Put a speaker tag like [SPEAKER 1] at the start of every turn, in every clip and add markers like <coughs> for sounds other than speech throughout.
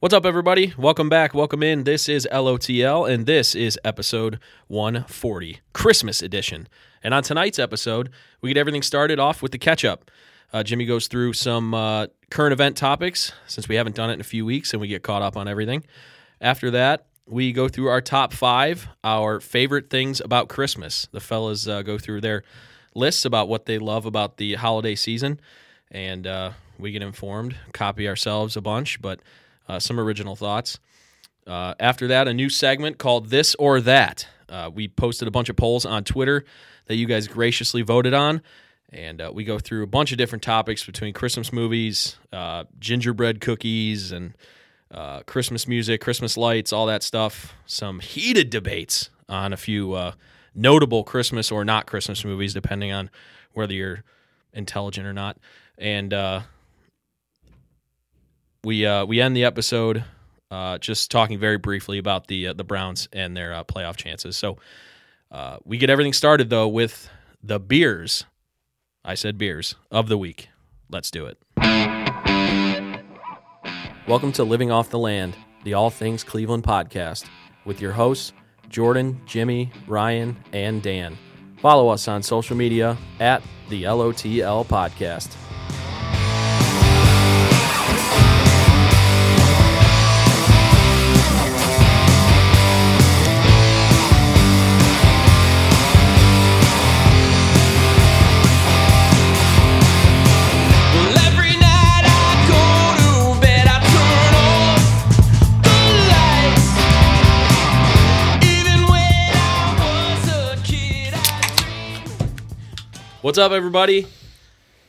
[SPEAKER 1] What's up, everybody? Welcome back. Welcome in. This is LOTL, and this is episode 140, Christmas edition. And on tonight's episode, we get everything started off with the catch up. Uh, Jimmy goes through some uh, current event topics since we haven't done it in a few weeks and we get caught up on everything. After that, we go through our top five, our favorite things about Christmas. The fellas uh, go through their lists about what they love about the holiday season, and uh, we get informed, copy ourselves a bunch, but uh, some original thoughts. Uh, after that, a new segment called This or That. Uh, we posted a bunch of polls on Twitter that you guys graciously voted on. And uh, we go through a bunch of different topics between Christmas movies, uh, gingerbread cookies, and uh, Christmas music, Christmas lights, all that stuff. Some heated debates on a few uh, notable Christmas or not Christmas movies, depending on whether you're intelligent or not. And uh, we uh, we end the episode uh, just talking very briefly about the uh, the Browns and their uh, playoff chances. So uh, we get everything started though with the beers. I said beers of the week. Let's do it. Welcome to Living Off the Land, the All Things Cleveland podcast, with your hosts Jordan, Jimmy, Ryan, and Dan. Follow us on social media at the LOTL podcast.
[SPEAKER 2] Well, every night I go to bed, I turn off the lights. Even when I was a kid, I dreamed.
[SPEAKER 1] What's up, everybody?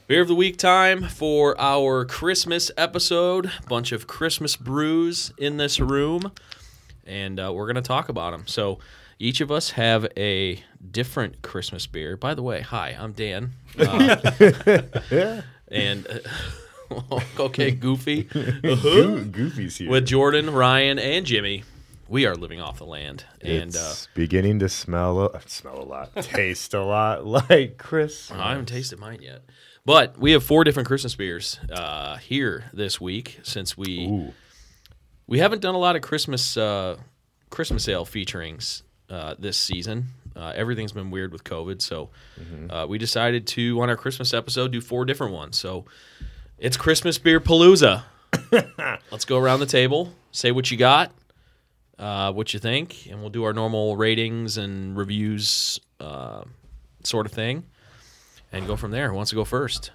[SPEAKER 1] Beer of the week time for our Christmas episode. Bunch of Christmas brews in this room, and uh, we're gonna talk about them. So each of us have a different Christmas beer. By the way, hi, I'm Dan. Uh, and <laughs> uh, okay, Goofy
[SPEAKER 3] Goo- Goofy's here.
[SPEAKER 1] with Jordan, Ryan, and Jimmy. We are living off the land, and uh,
[SPEAKER 3] it's beginning to smell a, smell a lot, taste a lot <laughs> like Chris.
[SPEAKER 1] I haven't tasted mine yet. But we have four different Christmas beers uh, here this week since we
[SPEAKER 3] Ooh,
[SPEAKER 1] we haven't done a lot of Christmas uh, Christmas ale featurings uh, this season. Uh, everything's been weird with COVID, so uh, we decided to on our Christmas episode do four different ones. So it's Christmas beer palooza. Let's go around the table, say what you got, uh, what you think, and we'll do our normal ratings and reviews uh, sort of thing, and go from there. Who wants to go first?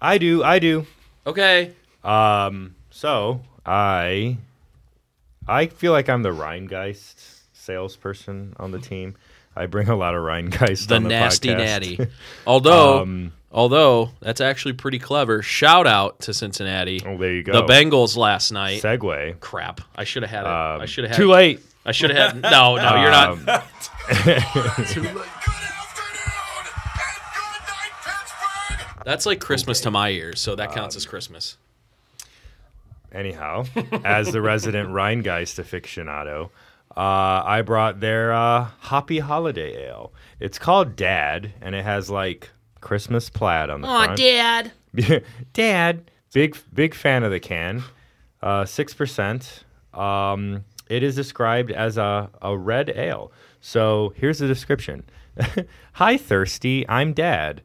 [SPEAKER 3] I do, I do.
[SPEAKER 1] Okay.
[SPEAKER 3] Um, so I, I feel like I'm the Rheingeist salesperson on the team. I bring a lot of Rheingeist.
[SPEAKER 1] the
[SPEAKER 3] on the
[SPEAKER 1] nasty
[SPEAKER 3] podcast. <laughs>
[SPEAKER 1] natty. <laughs> Although,
[SPEAKER 3] Um,
[SPEAKER 1] although that's actually pretty clever. Shout out to Cincinnati,
[SPEAKER 3] Oh, there you go.
[SPEAKER 1] the Bengals last night.
[SPEAKER 3] segue.
[SPEAKER 1] Crap! I should have had it.
[SPEAKER 3] Um,
[SPEAKER 1] I should have had
[SPEAKER 3] Too
[SPEAKER 1] it.
[SPEAKER 3] late.
[SPEAKER 1] I should have had. No, no, you're not.
[SPEAKER 3] Um,
[SPEAKER 4] Good afternoon and good night, Pittsburgh.
[SPEAKER 1] That's like Christmas to my ears, so that
[SPEAKER 3] Um,
[SPEAKER 1] counts as Christmas.
[SPEAKER 3] Anyhow, as the resident Rheingeist aficionado, uh, I brought their uh, Hoppy Holiday Ale. It's called Dad, and it has like Christmas plaid on the
[SPEAKER 5] Aw,
[SPEAKER 3] front.
[SPEAKER 5] Dad.
[SPEAKER 3] Dad. Dad. Big big fan of the can. Uh, Six percent. Um, it is described as a, a red ale. So here's the description. <laughs> Hi, thirsty. I'm Dad.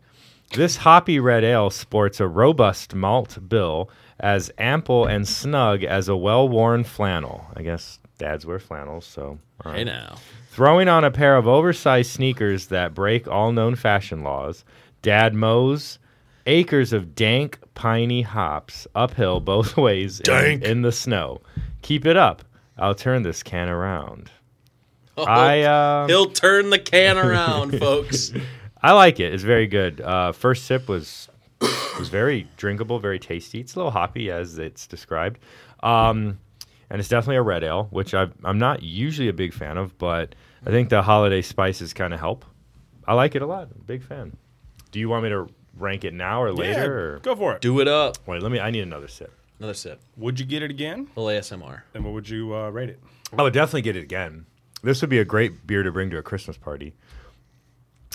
[SPEAKER 3] This hoppy red ale sports a robust malt bill, as ample and snug as a well-worn flannel. I guess dads wear flannels, so. all right.
[SPEAKER 1] Hey <laughs> now,
[SPEAKER 3] Throwing on a pair of oversized sneakers that break all known fashion laws, Dad mows acres of dank, piney hops uphill both <laughs> ways in, in the snow. Keep it up. I'll turn this can around.
[SPEAKER 1] Oh,
[SPEAKER 3] I uh,
[SPEAKER 1] he'll turn the can
[SPEAKER 3] <laughs>
[SPEAKER 1] around, folks.
[SPEAKER 3] I like it. It's very good. Uh, first sip was was very drinkable, very tasty. It's a little hoppy as it's described, um, and it's definitely a red ale, which I've, I'm not usually a big fan of, but I think the holiday spices kind of help. I like it a lot. Big fan. Do you want me to rank it now or later? or?
[SPEAKER 6] Go for it.
[SPEAKER 1] Do it up.
[SPEAKER 3] Wait, let me. I need another sip.
[SPEAKER 1] Another sip.
[SPEAKER 6] Would you get it again?
[SPEAKER 1] Little ASMR.
[SPEAKER 6] And what would you uh, rate it?
[SPEAKER 3] I would definitely get it again. This would be a great beer to bring to a Christmas party.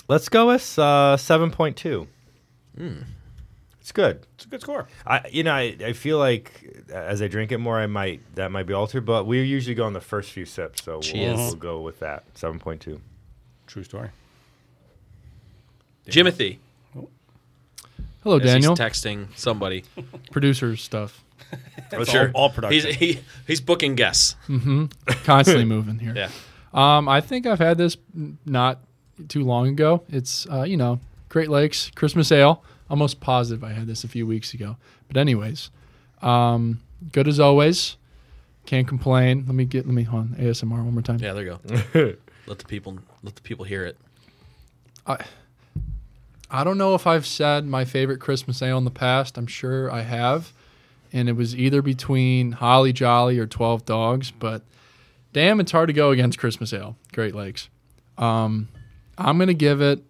[SPEAKER 3] Let's go with uh, seven point two. It's good.
[SPEAKER 6] It's a good score.
[SPEAKER 3] I you know I, I feel like as I drink it more I might that might be altered, but we usually go on the first few sips, so we'll,
[SPEAKER 1] Cheers.
[SPEAKER 3] we'll go with that seven point two.
[SPEAKER 6] True story.
[SPEAKER 1] Jimothy.
[SPEAKER 7] Hello,
[SPEAKER 1] as
[SPEAKER 7] Daniel.
[SPEAKER 1] He's texting somebody.
[SPEAKER 7] Producer stuff.
[SPEAKER 6] That's
[SPEAKER 1] Sure.
[SPEAKER 6] all, all production.
[SPEAKER 1] He's he, he's booking
[SPEAKER 3] <laughs>
[SPEAKER 1] guests.
[SPEAKER 7] Constantly <laughs> moving here.
[SPEAKER 1] Yeah.
[SPEAKER 7] Um, I think I've had this n- not too long ago. It's uh, you know Great Lakes Christmas Ale. Almost positive I had this a few weeks ago. But anyways, um, good as always. Can't complain. Let me get let me hold on ASMR one more time.
[SPEAKER 1] Yeah, there you go.
[SPEAKER 3] <laughs>
[SPEAKER 1] let the people let the people hear it.
[SPEAKER 7] I don't know if I've said my favorite Christmas ale in the past. I'm sure I have. And it was either between Holly Jolly or 12 Dogs, but damn, it's hard to go against Christmas ale, Great Lakes. Um, I'm going to give it,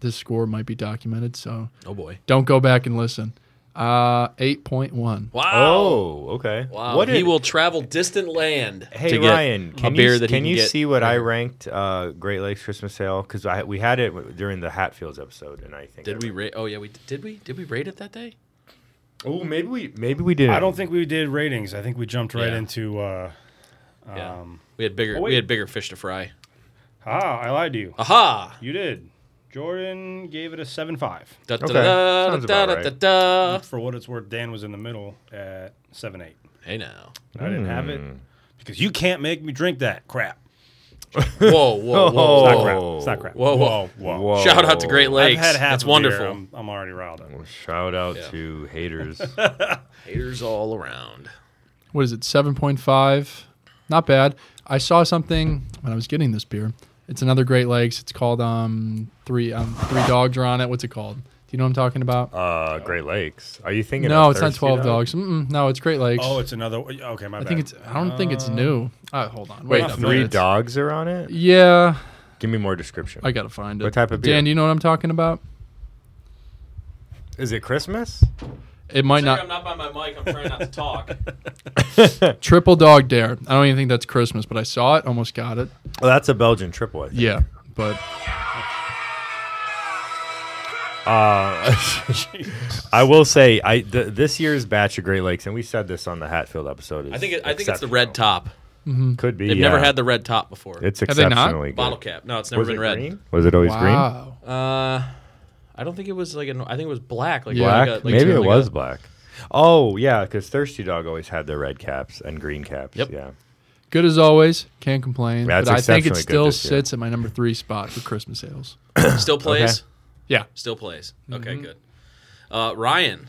[SPEAKER 7] this score might be documented, so
[SPEAKER 1] Oh boy.
[SPEAKER 7] don't go back and listen. Uh, 8.1.
[SPEAKER 1] Wow.
[SPEAKER 3] Oh, okay.
[SPEAKER 1] Wow.
[SPEAKER 3] What
[SPEAKER 1] he
[SPEAKER 3] did-
[SPEAKER 1] will travel distant land.
[SPEAKER 3] Hey
[SPEAKER 1] to get
[SPEAKER 3] Ryan, can
[SPEAKER 1] a beer
[SPEAKER 3] you
[SPEAKER 1] that he
[SPEAKER 3] can you
[SPEAKER 1] get-
[SPEAKER 3] see what I ranked uh, Great Lakes Christmas Ale? Because I we had it w- during the Hatfields episode, and I think
[SPEAKER 1] Did we rate? Oh yeah, we did. We did we rate it that day?
[SPEAKER 3] Oh, maybe we maybe we did.
[SPEAKER 6] I don't think we did ratings. I think we jumped right
[SPEAKER 1] Yeah.
[SPEAKER 6] into. Uh,
[SPEAKER 1] Yeah. we had bigger.
[SPEAKER 6] oh, wait.
[SPEAKER 1] we had bigger fish to fry.
[SPEAKER 6] ah, I lied to you.
[SPEAKER 1] Aha!
[SPEAKER 6] You did. Jordan gave it a seven five.
[SPEAKER 1] Da, da,
[SPEAKER 3] Okay.
[SPEAKER 1] da,
[SPEAKER 3] Sounds
[SPEAKER 1] da,
[SPEAKER 3] about
[SPEAKER 1] da,
[SPEAKER 3] right.
[SPEAKER 1] da, da, da.
[SPEAKER 6] For what it's worth, Dan was in the middle at seven eight.
[SPEAKER 1] Hey now.
[SPEAKER 6] I didn't have it
[SPEAKER 1] Hmm.
[SPEAKER 6] because you can't make me drink that crap.
[SPEAKER 3] <laughs>
[SPEAKER 1] Whoa,
[SPEAKER 3] Oh.
[SPEAKER 1] whoa, whoa,
[SPEAKER 6] It's not
[SPEAKER 1] whoa.
[SPEAKER 6] crap. It's not crap.
[SPEAKER 1] Whoa, whoa.
[SPEAKER 6] whoa.
[SPEAKER 1] <laughs>
[SPEAKER 3] Whoa.
[SPEAKER 1] Shout out to Great
[SPEAKER 6] I've
[SPEAKER 1] Lakes.
[SPEAKER 6] had half.
[SPEAKER 1] That's
[SPEAKER 6] a beer.
[SPEAKER 1] wonderful.
[SPEAKER 6] I'm, I'm already riled up.
[SPEAKER 3] Shout out
[SPEAKER 1] Yeah.
[SPEAKER 3] to
[SPEAKER 1] <laughs>
[SPEAKER 3] haters.
[SPEAKER 1] Haters all around.
[SPEAKER 7] what is it 7.5 not bad i saw something when i was getting this beer it's another great lakes it's called um three um three dogs are on it what's it called do you know what i'm talking about
[SPEAKER 3] uh, Great Lakes. Are you thinking?
[SPEAKER 7] no
[SPEAKER 3] of
[SPEAKER 7] it's not
[SPEAKER 3] Thirsty
[SPEAKER 7] 12
[SPEAKER 3] Dog?
[SPEAKER 7] dogs Mm-mm, no it's great lakes
[SPEAKER 6] Oh, it's another. Okay, my
[SPEAKER 7] i
[SPEAKER 6] bad.
[SPEAKER 7] think it's i don't think it's new uh, hold on wait,
[SPEAKER 3] Wait,
[SPEAKER 7] a
[SPEAKER 3] three
[SPEAKER 7] minute.
[SPEAKER 3] dogs are on it.
[SPEAKER 7] yeah
[SPEAKER 3] Give me more description.
[SPEAKER 7] i gotta find it
[SPEAKER 3] What type of beer?
[SPEAKER 7] dan you know what i'm talking about
[SPEAKER 3] Is it Christmas?
[SPEAKER 7] it might not
[SPEAKER 1] not by my mic. I'm trying not to talk.
[SPEAKER 7] triple dog dare i don't even think that's christmas but i saw it almost got it
[SPEAKER 3] Well, that's a Belgian triple. I think.
[SPEAKER 7] yeah but
[SPEAKER 3] I will say, I th- this year's batch of Great Lakes, and we said this on the Hatfield episode. Is
[SPEAKER 1] <laughs> I think it, I think it's the red
[SPEAKER 3] exceptional.
[SPEAKER 1] top.
[SPEAKER 3] Could be.
[SPEAKER 1] They've
[SPEAKER 3] yeah.
[SPEAKER 1] never had the red top before.
[SPEAKER 3] It's
[SPEAKER 7] Have they not?
[SPEAKER 3] exceptionally
[SPEAKER 1] Bottle
[SPEAKER 3] good.
[SPEAKER 1] cap. No, it's never
[SPEAKER 3] Was it
[SPEAKER 1] been red.
[SPEAKER 3] green? Was it always green?
[SPEAKER 7] wow
[SPEAKER 1] Uh, I don't think it was like an. I think it was black. Like
[SPEAKER 7] Yeah,
[SPEAKER 1] Like
[SPEAKER 3] Black?
[SPEAKER 1] a, like
[SPEAKER 3] Maybe
[SPEAKER 1] like
[SPEAKER 3] it
[SPEAKER 1] a-
[SPEAKER 3] was black. Oh yeah, because Thirsty Dog always had their red caps and green caps.
[SPEAKER 1] Yep.
[SPEAKER 3] Yeah.
[SPEAKER 7] Good as always. Can't complain.
[SPEAKER 3] That's
[SPEAKER 7] but I think it
[SPEAKER 3] exceptionally good
[SPEAKER 7] still
[SPEAKER 3] this year.
[SPEAKER 7] sits at my number three spot for Christmas sales.
[SPEAKER 1] still plays.
[SPEAKER 3] Okay.
[SPEAKER 7] Yeah.
[SPEAKER 1] Still plays. Okay,
[SPEAKER 3] Mm-hmm.
[SPEAKER 1] good. Uh, Ryan.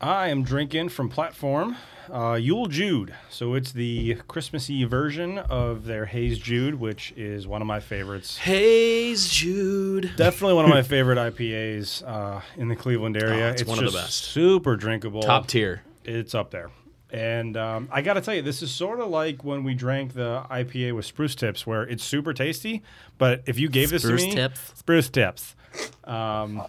[SPEAKER 6] I am drinking from Platform uh, Yule Jude. So it's the Christmassy version of their Haze Jude, which is one of my favorites.
[SPEAKER 1] Hayes Jude.
[SPEAKER 6] Definitely one
[SPEAKER 1] <laughs>
[SPEAKER 6] of my favorite IPAs uh, in the Cleveland area.
[SPEAKER 1] Oh, it's one of the
[SPEAKER 6] just
[SPEAKER 1] best.
[SPEAKER 6] Super drinkable.
[SPEAKER 1] Top tier.
[SPEAKER 6] It's up there. And um, I got to tell you, this is sort of like when we drank the IPA with Spruce Tips, where it's super tasty. But if you gave this
[SPEAKER 1] Spruce
[SPEAKER 6] to me,
[SPEAKER 1] Tips?
[SPEAKER 6] Spruce Tips, um,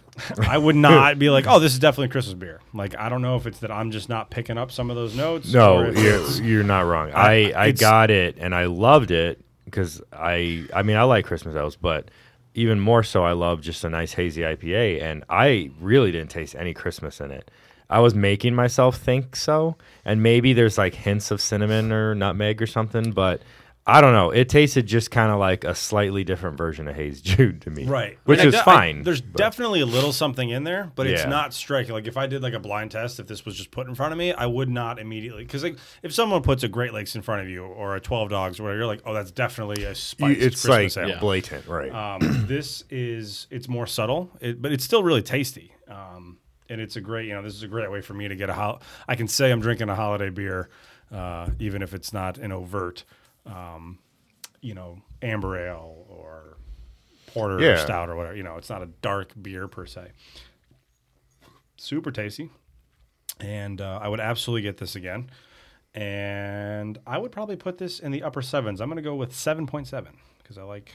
[SPEAKER 6] I would not be like, oh, this is definitely Christmas beer. Like, I don't know if it's that I'm just not picking up some of those notes. or
[SPEAKER 3] No,
[SPEAKER 6] if
[SPEAKER 3] you're,
[SPEAKER 6] it's-
[SPEAKER 3] you're not wrong. I, I
[SPEAKER 6] it's-
[SPEAKER 3] got it and I loved it because I I mean I like Christmas ales, but even more so I love just a nice hazy IPA, and I really didn't taste any Christmas in it. I was making myself think so, and maybe there's like hints of cinnamon or nutmeg or something, but I don't know. It tasted just kind of like a slightly different version of Haze <laughs> Jude to me,
[SPEAKER 6] Right.
[SPEAKER 3] Which
[SPEAKER 6] And I
[SPEAKER 3] is
[SPEAKER 6] de- I-
[SPEAKER 3] fine.
[SPEAKER 6] there's
[SPEAKER 3] but-
[SPEAKER 6] definitely a little something in there, but it's
[SPEAKER 3] Yeah.
[SPEAKER 6] not striking. Like if I did like a blind test, if this was just put in front of me, I would not immediately because like if someone puts a Great Lakes in front of you or a Twelve Dogs, or whatever, you're like, oh, that's definitely a spiced
[SPEAKER 3] it's like
[SPEAKER 6] Christmas ale.
[SPEAKER 3] blatant, right?
[SPEAKER 6] Um, <clears throat> this is it's more subtle, it, but it's still really tasty. Um, and it's a great, you know, this is a great way for me to get a hol- I can say I'm drinking a holiday beer, uh, even if it's not an overt, um, you know, amber ale or porter or
[SPEAKER 3] Yeah.
[SPEAKER 6] stout or whatever. You know, it's not a dark beer per se. Super tasty, and uh, I would absolutely get this again. And I would probably put this in the upper sevens. I'm going to go with seven point seven because I like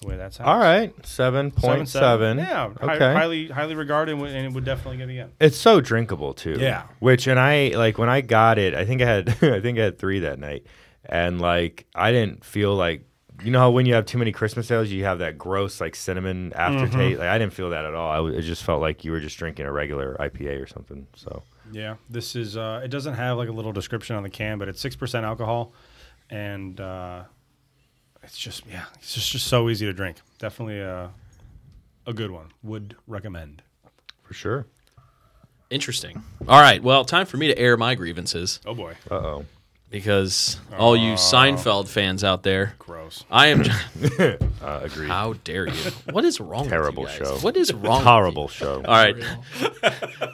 [SPEAKER 6] the way that sounds.
[SPEAKER 3] All right, seven point seven.
[SPEAKER 6] Yeah, hi- highly highly regarded, and would- and it would definitely get again.
[SPEAKER 3] It's so drinkable too.
[SPEAKER 6] Yeah.
[SPEAKER 3] Which and I like when <laughs> I got it, I think I had I think I had three that night. And like I didn't feel like you know how when you have too many Christmas ales, you have that gross like cinnamon aftertaste. Like I didn't feel that at all. I w- it just felt like you were just drinking a regular IPA or something. So
[SPEAKER 6] Yeah, this is. Uh, it doesn't have like a little description on the can, but it's six percent alcohol, and uh, it's just yeah, it's just, just so easy to drink. Definitely a a good one. Would recommend.
[SPEAKER 3] for sure.
[SPEAKER 1] Interesting. All right. Well, time for me to air my grievances
[SPEAKER 6] Oh boy,
[SPEAKER 3] Uh oh.
[SPEAKER 1] because all you Seinfeld fans out there,
[SPEAKER 6] gross.
[SPEAKER 1] I am.
[SPEAKER 3] <laughs> Uh, agreed.
[SPEAKER 1] How dare you? What is wrong?
[SPEAKER 3] Terrible
[SPEAKER 1] with you guys?
[SPEAKER 3] show.
[SPEAKER 1] What is wrong? with you?
[SPEAKER 3] Horrible show.
[SPEAKER 1] All right.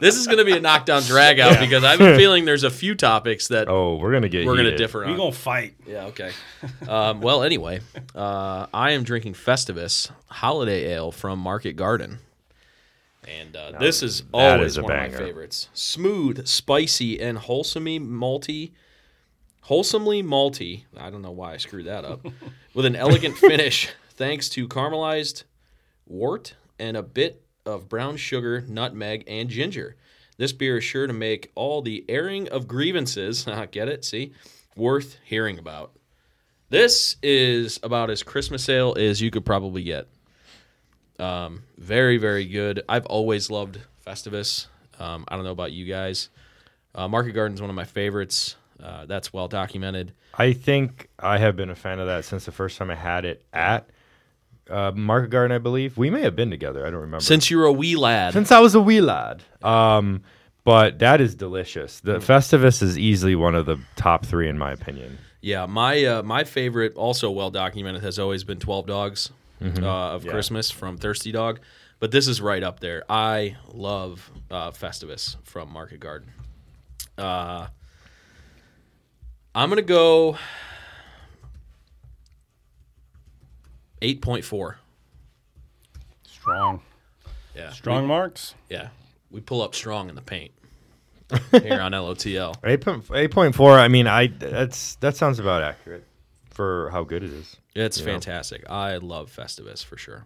[SPEAKER 1] this is going to be a knockdown drag out because I have
[SPEAKER 3] <laughs>
[SPEAKER 1] a feeling there's a few topics that
[SPEAKER 3] Oh, we're gonna get.
[SPEAKER 1] we're going to
[SPEAKER 3] heated.
[SPEAKER 1] differ on.
[SPEAKER 6] We gonna fight.
[SPEAKER 1] Yeah, okay. Um, well, anyway, uh, I am drinking Festivus Holiday Ale from Market Garden. And uh, this is
[SPEAKER 3] that
[SPEAKER 1] always
[SPEAKER 3] is a
[SPEAKER 1] one of my
[SPEAKER 3] banger.
[SPEAKER 1] favorites. Smooth, spicy, and wholesomely malty. Wholesomely malty. I don't know why I screwed that
[SPEAKER 3] <laughs>
[SPEAKER 1] up. with an elegant finish, thanks to caramelized wort and a bit of brown sugar, nutmeg, and ginger. This beer is sure to make all the airing of grievances, <laughs> get it, see, worth hearing about. This is about as Christmas ale as you could probably get. Um, very, very good. I've always loved Festivus. Um, I don't know about you guys. Uh, Market Garden's one of my favorites. Uh, that's well documented.
[SPEAKER 3] I think I have been a fan of that since the first time I had it at uh, Market Garden, I believe. We may have been together. I don't remember.
[SPEAKER 1] Since you're a wee lad,
[SPEAKER 3] Since I was a wee lad. Um, but that is delicious. The Festivus is easily one of the top three in my opinion.
[SPEAKER 1] Yeah, my uh, my favorite, also well documented, has always been Twelve Dogs uh, of Christmas from Thirsty Dog, but this is right up there. I love uh, Festivus from Market Garden. Uh, I'm gonna go eight point four.
[SPEAKER 6] Strong,
[SPEAKER 1] Yeah,
[SPEAKER 6] strong marks.
[SPEAKER 1] yeah. We pull up strong in the paint here on LOTL.
[SPEAKER 3] Eight point eight point four. I mean, I that's that sounds about accurate for how good it is.
[SPEAKER 1] It's fantastic. I love Festivus for sure.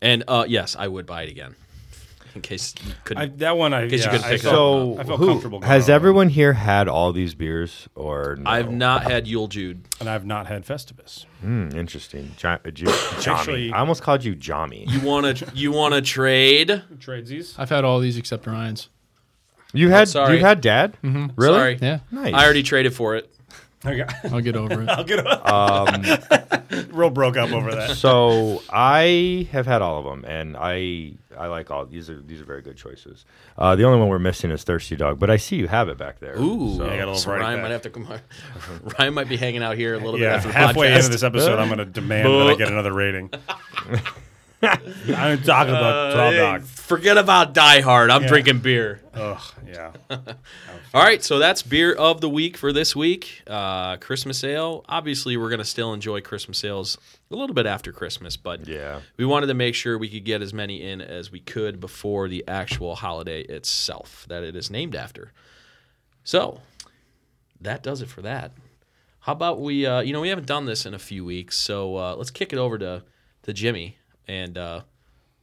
[SPEAKER 1] And uh, yes, I would buy it again. <laughs> In case you couldn't.
[SPEAKER 6] I, that one, I
[SPEAKER 1] Guess you
[SPEAKER 6] yeah,
[SPEAKER 1] couldn't
[SPEAKER 6] I
[SPEAKER 1] pick it up.
[SPEAKER 6] felt-
[SPEAKER 3] So,
[SPEAKER 6] I felt
[SPEAKER 3] who-
[SPEAKER 6] comfortable. going
[SPEAKER 3] has
[SPEAKER 6] on.
[SPEAKER 3] everyone here had all these beers or no?
[SPEAKER 1] I've not had Yule Jude.
[SPEAKER 6] And I've not had Festivus.
[SPEAKER 3] Hmm, interesting. Jo- uh, Ju- Jommy.
[SPEAKER 6] Actually-
[SPEAKER 3] I almost called you Jommy.
[SPEAKER 1] You wanna you wanna trade?
[SPEAKER 6] Tradesies.
[SPEAKER 7] I've had all these except Ryan's.
[SPEAKER 3] You had
[SPEAKER 1] sorry.
[SPEAKER 3] you had dad? Mm-hmm. Really?
[SPEAKER 1] Sorry.
[SPEAKER 7] Yeah,
[SPEAKER 3] Nice.
[SPEAKER 1] I already traded for it.
[SPEAKER 6] <laughs> Okay.
[SPEAKER 7] I'll get over
[SPEAKER 3] <laughs>
[SPEAKER 7] it.
[SPEAKER 6] I'll get up. <laughs> Real broke up over
[SPEAKER 3] <laughs>
[SPEAKER 6] that.
[SPEAKER 3] so I have had all of them, and I I like all these are these are very good choices. Uh, the only one we're missing is Thirsty Dog, but I see you have it back there.
[SPEAKER 1] Ooh.
[SPEAKER 6] I got a little
[SPEAKER 1] so
[SPEAKER 6] right
[SPEAKER 1] Ryan
[SPEAKER 6] back.
[SPEAKER 1] might have to come. <laughs> Ryan might be hanging out here a little
[SPEAKER 6] Yeah,
[SPEAKER 1] bit after the
[SPEAKER 6] halfway
[SPEAKER 1] podcast.
[SPEAKER 6] into this episode, I'm going to demand that I get another rating. <laughs> I'm talking about Twelve
[SPEAKER 1] Hey,
[SPEAKER 6] Dog.
[SPEAKER 1] forget about Die Hard. I'm drinking beer.
[SPEAKER 6] Ugh, yeah.
[SPEAKER 1] All right, so that's beer of the week for this week. Uh, Christmas ale. Obviously, we're going to still enjoy Christmas ales a little bit after Christmas, but
[SPEAKER 3] Yeah.
[SPEAKER 1] we wanted to make sure we could get as many in as we could before the actual holiday itself that it is named after. So that does it for that. How about we? Uh, you know, we haven't done this in a few weeks, so uh, let's kick it over to to Jimmy and uh,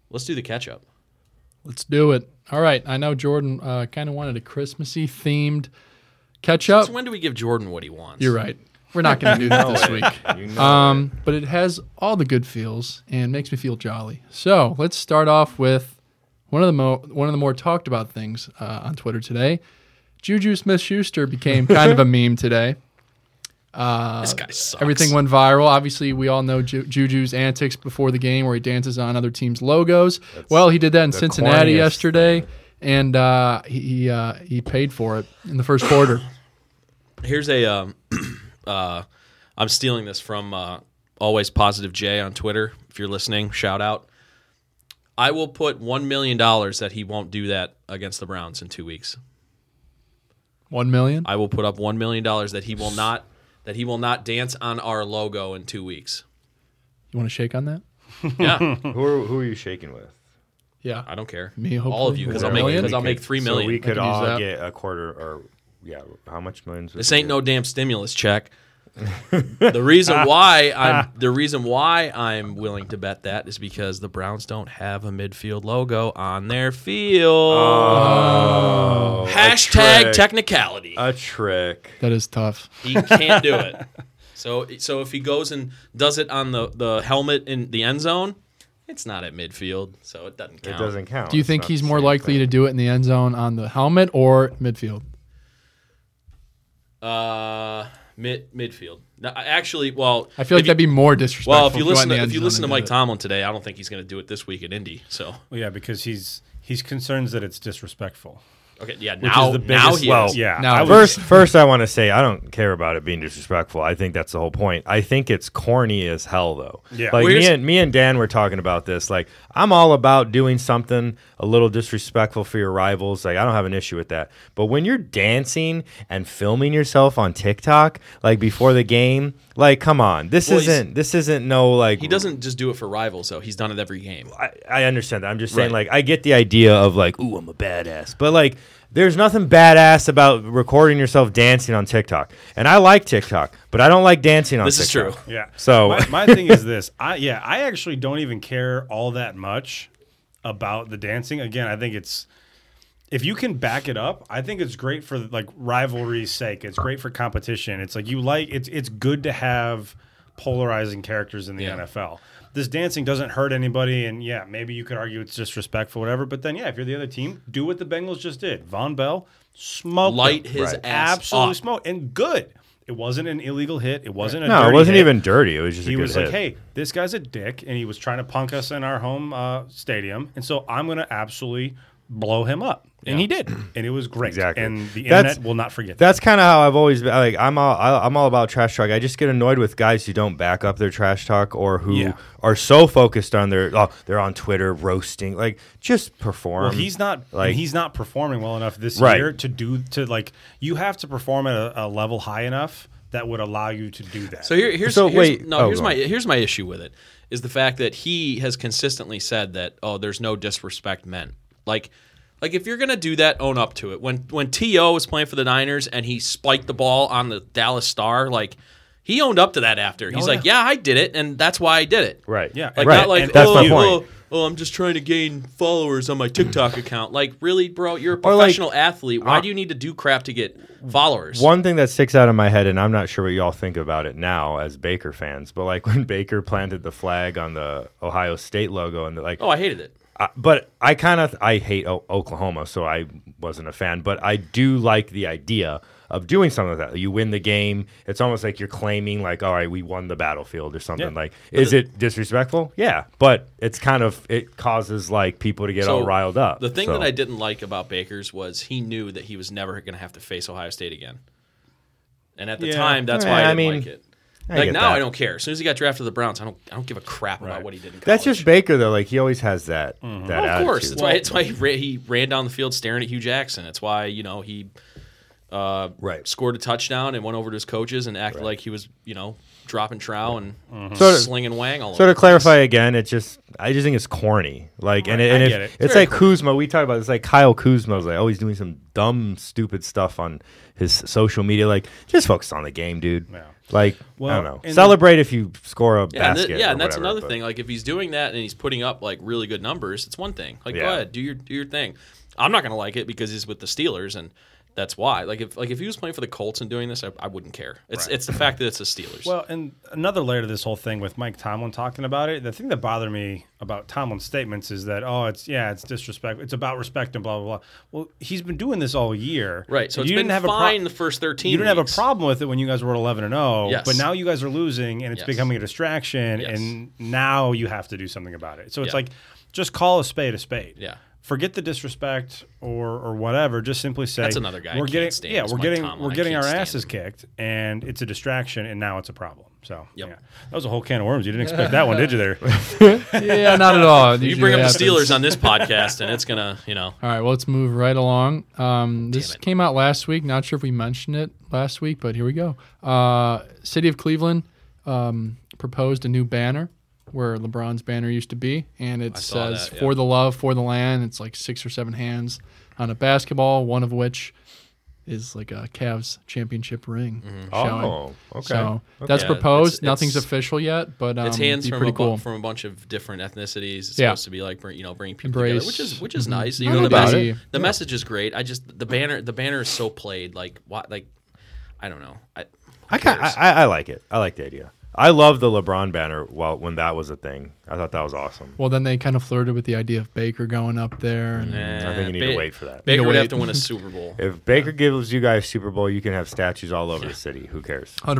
[SPEAKER 1] let's do the catch up.
[SPEAKER 7] Let's do it. All right. I know Jordan uh, kind of wanted a Christmassy themed catch up.
[SPEAKER 1] So when do we give Jordan what he wants?
[SPEAKER 7] You're right. We're not going to do
[SPEAKER 3] <laughs>
[SPEAKER 7] that this week.
[SPEAKER 3] You know
[SPEAKER 7] Um, but it has all the good feels and makes me feel jolly. So let's start off with one of the mo- one of the more talked about things uh, on Twitter today. Juju Smith-Schuster became
[SPEAKER 3] <laughs>
[SPEAKER 7] kind of a meme today.
[SPEAKER 1] This guy sucks.
[SPEAKER 7] Everything went viral. Obviously, we all know Ju- Juju's antics before the game where he dances on other teams' logos. well, he did that in Cincinnati
[SPEAKER 3] corniest
[SPEAKER 7] yesterday, and uh, he he, uh, he paid for it in the first
[SPEAKER 3] <coughs>
[SPEAKER 7] quarter.
[SPEAKER 1] Here's a. Um, <clears throat> uh, I'm stealing this from uh, Always Positive Jay on Twitter. If you're listening, shout out. I will put one million dollars that he won't do that against the Browns in two weeks.
[SPEAKER 7] One million.
[SPEAKER 1] I will put up one million dollars that he will not that he will not dance on our logo in two weeks.
[SPEAKER 7] You want to shake on that?
[SPEAKER 3] <laughs>
[SPEAKER 1] Yeah,
[SPEAKER 3] who are, who are you shaking with?
[SPEAKER 7] Yeah.
[SPEAKER 1] I don't care.
[SPEAKER 7] Me,
[SPEAKER 1] all of
[SPEAKER 7] hopefully.
[SPEAKER 1] you, because I'll
[SPEAKER 7] One
[SPEAKER 1] make
[SPEAKER 7] million?
[SPEAKER 1] because I'll make three million.
[SPEAKER 3] So we could
[SPEAKER 7] can use
[SPEAKER 3] all
[SPEAKER 7] that.
[SPEAKER 3] get a quarter or yeah, how much millions? would
[SPEAKER 1] This
[SPEAKER 3] we
[SPEAKER 1] ain't
[SPEAKER 3] get?
[SPEAKER 1] no damn stimulus
[SPEAKER 7] <laughs>
[SPEAKER 1] check. the
[SPEAKER 7] Ah.
[SPEAKER 1] reason why I'm the reason why I'm willing to bet that is because the Browns don't have a midfield logo on their field.
[SPEAKER 3] Oh, a
[SPEAKER 1] Hashtag
[SPEAKER 3] trick.
[SPEAKER 7] Ah.
[SPEAKER 1] technicality.
[SPEAKER 3] A trick.
[SPEAKER 7] That is tough. <laughs>
[SPEAKER 1] he can't do it. So so if he goes and does it on the, the helmet in the end zone, it's not at midfield, so it doesn't
[SPEAKER 3] It
[SPEAKER 1] count.
[SPEAKER 3] doesn't count.
[SPEAKER 7] Do you
[SPEAKER 3] It's
[SPEAKER 7] think
[SPEAKER 3] not
[SPEAKER 7] he's
[SPEAKER 3] the
[SPEAKER 7] more
[SPEAKER 3] same
[SPEAKER 7] likely
[SPEAKER 3] thing.
[SPEAKER 7] to do it in the end zone on the helmet or midfield?
[SPEAKER 1] Uh, mid midfield. No, I- actually, well,
[SPEAKER 7] I feel like
[SPEAKER 1] if you-
[SPEAKER 7] that'd be more disrespectful.
[SPEAKER 1] well. If you
[SPEAKER 7] went in
[SPEAKER 1] listen
[SPEAKER 7] the
[SPEAKER 1] to,
[SPEAKER 7] end
[SPEAKER 1] if you
[SPEAKER 7] zone
[SPEAKER 1] listen to
[SPEAKER 7] and
[SPEAKER 1] Mike
[SPEAKER 7] did it.
[SPEAKER 1] Tomlin today, I don't think he's going to do it this week at Indy. So
[SPEAKER 6] Well, yeah, because he's he's concerned that it's disrespectful.
[SPEAKER 1] okay, yeah.
[SPEAKER 6] Which
[SPEAKER 1] Now
[SPEAKER 6] is the
[SPEAKER 1] now
[SPEAKER 6] biggest.
[SPEAKER 1] he
[SPEAKER 6] well,
[SPEAKER 1] is.
[SPEAKER 6] yeah.
[SPEAKER 7] Now
[SPEAKER 6] I
[SPEAKER 7] it
[SPEAKER 1] <laughs>
[SPEAKER 6] was-
[SPEAKER 3] First, first, I want to say I don't care about it being disrespectful. I think that's the whole point. I think it's corny as hell, though.
[SPEAKER 6] Yeah.
[SPEAKER 3] Like
[SPEAKER 1] Well,
[SPEAKER 3] me
[SPEAKER 1] here's-
[SPEAKER 3] and me and Dan were talking about this. Like I'm all about doing something a little disrespectful for your rivals. Like I don't have an issue with that. But when you're dancing and filming yourself on TikTok, like before the game, like come on, this
[SPEAKER 1] Well, he's-
[SPEAKER 3] isn't this isn't no like
[SPEAKER 1] He doesn't just do it for rivals though. He's done it every game.
[SPEAKER 3] I, I understand that. I'm just saying,
[SPEAKER 1] Right.
[SPEAKER 3] like, I get the idea of like, ooh, I'm a badass, but like, there's nothing badass about recording yourself dancing on TikTok. And I like TikTok, but I don't like dancing on.
[SPEAKER 1] This is
[SPEAKER 3] TikTok.
[SPEAKER 1] true.
[SPEAKER 6] Yeah.
[SPEAKER 3] So-
[SPEAKER 6] my, my thing is this. I yeah, I actually don't even care all that much about the dancing. Again, I think it's if you can back it up, I think it's great for like rivalry's sake. It's great for competition. It's like you like it's it's good to have polarizing characters in the
[SPEAKER 1] Yeah.
[SPEAKER 6] NFL. This dancing doesn't hurt anybody, and yeah, maybe you could argue it's disrespectful, whatever. But then, yeah, if you're the other team, do what the Bengals just did. Von Bell smoked
[SPEAKER 1] Light
[SPEAKER 6] them.
[SPEAKER 1] his Right. ass
[SPEAKER 6] absolutely
[SPEAKER 1] up.
[SPEAKER 6] smoked, and good. It wasn't an illegal hit. It wasn't a
[SPEAKER 3] No, it
[SPEAKER 6] dirty
[SPEAKER 3] wasn't
[SPEAKER 6] hit
[SPEAKER 3] even dirty. It was just a
[SPEAKER 6] he
[SPEAKER 3] good
[SPEAKER 6] was
[SPEAKER 3] hit.
[SPEAKER 6] like, "Hey, this guy's a dick, and he was trying to punk us in our home uh, stadium, and so I'm going to absolutely blow him up." And he did, and it was great.
[SPEAKER 3] Exactly.
[SPEAKER 6] And the
[SPEAKER 3] That's-
[SPEAKER 6] internet will not forget
[SPEAKER 3] <clears throat>
[SPEAKER 6] that.
[SPEAKER 3] That's kind of how I've always been. Like I'm all I- I'm all about trash talk. I just get annoyed with guys who don't back up their trash talk or who
[SPEAKER 6] Yeah.
[SPEAKER 3] are so focused on their oh they're on Twitter roasting. Like just perform.
[SPEAKER 6] Well, he's not
[SPEAKER 3] like-
[SPEAKER 6] and he's not performing well enough this
[SPEAKER 3] Right.
[SPEAKER 6] year to do to like you have to perform at a, a level high enough that would allow you to do that.
[SPEAKER 1] So here, here's,
[SPEAKER 3] So
[SPEAKER 1] here's
[SPEAKER 3] wait-
[SPEAKER 1] no
[SPEAKER 3] oh,
[SPEAKER 1] here's
[SPEAKER 3] go
[SPEAKER 1] my
[SPEAKER 3] on.
[SPEAKER 1] here's my issue with it is the fact that he has consistently said that oh there's no disrespect meant like like if you're gonna do that own up to it when when To was playing for the Niners and he spiked the ball on the Dallas Star like he owned up to that after he's like yeah I did it and that's why I did it
[SPEAKER 3] right.
[SPEAKER 6] Yeah.
[SPEAKER 1] like
[SPEAKER 3] right.
[SPEAKER 1] not like
[SPEAKER 3] that's
[SPEAKER 1] oh,
[SPEAKER 3] my point.
[SPEAKER 1] oh oh, I'm just trying to gain followers on my
[SPEAKER 3] <clears throat>
[SPEAKER 1] TikTok account like really bro you're a
[SPEAKER 3] Or, like, uh,
[SPEAKER 1] professional athlete why do you need to do crap to get followers
[SPEAKER 3] One thing that sticks out in my head, and I'm not sure what y'all think about it now as Baker fans, but like <laughs> when Baker planted the flag on the Ohio State logo, and like,
[SPEAKER 1] oh I hated it
[SPEAKER 3] I- but I kind of I hate o- Oklahoma, so I wasn't a fan, but I do like the idea of doing something like that. You win the game, it's almost like you're claiming like, all right, we won the battlefield or something.
[SPEAKER 6] Yeah.
[SPEAKER 3] Like, is it disrespectful? Yeah, but it's kind of it causes like people to get all
[SPEAKER 1] So,
[SPEAKER 3] riled up.
[SPEAKER 1] The thing
[SPEAKER 3] so.
[SPEAKER 1] that I didn't like about Baker's was he knew that he was never going to have to face Ohio State again. And at the
[SPEAKER 6] Yeah.
[SPEAKER 1] time, that's
[SPEAKER 3] Yeah,
[SPEAKER 1] why I
[SPEAKER 3] I
[SPEAKER 1] didn't
[SPEAKER 3] mean,
[SPEAKER 1] like it.
[SPEAKER 3] I
[SPEAKER 1] Like
[SPEAKER 3] get
[SPEAKER 1] now,
[SPEAKER 3] that.
[SPEAKER 1] I don't care. As soon as he got drafted to the Browns, I don't, I don't give a crap about what he did. In college.
[SPEAKER 3] That's just Baker though. Like he always has that. that
[SPEAKER 1] Well, of course.
[SPEAKER 3] attitude.
[SPEAKER 1] That's why. That's why he ran, he ran down the field staring at Hugh Jackson. That's why you know he uh,
[SPEAKER 3] Right.
[SPEAKER 1] scored a touchdown and went over to his coaches and acted like he was you know dropping trow and
[SPEAKER 3] So to-
[SPEAKER 1] slinging wang all
[SPEAKER 3] So
[SPEAKER 1] over.
[SPEAKER 3] to clarify again, it's just I just think it's corny. Like and, it, and
[SPEAKER 6] I
[SPEAKER 3] if,
[SPEAKER 6] get it.
[SPEAKER 3] it's like Kuzma. We talked about this. Like Kyle Kuzma's like always doing some dumb, stupid stuff on his social media. Like just focus on the game, dude.
[SPEAKER 6] Yeah.
[SPEAKER 3] Like I
[SPEAKER 6] Well,
[SPEAKER 3] don't know.
[SPEAKER 6] and-
[SPEAKER 3] Celebrate if you score a
[SPEAKER 1] Yeah, and,
[SPEAKER 3] basket.
[SPEAKER 1] th- yeah,
[SPEAKER 3] or
[SPEAKER 1] and that's
[SPEAKER 3] whatever,
[SPEAKER 1] another
[SPEAKER 3] but-
[SPEAKER 1] thing. Like if he's doing that and he's putting up like really good numbers, it's one thing. Like go
[SPEAKER 3] Yeah.
[SPEAKER 1] ahead, do your do your thing. I'm not gonna like it because he's with the Steelers, and that's why. Like if like if he was playing for the Colts and doing this, I, I wouldn't care. It's it's the fact that it's the Steelers.
[SPEAKER 6] Well, and another layer to this whole thing with Mike Tomlin talking about it, the thing that bothered me about Tomlin's statements is that, oh, it's yeah, it's disrespect, it's about respect and blah blah blah. Well, he's been doing this all year,
[SPEAKER 1] right. So
[SPEAKER 6] And
[SPEAKER 1] it's
[SPEAKER 6] you
[SPEAKER 1] been
[SPEAKER 6] didn't have
[SPEAKER 1] fine
[SPEAKER 6] a pro-
[SPEAKER 1] the first thirteen.
[SPEAKER 6] you didn't have a
[SPEAKER 1] weeks.
[SPEAKER 6] problem with it when you guys were at 11 and 0
[SPEAKER 1] Yes.
[SPEAKER 6] but now you guys are losing and it's
[SPEAKER 1] Yes.
[SPEAKER 6] becoming a distraction
[SPEAKER 1] Yes.
[SPEAKER 6] and now you have to do something about it so it's
[SPEAKER 1] Yeah.
[SPEAKER 6] like just call a spade a spade
[SPEAKER 1] Yeah.
[SPEAKER 6] forget the disrespect or or whatever just simply say
[SPEAKER 1] That's another guy I
[SPEAKER 6] we're
[SPEAKER 1] can't
[SPEAKER 6] getting
[SPEAKER 1] stand
[SPEAKER 6] yeah
[SPEAKER 1] is
[SPEAKER 6] we're
[SPEAKER 1] Mike
[SPEAKER 6] getting
[SPEAKER 1] Tomlin.
[SPEAKER 6] we're
[SPEAKER 1] I
[SPEAKER 6] getting our
[SPEAKER 1] can't stand
[SPEAKER 6] asses kicked and it's a distraction and now it's a problem so
[SPEAKER 1] Yep.
[SPEAKER 6] yeah that was a whole can of worms you didn't expect that one did
[SPEAKER 1] <laughs>
[SPEAKER 6] you there
[SPEAKER 7] Yeah, not at all.
[SPEAKER 1] You bring up the Steelers on this podcast, and it's gonna you know.
[SPEAKER 7] All right, well, let's move right along. Um, this
[SPEAKER 1] it.
[SPEAKER 7] came out last week. Not sure if we mentioned it last week, but here we go. Uh, City of Cleveland um, proposed a new banner where LeBron's banner used to be, and it
[SPEAKER 1] saw
[SPEAKER 7] says
[SPEAKER 1] that, yeah.
[SPEAKER 7] "For the love, for the land." It's like six or seven hands on a basketball, one of which is like a Cavs championship ring.
[SPEAKER 1] Mm-hmm.
[SPEAKER 7] showing.
[SPEAKER 3] Oh, okay.
[SPEAKER 7] So that's
[SPEAKER 1] Yeah,
[SPEAKER 7] proposed.
[SPEAKER 1] it's-
[SPEAKER 7] Nothing's
[SPEAKER 1] it's-
[SPEAKER 7] official yet, but um,
[SPEAKER 1] It's hands
[SPEAKER 7] be
[SPEAKER 1] from
[SPEAKER 7] pretty
[SPEAKER 1] a, bu-
[SPEAKER 7] cool.
[SPEAKER 1] from a bunch of different ethnicities. It's
[SPEAKER 7] Yeah.
[SPEAKER 1] supposed to be like bring, you know bring people
[SPEAKER 7] Embrace.
[SPEAKER 1] together, which is which is
[SPEAKER 7] Mhm.
[SPEAKER 1] nice. You
[SPEAKER 7] I'm
[SPEAKER 1] know the,
[SPEAKER 7] about
[SPEAKER 1] message,
[SPEAKER 7] it.
[SPEAKER 1] the message is great. I just the banner the banner is so played like why like I don't know. I,
[SPEAKER 3] I, ki- I I I like it. I like the idea. I love the LeBron banner. While when that was a thing, I thought that was awesome.
[SPEAKER 7] Well, then they kind of flirted with the idea of Baker going up there. And
[SPEAKER 3] Mm, I think you need to wait for that.
[SPEAKER 1] eh, Baker
[SPEAKER 7] Need to
[SPEAKER 1] would have
[SPEAKER 7] wait.
[SPEAKER 1] to
[SPEAKER 7] <laughs>
[SPEAKER 1] win a Super Bowl.
[SPEAKER 3] If Baker gives you guys Super Bowl, you can have statues all over the city. Who cares? But-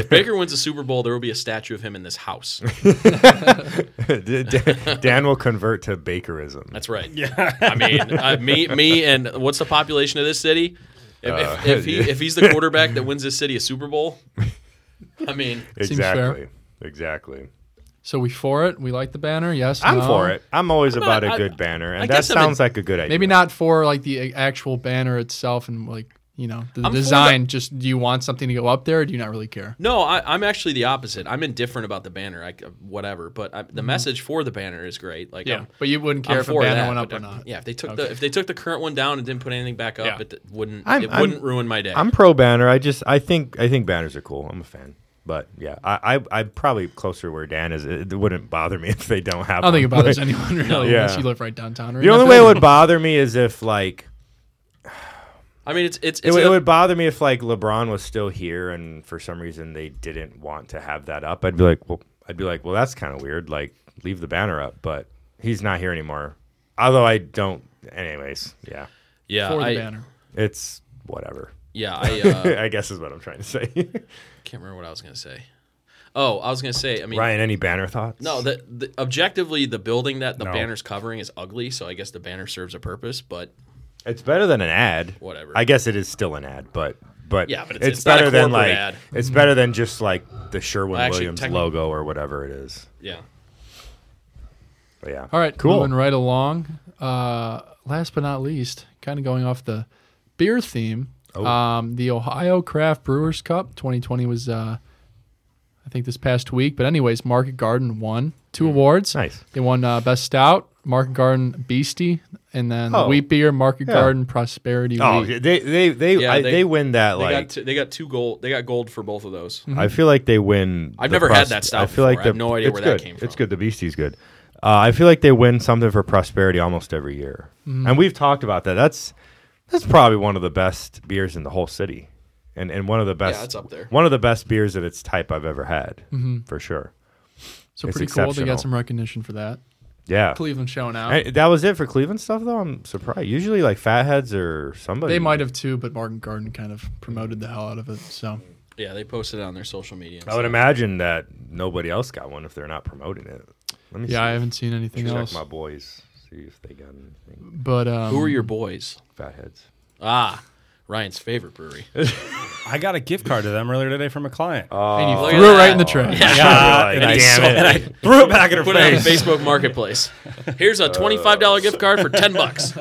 [SPEAKER 3] <laughs>
[SPEAKER 1] if Baker wins a Super Bowl, there will be a statue of him in this house.
[SPEAKER 3] D- <laughs> Dan Dan will convert to Bakerism.
[SPEAKER 1] That's right. Yeah. I mean, uh, me, me, and what's the population of this city? If,
[SPEAKER 3] Uh,
[SPEAKER 1] if, if,
[SPEAKER 3] <laughs>
[SPEAKER 1] he, if he's the quarterback that wins this city a Super Bowl, I mean,
[SPEAKER 7] Seems
[SPEAKER 3] exactly. Exactly.
[SPEAKER 7] So we for it. We like the banner. Yes.
[SPEAKER 3] I'm
[SPEAKER 7] no?
[SPEAKER 3] for it. I'm always about
[SPEAKER 1] not-
[SPEAKER 3] a
[SPEAKER 1] I-
[SPEAKER 3] good banner, and that
[SPEAKER 1] guess I'm in-
[SPEAKER 3] sounds like a good idea.
[SPEAKER 7] Maybe not for like the uh, actual banner itself and like you know the
[SPEAKER 1] for
[SPEAKER 7] design. Just do you want something to go up there? or Do you not really care?
[SPEAKER 1] no, I, I'm actually the opposite. I'm indifferent about the banner, I, c- whatever. But I, the message for the banner is great. Like, I'm,
[SPEAKER 7] but you wouldn't
[SPEAKER 1] I'm
[SPEAKER 7] Mm-hmm. care if a
[SPEAKER 1] for
[SPEAKER 7] banner
[SPEAKER 1] that,
[SPEAKER 7] went up
[SPEAKER 1] but
[SPEAKER 7] or
[SPEAKER 1] I'm-
[SPEAKER 7] not.
[SPEAKER 1] Yeah, if they took the if they took the current one down and didn't put anything back up,
[SPEAKER 7] Yeah.
[SPEAKER 1] it wouldn't
[SPEAKER 3] I'm-
[SPEAKER 1] it
[SPEAKER 3] I'm-
[SPEAKER 1] wouldn't ruin my day.
[SPEAKER 3] I'm pro banner. I just I think I think banners are cool. I'm a fan. But yeah, I I I'm probably closer to where Dan is. It wouldn't bother me <laughs> if they don't have.
[SPEAKER 7] I don't think it
[SPEAKER 3] one.
[SPEAKER 7] bothers anyone really unless
[SPEAKER 3] Yeah.
[SPEAKER 7] you live right downtown. Or
[SPEAKER 3] <laughs> The
[SPEAKER 7] in
[SPEAKER 3] only
[SPEAKER 7] that
[SPEAKER 3] way it
[SPEAKER 7] building.
[SPEAKER 3] would bother me is if like
[SPEAKER 1] I mean, it's it's,
[SPEAKER 3] it,
[SPEAKER 1] it's
[SPEAKER 3] would-
[SPEAKER 1] a-
[SPEAKER 3] it would bother me if like LeBron was still here and for some reason they didn't want to have that up. I'd be like, well, I'd be like, well, that's kind of weird. Like, leave the banner up, but he's not here anymore. Although I don't. Anyways, yeah,
[SPEAKER 1] yeah,
[SPEAKER 7] for the
[SPEAKER 1] I,
[SPEAKER 7] banner.
[SPEAKER 3] it's whatever.
[SPEAKER 1] yeah.
[SPEAKER 3] <laughs>
[SPEAKER 1] I uh,
[SPEAKER 3] I guess is what I'm trying
[SPEAKER 1] <laughs>
[SPEAKER 3] to say.
[SPEAKER 1] can't remember what I was gonna say. Oh, I was gonna say. I mean,
[SPEAKER 3] Ryan, any banner thoughts?
[SPEAKER 1] No, the, the objectively the building that the
[SPEAKER 6] No.
[SPEAKER 1] banner's covering is ugly, so I guess the banner serves a purpose, but
[SPEAKER 3] It's better than an ad.
[SPEAKER 1] Whatever.
[SPEAKER 3] I guess it is still an ad, but but
[SPEAKER 1] Yeah, but it's-
[SPEAKER 3] it's,
[SPEAKER 1] it's not a
[SPEAKER 3] better than
[SPEAKER 1] corporate
[SPEAKER 3] like
[SPEAKER 1] ad.
[SPEAKER 3] it's better than just like the Sherwin
[SPEAKER 1] Well, actually,
[SPEAKER 3] Williams
[SPEAKER 1] technic-
[SPEAKER 3] logo or whatever it is.
[SPEAKER 1] yeah.
[SPEAKER 3] But yeah.
[SPEAKER 7] All right,
[SPEAKER 3] Cool.
[SPEAKER 7] Moving right along. Uh, last but not least, kind of going off the beer theme.
[SPEAKER 3] Oh.
[SPEAKER 7] Um, the Ohio Craft Brewers Cup 2020 was, uh, I think, this past week. But anyways, Market Garden won two awards.
[SPEAKER 3] Mm. Nice.
[SPEAKER 7] They won uh, best stout, Market Garden Beastie, and then
[SPEAKER 3] Oh.
[SPEAKER 7] wheat beer, Market
[SPEAKER 3] Yeah.
[SPEAKER 7] Garden Prosperity
[SPEAKER 3] Oh,
[SPEAKER 7] Wheat.
[SPEAKER 3] they they they
[SPEAKER 1] Yeah,
[SPEAKER 3] I,
[SPEAKER 1] they-
[SPEAKER 3] they, win that
[SPEAKER 1] They
[SPEAKER 3] like. Hmm.
[SPEAKER 1] got t- they got two gold. They got gold for both of those.
[SPEAKER 3] I feel like they win.
[SPEAKER 1] I've
[SPEAKER 3] the
[SPEAKER 1] never had
[SPEAKER 3] pros-
[SPEAKER 1] that stout
[SPEAKER 3] I feel like
[SPEAKER 1] before. I
[SPEAKER 3] the,
[SPEAKER 1] have no idea
[SPEAKER 3] it's
[SPEAKER 1] where that
[SPEAKER 3] good.
[SPEAKER 1] came
[SPEAKER 3] It's
[SPEAKER 1] from.
[SPEAKER 3] good. The Beastie's good. Uh, I feel like they win something for prosperity almost every year,
[SPEAKER 7] Mm.
[SPEAKER 3] and we've talked about that. That's that's probably one of the best beers in the whole city, and and one of the best.
[SPEAKER 1] it's up there.
[SPEAKER 3] One of the best beers of its type I've ever had,
[SPEAKER 7] Mm-hmm.
[SPEAKER 3] for sure.
[SPEAKER 7] So
[SPEAKER 3] it's
[SPEAKER 7] pretty cool. They
[SPEAKER 3] exceptional.
[SPEAKER 7] got some recognition for that.
[SPEAKER 3] Yeah.
[SPEAKER 7] Cleveland showing out.
[SPEAKER 3] And that was it for Cleveland stuff, though. I'm surprised. Usually, like Fatheads or somebody.
[SPEAKER 7] They might have too, but Market Garden kind of promoted the hell out of it. So
[SPEAKER 1] Yeah, they posted it on their social media. and
[SPEAKER 3] I would
[SPEAKER 1] stuff.
[SPEAKER 3] imagine that nobody else got one if they're not promoting it. Let me
[SPEAKER 7] yeah, I
[SPEAKER 3] see.
[SPEAKER 7] haven't seen anything
[SPEAKER 3] check
[SPEAKER 7] else.
[SPEAKER 3] my boys. See if they got anything.
[SPEAKER 7] But um,
[SPEAKER 1] Who are your boys?
[SPEAKER 3] Fatheads.
[SPEAKER 1] Ah, Ryan's favorite brewery.
[SPEAKER 6] I got a gift card to them earlier today from a client.
[SPEAKER 3] Oh,
[SPEAKER 7] and you
[SPEAKER 1] Look
[SPEAKER 7] threw
[SPEAKER 1] at
[SPEAKER 7] it right
[SPEAKER 1] that.
[SPEAKER 7] in the trash.
[SPEAKER 3] God,
[SPEAKER 1] Uh, And he
[SPEAKER 3] damn
[SPEAKER 1] saw-
[SPEAKER 3] it.
[SPEAKER 1] and I
[SPEAKER 6] Threw it back in her
[SPEAKER 1] put it on Facebook Marketplace. Here's
[SPEAKER 3] Uh,
[SPEAKER 1] a twenty-five dollar gift card for ten bucks.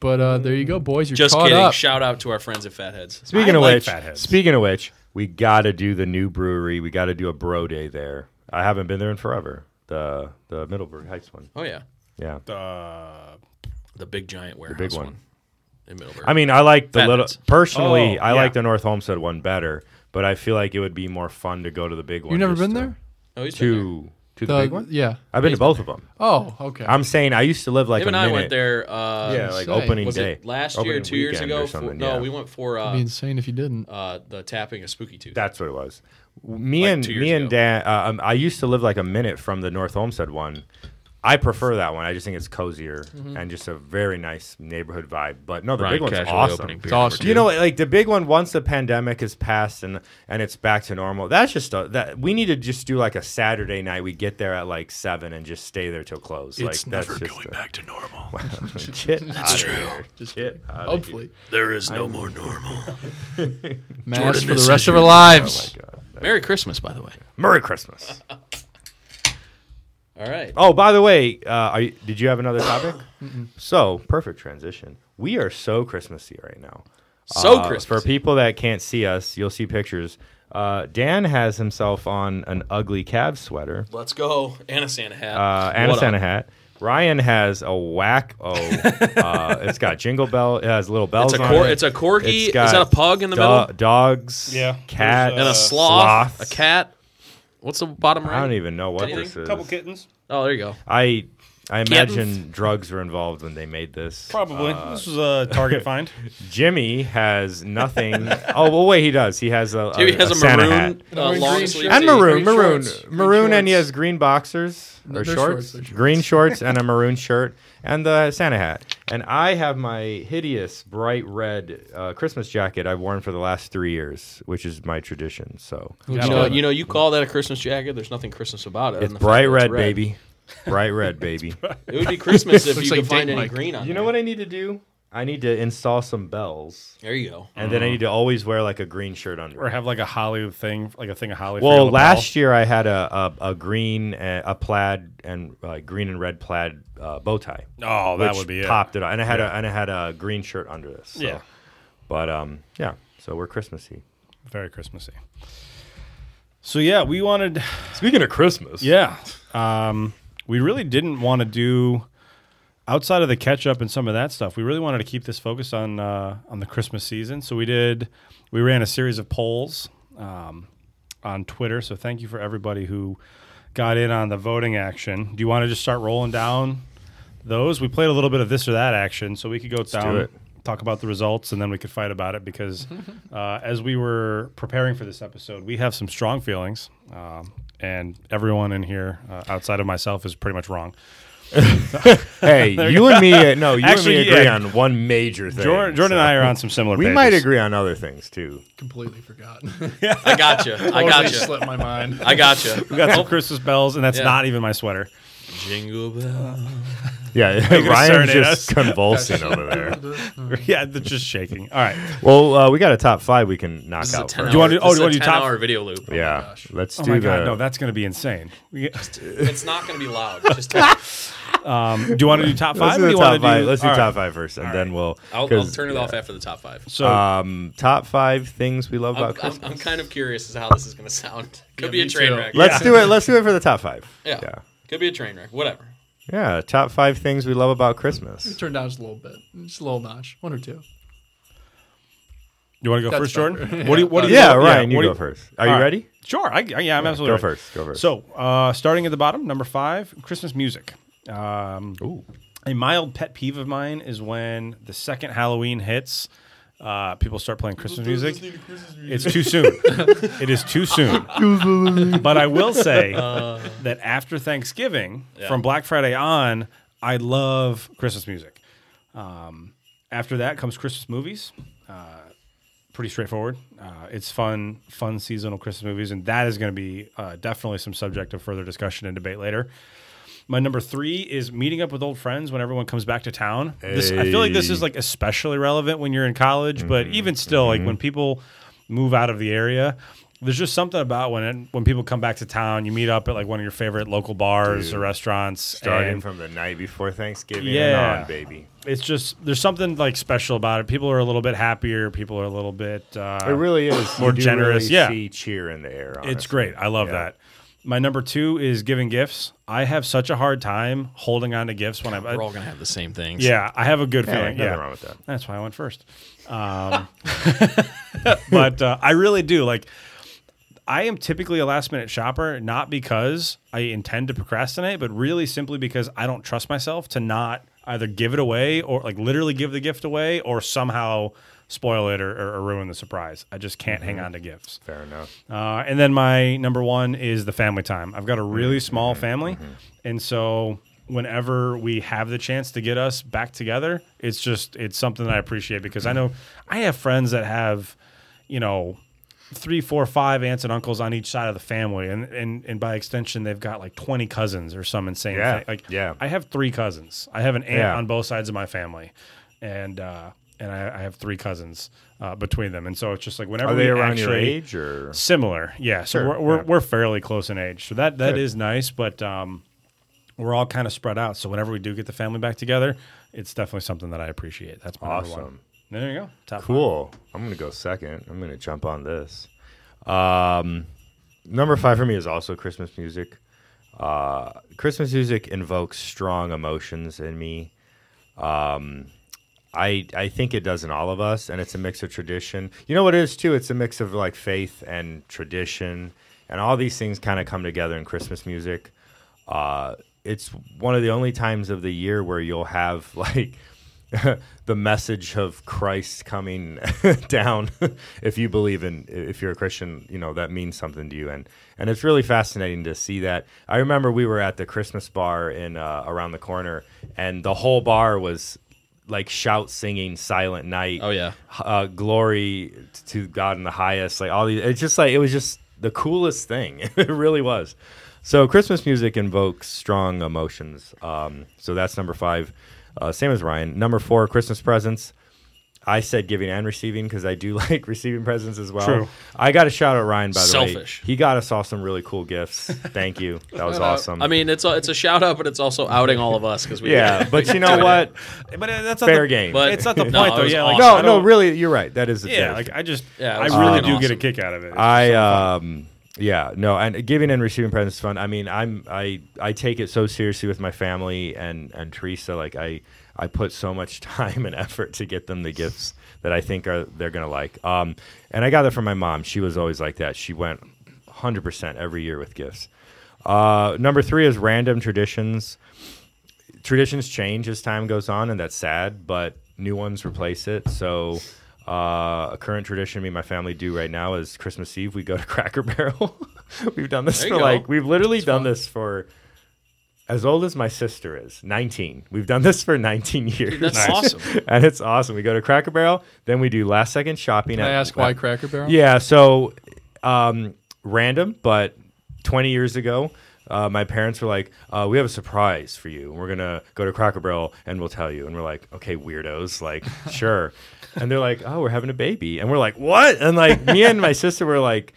[SPEAKER 7] But uh, there you go, boys. You're
[SPEAKER 1] Just
[SPEAKER 7] caught
[SPEAKER 1] kidding.
[SPEAKER 7] up.
[SPEAKER 1] Shout out to our friends at Fatheads.
[SPEAKER 3] <laughs> Speaking
[SPEAKER 6] I
[SPEAKER 3] of
[SPEAKER 6] like
[SPEAKER 3] which,
[SPEAKER 6] fatheads.
[SPEAKER 3] speaking of which, we gotta do the new brewery. We gotta do a bro day there. I haven't been there in forever. The the Middleburg Heights one.
[SPEAKER 1] Oh yeah,
[SPEAKER 3] Yeah,
[SPEAKER 6] Uh,
[SPEAKER 1] the big giant warehouse.
[SPEAKER 3] big one.
[SPEAKER 1] one. in Middleburg.
[SPEAKER 3] I mean, I like the
[SPEAKER 1] Fatheads.
[SPEAKER 3] little. Personally,
[SPEAKER 6] Oh,
[SPEAKER 3] I
[SPEAKER 6] yeah.
[SPEAKER 3] like the North Homestead one better, but I feel like it would be more fun to go to the big one.
[SPEAKER 7] You've never
[SPEAKER 3] just
[SPEAKER 7] been
[SPEAKER 3] to-
[SPEAKER 7] there?
[SPEAKER 1] oh, he's been there.
[SPEAKER 3] To to the, big one?
[SPEAKER 7] Yeah.
[SPEAKER 3] I've been to both of them.
[SPEAKER 7] Oh, okay.
[SPEAKER 3] I'm saying I used to live like
[SPEAKER 1] Him and
[SPEAKER 3] a
[SPEAKER 1] I
[SPEAKER 3] minute.
[SPEAKER 1] went there. Uh,
[SPEAKER 3] Yeah, like
[SPEAKER 7] Say.
[SPEAKER 3] opening
[SPEAKER 1] was
[SPEAKER 3] day
[SPEAKER 1] it last year,
[SPEAKER 3] Opening
[SPEAKER 1] two years
[SPEAKER 3] weekend
[SPEAKER 1] ago?
[SPEAKER 3] or
[SPEAKER 1] For-
[SPEAKER 3] something,
[SPEAKER 1] no,
[SPEAKER 3] yeah.
[SPEAKER 1] we went for
[SPEAKER 7] It'd be
[SPEAKER 1] uh,
[SPEAKER 7] insane if you
[SPEAKER 3] Oh,
[SPEAKER 7] didn't.
[SPEAKER 1] uh, the tapping of Spooky Tooth.
[SPEAKER 3] That's what it was. Me
[SPEAKER 1] Like two
[SPEAKER 3] and
[SPEAKER 1] years
[SPEAKER 3] me and
[SPEAKER 1] ago.
[SPEAKER 3] Dan. Uh, um, I used to live like a minute from the North Homestead one. I prefer that one. I just think it's cozier
[SPEAKER 1] Mm-hmm.
[SPEAKER 3] and just a very nice neighborhood vibe. But no, the big one's awesome.
[SPEAKER 7] It's awesome.
[SPEAKER 3] You know, like the big one. Once the pandemic is passed and and it's back to normal, that's just a, that we need to just do like a Saturday night. We get there at like seven and just stay there till close. like that's just a-
[SPEAKER 7] to normal.
[SPEAKER 3] Get it's true.
[SPEAKER 7] Just
[SPEAKER 3] Get outta here.
[SPEAKER 7] Hopefully.
[SPEAKER 1] There is no more normal.
[SPEAKER 7] Mass for
[SPEAKER 1] this
[SPEAKER 7] the
[SPEAKER 1] is
[SPEAKER 7] rest of
[SPEAKER 1] your-
[SPEAKER 7] our
[SPEAKER 3] Oh,
[SPEAKER 7] lives.
[SPEAKER 1] Merry Christmas, by the way.
[SPEAKER 3] Merry Christmas.
[SPEAKER 1] All right.
[SPEAKER 3] Oh, by the way, uh, are you, did you
[SPEAKER 1] <coughs>
[SPEAKER 3] have another topic? so perfect transition. We are so Christmassy right now.
[SPEAKER 1] So
[SPEAKER 3] Uh,
[SPEAKER 1] Christmas.
[SPEAKER 3] For people that can't see us, you'll see pictures. Uh, Dan has himself on an ugly Cavs sweater
[SPEAKER 1] Let's go. Anna Santa hat.
[SPEAKER 3] uh, and a
[SPEAKER 1] What
[SPEAKER 3] Santa
[SPEAKER 1] up?
[SPEAKER 3] hat. Ryan has a whack.
[SPEAKER 1] <laughs>
[SPEAKER 3] Oh, uh, it's got jingle bell. It has little bells
[SPEAKER 1] It's a
[SPEAKER 3] on
[SPEAKER 1] cor-
[SPEAKER 3] it.
[SPEAKER 1] it's a corgi.
[SPEAKER 3] It's got
[SPEAKER 1] Is that a pug in the
[SPEAKER 3] do-
[SPEAKER 1] middle?
[SPEAKER 3] Dogs.
[SPEAKER 6] Yeah.
[SPEAKER 3] Cats.
[SPEAKER 6] There's,
[SPEAKER 1] And
[SPEAKER 6] uh,
[SPEAKER 1] a sloth,
[SPEAKER 3] sloths.
[SPEAKER 1] a cat. What's the bottom right?
[SPEAKER 3] I don't even uh, know what
[SPEAKER 1] Anything?
[SPEAKER 3] this is.
[SPEAKER 6] couple kittens.
[SPEAKER 1] Oh, there you go.
[SPEAKER 3] I I imagine drugs were involved when they made this.
[SPEAKER 6] Probably.
[SPEAKER 3] uh,
[SPEAKER 6] this was a
[SPEAKER 3] <laughs>
[SPEAKER 6] target find.
[SPEAKER 3] Jimmy has nothing. oh, well, wait, he does. He has a,
[SPEAKER 1] Dude, he has a
[SPEAKER 3] Santa hat.
[SPEAKER 1] maroon uh,
[SPEAKER 7] Green
[SPEAKER 1] long
[SPEAKER 7] shirt.
[SPEAKER 1] sleeve.
[SPEAKER 3] and
[SPEAKER 1] tee.
[SPEAKER 3] maroon,
[SPEAKER 7] Green
[SPEAKER 3] maroon,
[SPEAKER 7] shorts. Green
[SPEAKER 3] maroon, and he
[SPEAKER 7] shorts.
[SPEAKER 3] has green boxers or
[SPEAKER 7] they're
[SPEAKER 3] shorts,
[SPEAKER 7] shorts, they're shorts.
[SPEAKER 3] green shorts, and a maroon shirt, and the Santa hat. And I have my hideous bright red uh, Christmas jacket I've worn for the last three years, which is my tradition. So
[SPEAKER 1] You know, you know, you call that a Christmas jacket. There's nothing Christmas about it.
[SPEAKER 3] it's
[SPEAKER 1] other than the fact
[SPEAKER 3] bright
[SPEAKER 1] that
[SPEAKER 3] red, baby, bright red, baby.
[SPEAKER 1] It would be
[SPEAKER 3] <laughs>
[SPEAKER 1] Christmas if
[SPEAKER 7] Looks
[SPEAKER 1] you
[SPEAKER 7] like
[SPEAKER 1] could find
[SPEAKER 7] Date
[SPEAKER 1] any
[SPEAKER 7] Mike.
[SPEAKER 1] green on.
[SPEAKER 3] You know what I need to do? I need to install some bells,
[SPEAKER 1] There you go.
[SPEAKER 3] and then I need to always wear like a green shirt under.
[SPEAKER 6] Or
[SPEAKER 3] it.
[SPEAKER 6] have like a holly thing, like a thing of holly. for your
[SPEAKER 3] Well,
[SPEAKER 6] lapel.
[SPEAKER 3] last year I had a a, a green, uh, a plaid, and uh, green and red plaid uh, bow tie.
[SPEAKER 6] Oh, that
[SPEAKER 3] which
[SPEAKER 6] would be it.
[SPEAKER 3] popped it. on. And I had a and I had a green shirt under this. so.
[SPEAKER 6] Yeah.
[SPEAKER 3] But um, yeah. So we're Christmassy.
[SPEAKER 6] Very Christmassy. So yeah, we wanted.
[SPEAKER 3] Speaking of Christmas, <laughs>
[SPEAKER 6] Yeah, um, we really didn't want to do outside of the catch up and some of that stuff. We really wanted to keep this focused on uh, on the Christmas season. So we did. We ran a series of polls um, on Twitter. So thank you for everybody who got in on the voting action. Do you want to just start rolling down those? We played a little bit of this or that action, so we could go down.
[SPEAKER 3] it.
[SPEAKER 6] Talk about the results, and then we could fight about it
[SPEAKER 7] <laughs>
[SPEAKER 6] because, uh, as we were preparing for this episode, we have some strong feelings, um, and everyone in here, uh, outside of myself, is pretty much wrong.
[SPEAKER 3] Hey, you and me. uh, No, you
[SPEAKER 6] Actually,
[SPEAKER 3] and me agree
[SPEAKER 6] yeah.
[SPEAKER 3] on one major thing.
[SPEAKER 6] Jordan, Jordan and I are on some similar.
[SPEAKER 3] <laughs> We
[SPEAKER 6] pages.
[SPEAKER 3] might agree on other things
[SPEAKER 6] <laughs>
[SPEAKER 3] too.
[SPEAKER 7] Completely forgot. <laughs>
[SPEAKER 1] I
[SPEAKER 3] <laughs>
[SPEAKER 1] gotcha. I
[SPEAKER 7] Totally
[SPEAKER 1] gotcha.
[SPEAKER 7] slipped my mind.
[SPEAKER 1] I gotcha.
[SPEAKER 6] We
[SPEAKER 7] Oh.
[SPEAKER 6] got some Christmas bells, and that's
[SPEAKER 1] Yeah.
[SPEAKER 6] not even my sweater.
[SPEAKER 1] Jingle bell.
[SPEAKER 3] Yeah, <laughs>
[SPEAKER 6] gonna
[SPEAKER 3] Ryan's
[SPEAKER 6] serenade
[SPEAKER 3] just <laughs>
[SPEAKER 6] us?
[SPEAKER 3] convulsing over there.
[SPEAKER 6] <laughs>
[SPEAKER 7] Mm.
[SPEAKER 6] yeah, they're just shaking. All right,
[SPEAKER 3] Well, uh, we got a top five we can knock
[SPEAKER 1] This is a
[SPEAKER 3] out.
[SPEAKER 1] ten.
[SPEAKER 3] first.
[SPEAKER 1] Hour,
[SPEAKER 6] Do you wanna do- oh,
[SPEAKER 1] this is
[SPEAKER 6] do you
[SPEAKER 1] a
[SPEAKER 6] wanna do
[SPEAKER 1] 10
[SPEAKER 6] top-
[SPEAKER 1] hour video loop?
[SPEAKER 3] Yeah, let's
[SPEAKER 6] oh
[SPEAKER 3] do
[SPEAKER 6] my
[SPEAKER 3] the.
[SPEAKER 6] god, no, that's going to be insane.
[SPEAKER 3] <laughs>
[SPEAKER 6] We- do
[SPEAKER 1] It's not going to be loud. Just tell me.
[SPEAKER 6] you want to do top
[SPEAKER 3] Let's
[SPEAKER 6] five?
[SPEAKER 3] do the
[SPEAKER 6] you
[SPEAKER 3] top
[SPEAKER 6] wanna
[SPEAKER 3] five. Let's do
[SPEAKER 6] all right.
[SPEAKER 3] top five first, and then we'll.
[SPEAKER 1] I'll, I'll
[SPEAKER 3] 'cause,
[SPEAKER 1] turn it
[SPEAKER 3] yeah.
[SPEAKER 1] off after the top five.
[SPEAKER 6] So
[SPEAKER 3] Um, top five things we love
[SPEAKER 1] I'm,
[SPEAKER 3] about
[SPEAKER 1] I'm,
[SPEAKER 3] Christmas.
[SPEAKER 1] I'm kind of curious as to how this is going to sound. Could be a
[SPEAKER 7] me
[SPEAKER 1] train
[SPEAKER 7] too.
[SPEAKER 1] wreck.
[SPEAKER 3] Let's do it. Let's do it for the top five.
[SPEAKER 1] Yeah.
[SPEAKER 3] yeah.
[SPEAKER 1] Could be a train wreck. Whatever.
[SPEAKER 3] Yeah, top five things we love about Christmas.
[SPEAKER 7] <laughs> Turned down just a little bit, just a little notch, one or two.
[SPEAKER 6] you want to go
[SPEAKER 7] That's
[SPEAKER 6] first,
[SPEAKER 7] fine. <laughs>
[SPEAKER 6] Jordan? What do you? What do you?
[SPEAKER 3] Yeah, Ryan,
[SPEAKER 6] what
[SPEAKER 3] you
[SPEAKER 6] do
[SPEAKER 3] go first. Are
[SPEAKER 6] all
[SPEAKER 3] you
[SPEAKER 6] right.
[SPEAKER 3] ready?
[SPEAKER 6] Sure. I, I, yeah, I'm absolutely
[SPEAKER 3] go
[SPEAKER 6] ready.
[SPEAKER 3] first, go first.
[SPEAKER 6] So, uh, starting at the bottom, number five, Christmas music. Um, A mild pet peeve of mine is when the second Halloween hits, uh, people start playing Christmas music. It's too soon. it is too soon. but I will say that after Thanksgiving, from Black Friday on, I love Christmas music. Um, after that comes Christmas movies Uh, pretty straightforward. Uh, it's fun, fun seasonal Christmas movies, and that is going to be uh, definitely some subject of further discussion and debate later. My number three is meeting up with old friends when everyone comes back to town. This, I feel like this is like especially relevant when you're in college, but
[SPEAKER 3] Mm-hmm.
[SPEAKER 6] even still, like when people move out of the area, there's just something about when when people come back to town. You meet up at like one of your favorite local bars or restaurants.
[SPEAKER 3] Starting
[SPEAKER 6] and-
[SPEAKER 3] from the night before Thanksgiving and
[SPEAKER 6] Yeah.
[SPEAKER 3] on, baby.
[SPEAKER 6] it's just there's something like special about it. People are a little bit happier. People are a little bit. Uh,
[SPEAKER 3] It really is
[SPEAKER 6] more
[SPEAKER 3] You do
[SPEAKER 6] generous,
[SPEAKER 3] really
[SPEAKER 6] yeah.
[SPEAKER 3] See cheer in the air.
[SPEAKER 6] It's
[SPEAKER 3] honestly.
[SPEAKER 6] great. I love
[SPEAKER 3] Yeah.
[SPEAKER 6] that. My number two is giving gifts. I have such a hard time holding on to gifts when I.
[SPEAKER 1] We're all going to have the same things.
[SPEAKER 6] yeah, I have a good
[SPEAKER 3] Yeah,
[SPEAKER 6] feeling.
[SPEAKER 3] nothing
[SPEAKER 6] Yeah,
[SPEAKER 3] wrong with that.
[SPEAKER 6] that's why I went first. Um, <laughs> but uh, I really do like. I am typically a last minute shopper, not because I intend to procrastinate, but really simply because I don't trust myself to not either give it away or like literally give the gift away or somehow spoil it or, or, or ruin the surprise. I just can't hang on to gifts.
[SPEAKER 3] Fair enough.
[SPEAKER 6] Uh, and then my number one is the family time. I've got a
[SPEAKER 3] Mm-hmm,
[SPEAKER 6] really small family, and so whenever we have the chance to get us back together, it's just it's something that I appreciate because I
[SPEAKER 3] Mm-hmm.
[SPEAKER 6] know I have friends that have, you know, three, four, five aunts and uncles on each side of the family, and and and by extension, they've got like twenty cousins or some insane
[SPEAKER 3] Yeah,
[SPEAKER 6] thing. Like
[SPEAKER 3] yeah.
[SPEAKER 6] I have three cousins. I have an aunt
[SPEAKER 3] Yeah.
[SPEAKER 6] on both sides of my family, and. uh and I, I have three cousins uh, between them, and so it's just like whenever
[SPEAKER 3] Are they
[SPEAKER 6] we
[SPEAKER 3] around
[SPEAKER 6] actually,
[SPEAKER 3] your age or?
[SPEAKER 6] Similar, yeah. So
[SPEAKER 3] Sure,
[SPEAKER 6] we're, we're,
[SPEAKER 3] yeah.
[SPEAKER 6] we're fairly close in age, so that that is
[SPEAKER 3] Good.
[SPEAKER 6] nice. But um, we're all kind of spread out, so whenever we do get the family back together, it's definitely something that I appreciate. That's my number one.
[SPEAKER 3] Awesome.
[SPEAKER 6] There you go. Top
[SPEAKER 3] Cool. I'm gonna go second. I'm gonna jump on this. Um, number five for me is also Christmas music. Uh, Christmas music invokes strong emotions in me. Um, I I think it does in all of us, and it's a mix of tradition. You know what it is too? It's a mix of like faith and tradition, and all these things kind of come together in Christmas music. Uh, it's one of the only times of the year where you'll have <laughs> like the message of Christ coming <laughs> down. if you believe in, if you're a Christian, you know that means something to you, and and it's really fascinating to see that. I remember we were at the Christmas bar in uh, around the corner, and the whole bar was like shout singing "Silent Night."
[SPEAKER 1] Oh, yeah.
[SPEAKER 3] uh, glory to God in the highest. Like all these, it's just like it was just the coolest thing. <laughs> it really was. So Christmas music invokes strong emotions. Um, so that's number five. Uh, same as Ryan. Number four, Christmas presents. I said giving and receiving because I do <laughs> like receiving presents as well.
[SPEAKER 6] True.
[SPEAKER 3] I got to shout out Ryan by the
[SPEAKER 1] Selfish.
[SPEAKER 3] way. He got us all some really cool gifts. Thank you. That was awesome.
[SPEAKER 1] I mean, it's a, it's a shout out, but it's also outing all of us because we <laughs>
[SPEAKER 3] yeah, but you know what?
[SPEAKER 6] But uh, that's not
[SPEAKER 3] Fair
[SPEAKER 6] the,
[SPEAKER 3] game.
[SPEAKER 1] But-
[SPEAKER 6] it's not the point
[SPEAKER 1] No, it
[SPEAKER 6] though.
[SPEAKER 1] was
[SPEAKER 6] Yeah,
[SPEAKER 1] awesome.
[SPEAKER 6] like,
[SPEAKER 3] no,
[SPEAKER 6] I
[SPEAKER 3] no,
[SPEAKER 6] don't-
[SPEAKER 3] really, you're right. That is the
[SPEAKER 6] Yeah,
[SPEAKER 3] joke.
[SPEAKER 6] like I just,
[SPEAKER 1] Yeah, it
[SPEAKER 6] I
[SPEAKER 1] was
[SPEAKER 6] really
[SPEAKER 1] fucking
[SPEAKER 6] do get a
[SPEAKER 1] awesome.
[SPEAKER 6] kick out of it. It's
[SPEAKER 3] I um yeah no and giving and receiving presents is fun. I mean I'm I I take it so seriously with my family and and Teresa like I I put so much <laughs> time and effort to get them the gifts that I think are they're gonna like. Um and I got that from my mom. She was always like that. She went 100 percent every year with gifts. Uh, number three is random traditions traditions change as time goes on, and that's sad, but new ones replace it. So, uh, a current tradition me and my family do right now is Christmas Eve, we go to <laughs> Cracker Barrel. we've done this
[SPEAKER 1] There you
[SPEAKER 3] for
[SPEAKER 1] go.
[SPEAKER 3] like, we've literally done this for as old as my sister is 19. We've done this for 19 years.
[SPEAKER 1] that's awesome.
[SPEAKER 3] <laughs> and it's awesome. We go to Cracker Barrel, then we do last second shopping.
[SPEAKER 7] Can I
[SPEAKER 3] at-
[SPEAKER 7] ask why
[SPEAKER 3] at-
[SPEAKER 7] Cracker Barrel?
[SPEAKER 3] yeah, so um, random, but 20 years ago, uh, my parents were like, uh, "We have a surprise for you. We're gonna go to Cracker Barrel and we'll tell you." And we're like, "Okay, weirdos, like sure." And they're like, "Oh, we're having a baby," and we're like, "What?" And like me and my sister were like,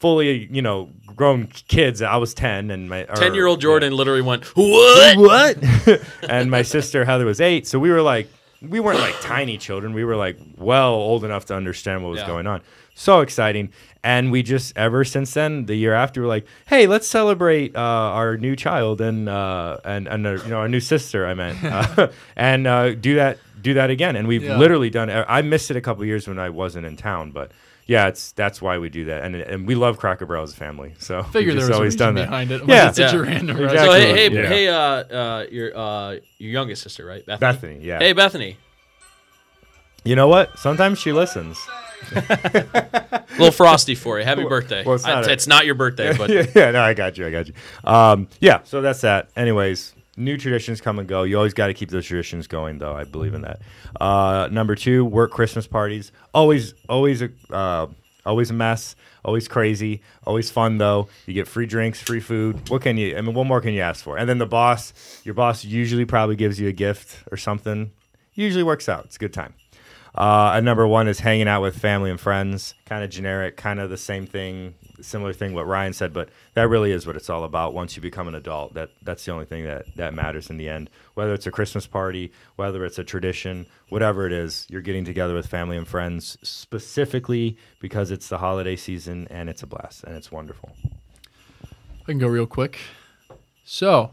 [SPEAKER 3] fully, you know, grown kids. I was 10, and my or-
[SPEAKER 1] Ten year old Jordan literally went <laughs> what?
[SPEAKER 3] what? <laughs> and my sister Heather was eight, so we were like, we weren't like tiny children. We were like well old enough to understand what was
[SPEAKER 1] Yeah.
[SPEAKER 3] going on. So exciting, and we just ever since then, the year after, we're like, hey, let's celebrate uh, our new child and uh, and and uh, you know our new sister. I meant,
[SPEAKER 7] <laughs>
[SPEAKER 3] uh, <laughs> and uh, do that do that again. And we've
[SPEAKER 7] Yeah.
[SPEAKER 3] literally done. uh, I missed it a couple years when I wasn't in town, but. Yeah, it's that's why we do that, and and we love Cracker Barrel as a family. So we
[SPEAKER 7] Figure there
[SPEAKER 3] just
[SPEAKER 7] was a
[SPEAKER 3] always
[SPEAKER 7] reason
[SPEAKER 3] done that.
[SPEAKER 7] behind it. Like,
[SPEAKER 3] Yeah,
[SPEAKER 7] <laughs> it's such a
[SPEAKER 1] Yeah.
[SPEAKER 7] random
[SPEAKER 3] Exactly.
[SPEAKER 7] restaurant.
[SPEAKER 1] So hey, hey,
[SPEAKER 3] Yeah.
[SPEAKER 1] hey, uh, uh, your uh, your youngest sister, right? Bethany.
[SPEAKER 3] Bethany. Yeah.
[SPEAKER 1] Hey, Bethany.
[SPEAKER 3] You know what? Sometimes she listens.
[SPEAKER 1] A little frosty for you. Happy birthday.
[SPEAKER 3] well, it's
[SPEAKER 1] I-
[SPEAKER 3] not a-
[SPEAKER 1] it's not your birthday, but
[SPEAKER 3] <laughs> yeah, yeah, no, I got you. I got you. Um, yeah, so that's that. Anyways, new traditions come and go. You always got to keep those traditions going, though. I believe in that. Uh, number two, work Christmas parties. Always, always a, uh, always a mess. Always crazy. Always fun though. You get free drinks, free food. What can you? I mean, what more can you ask for? And then the boss, your boss, usually probably gives you a gift or something. Usually works out. It's a good time. Uh, and number one is hanging out with family and friends. Kind of generic, kind of the same thing, similar thing what Ryan said, but that really is what it's all about. Once you become an adult, that that's the only thing that that matters in the end. Whether it's a Christmas party, whether it's a tradition, whatever it is, you're getting together with family and friends specifically because it's the holiday season and it's a blast and it's wonderful.
[SPEAKER 7] I can go real quick. So,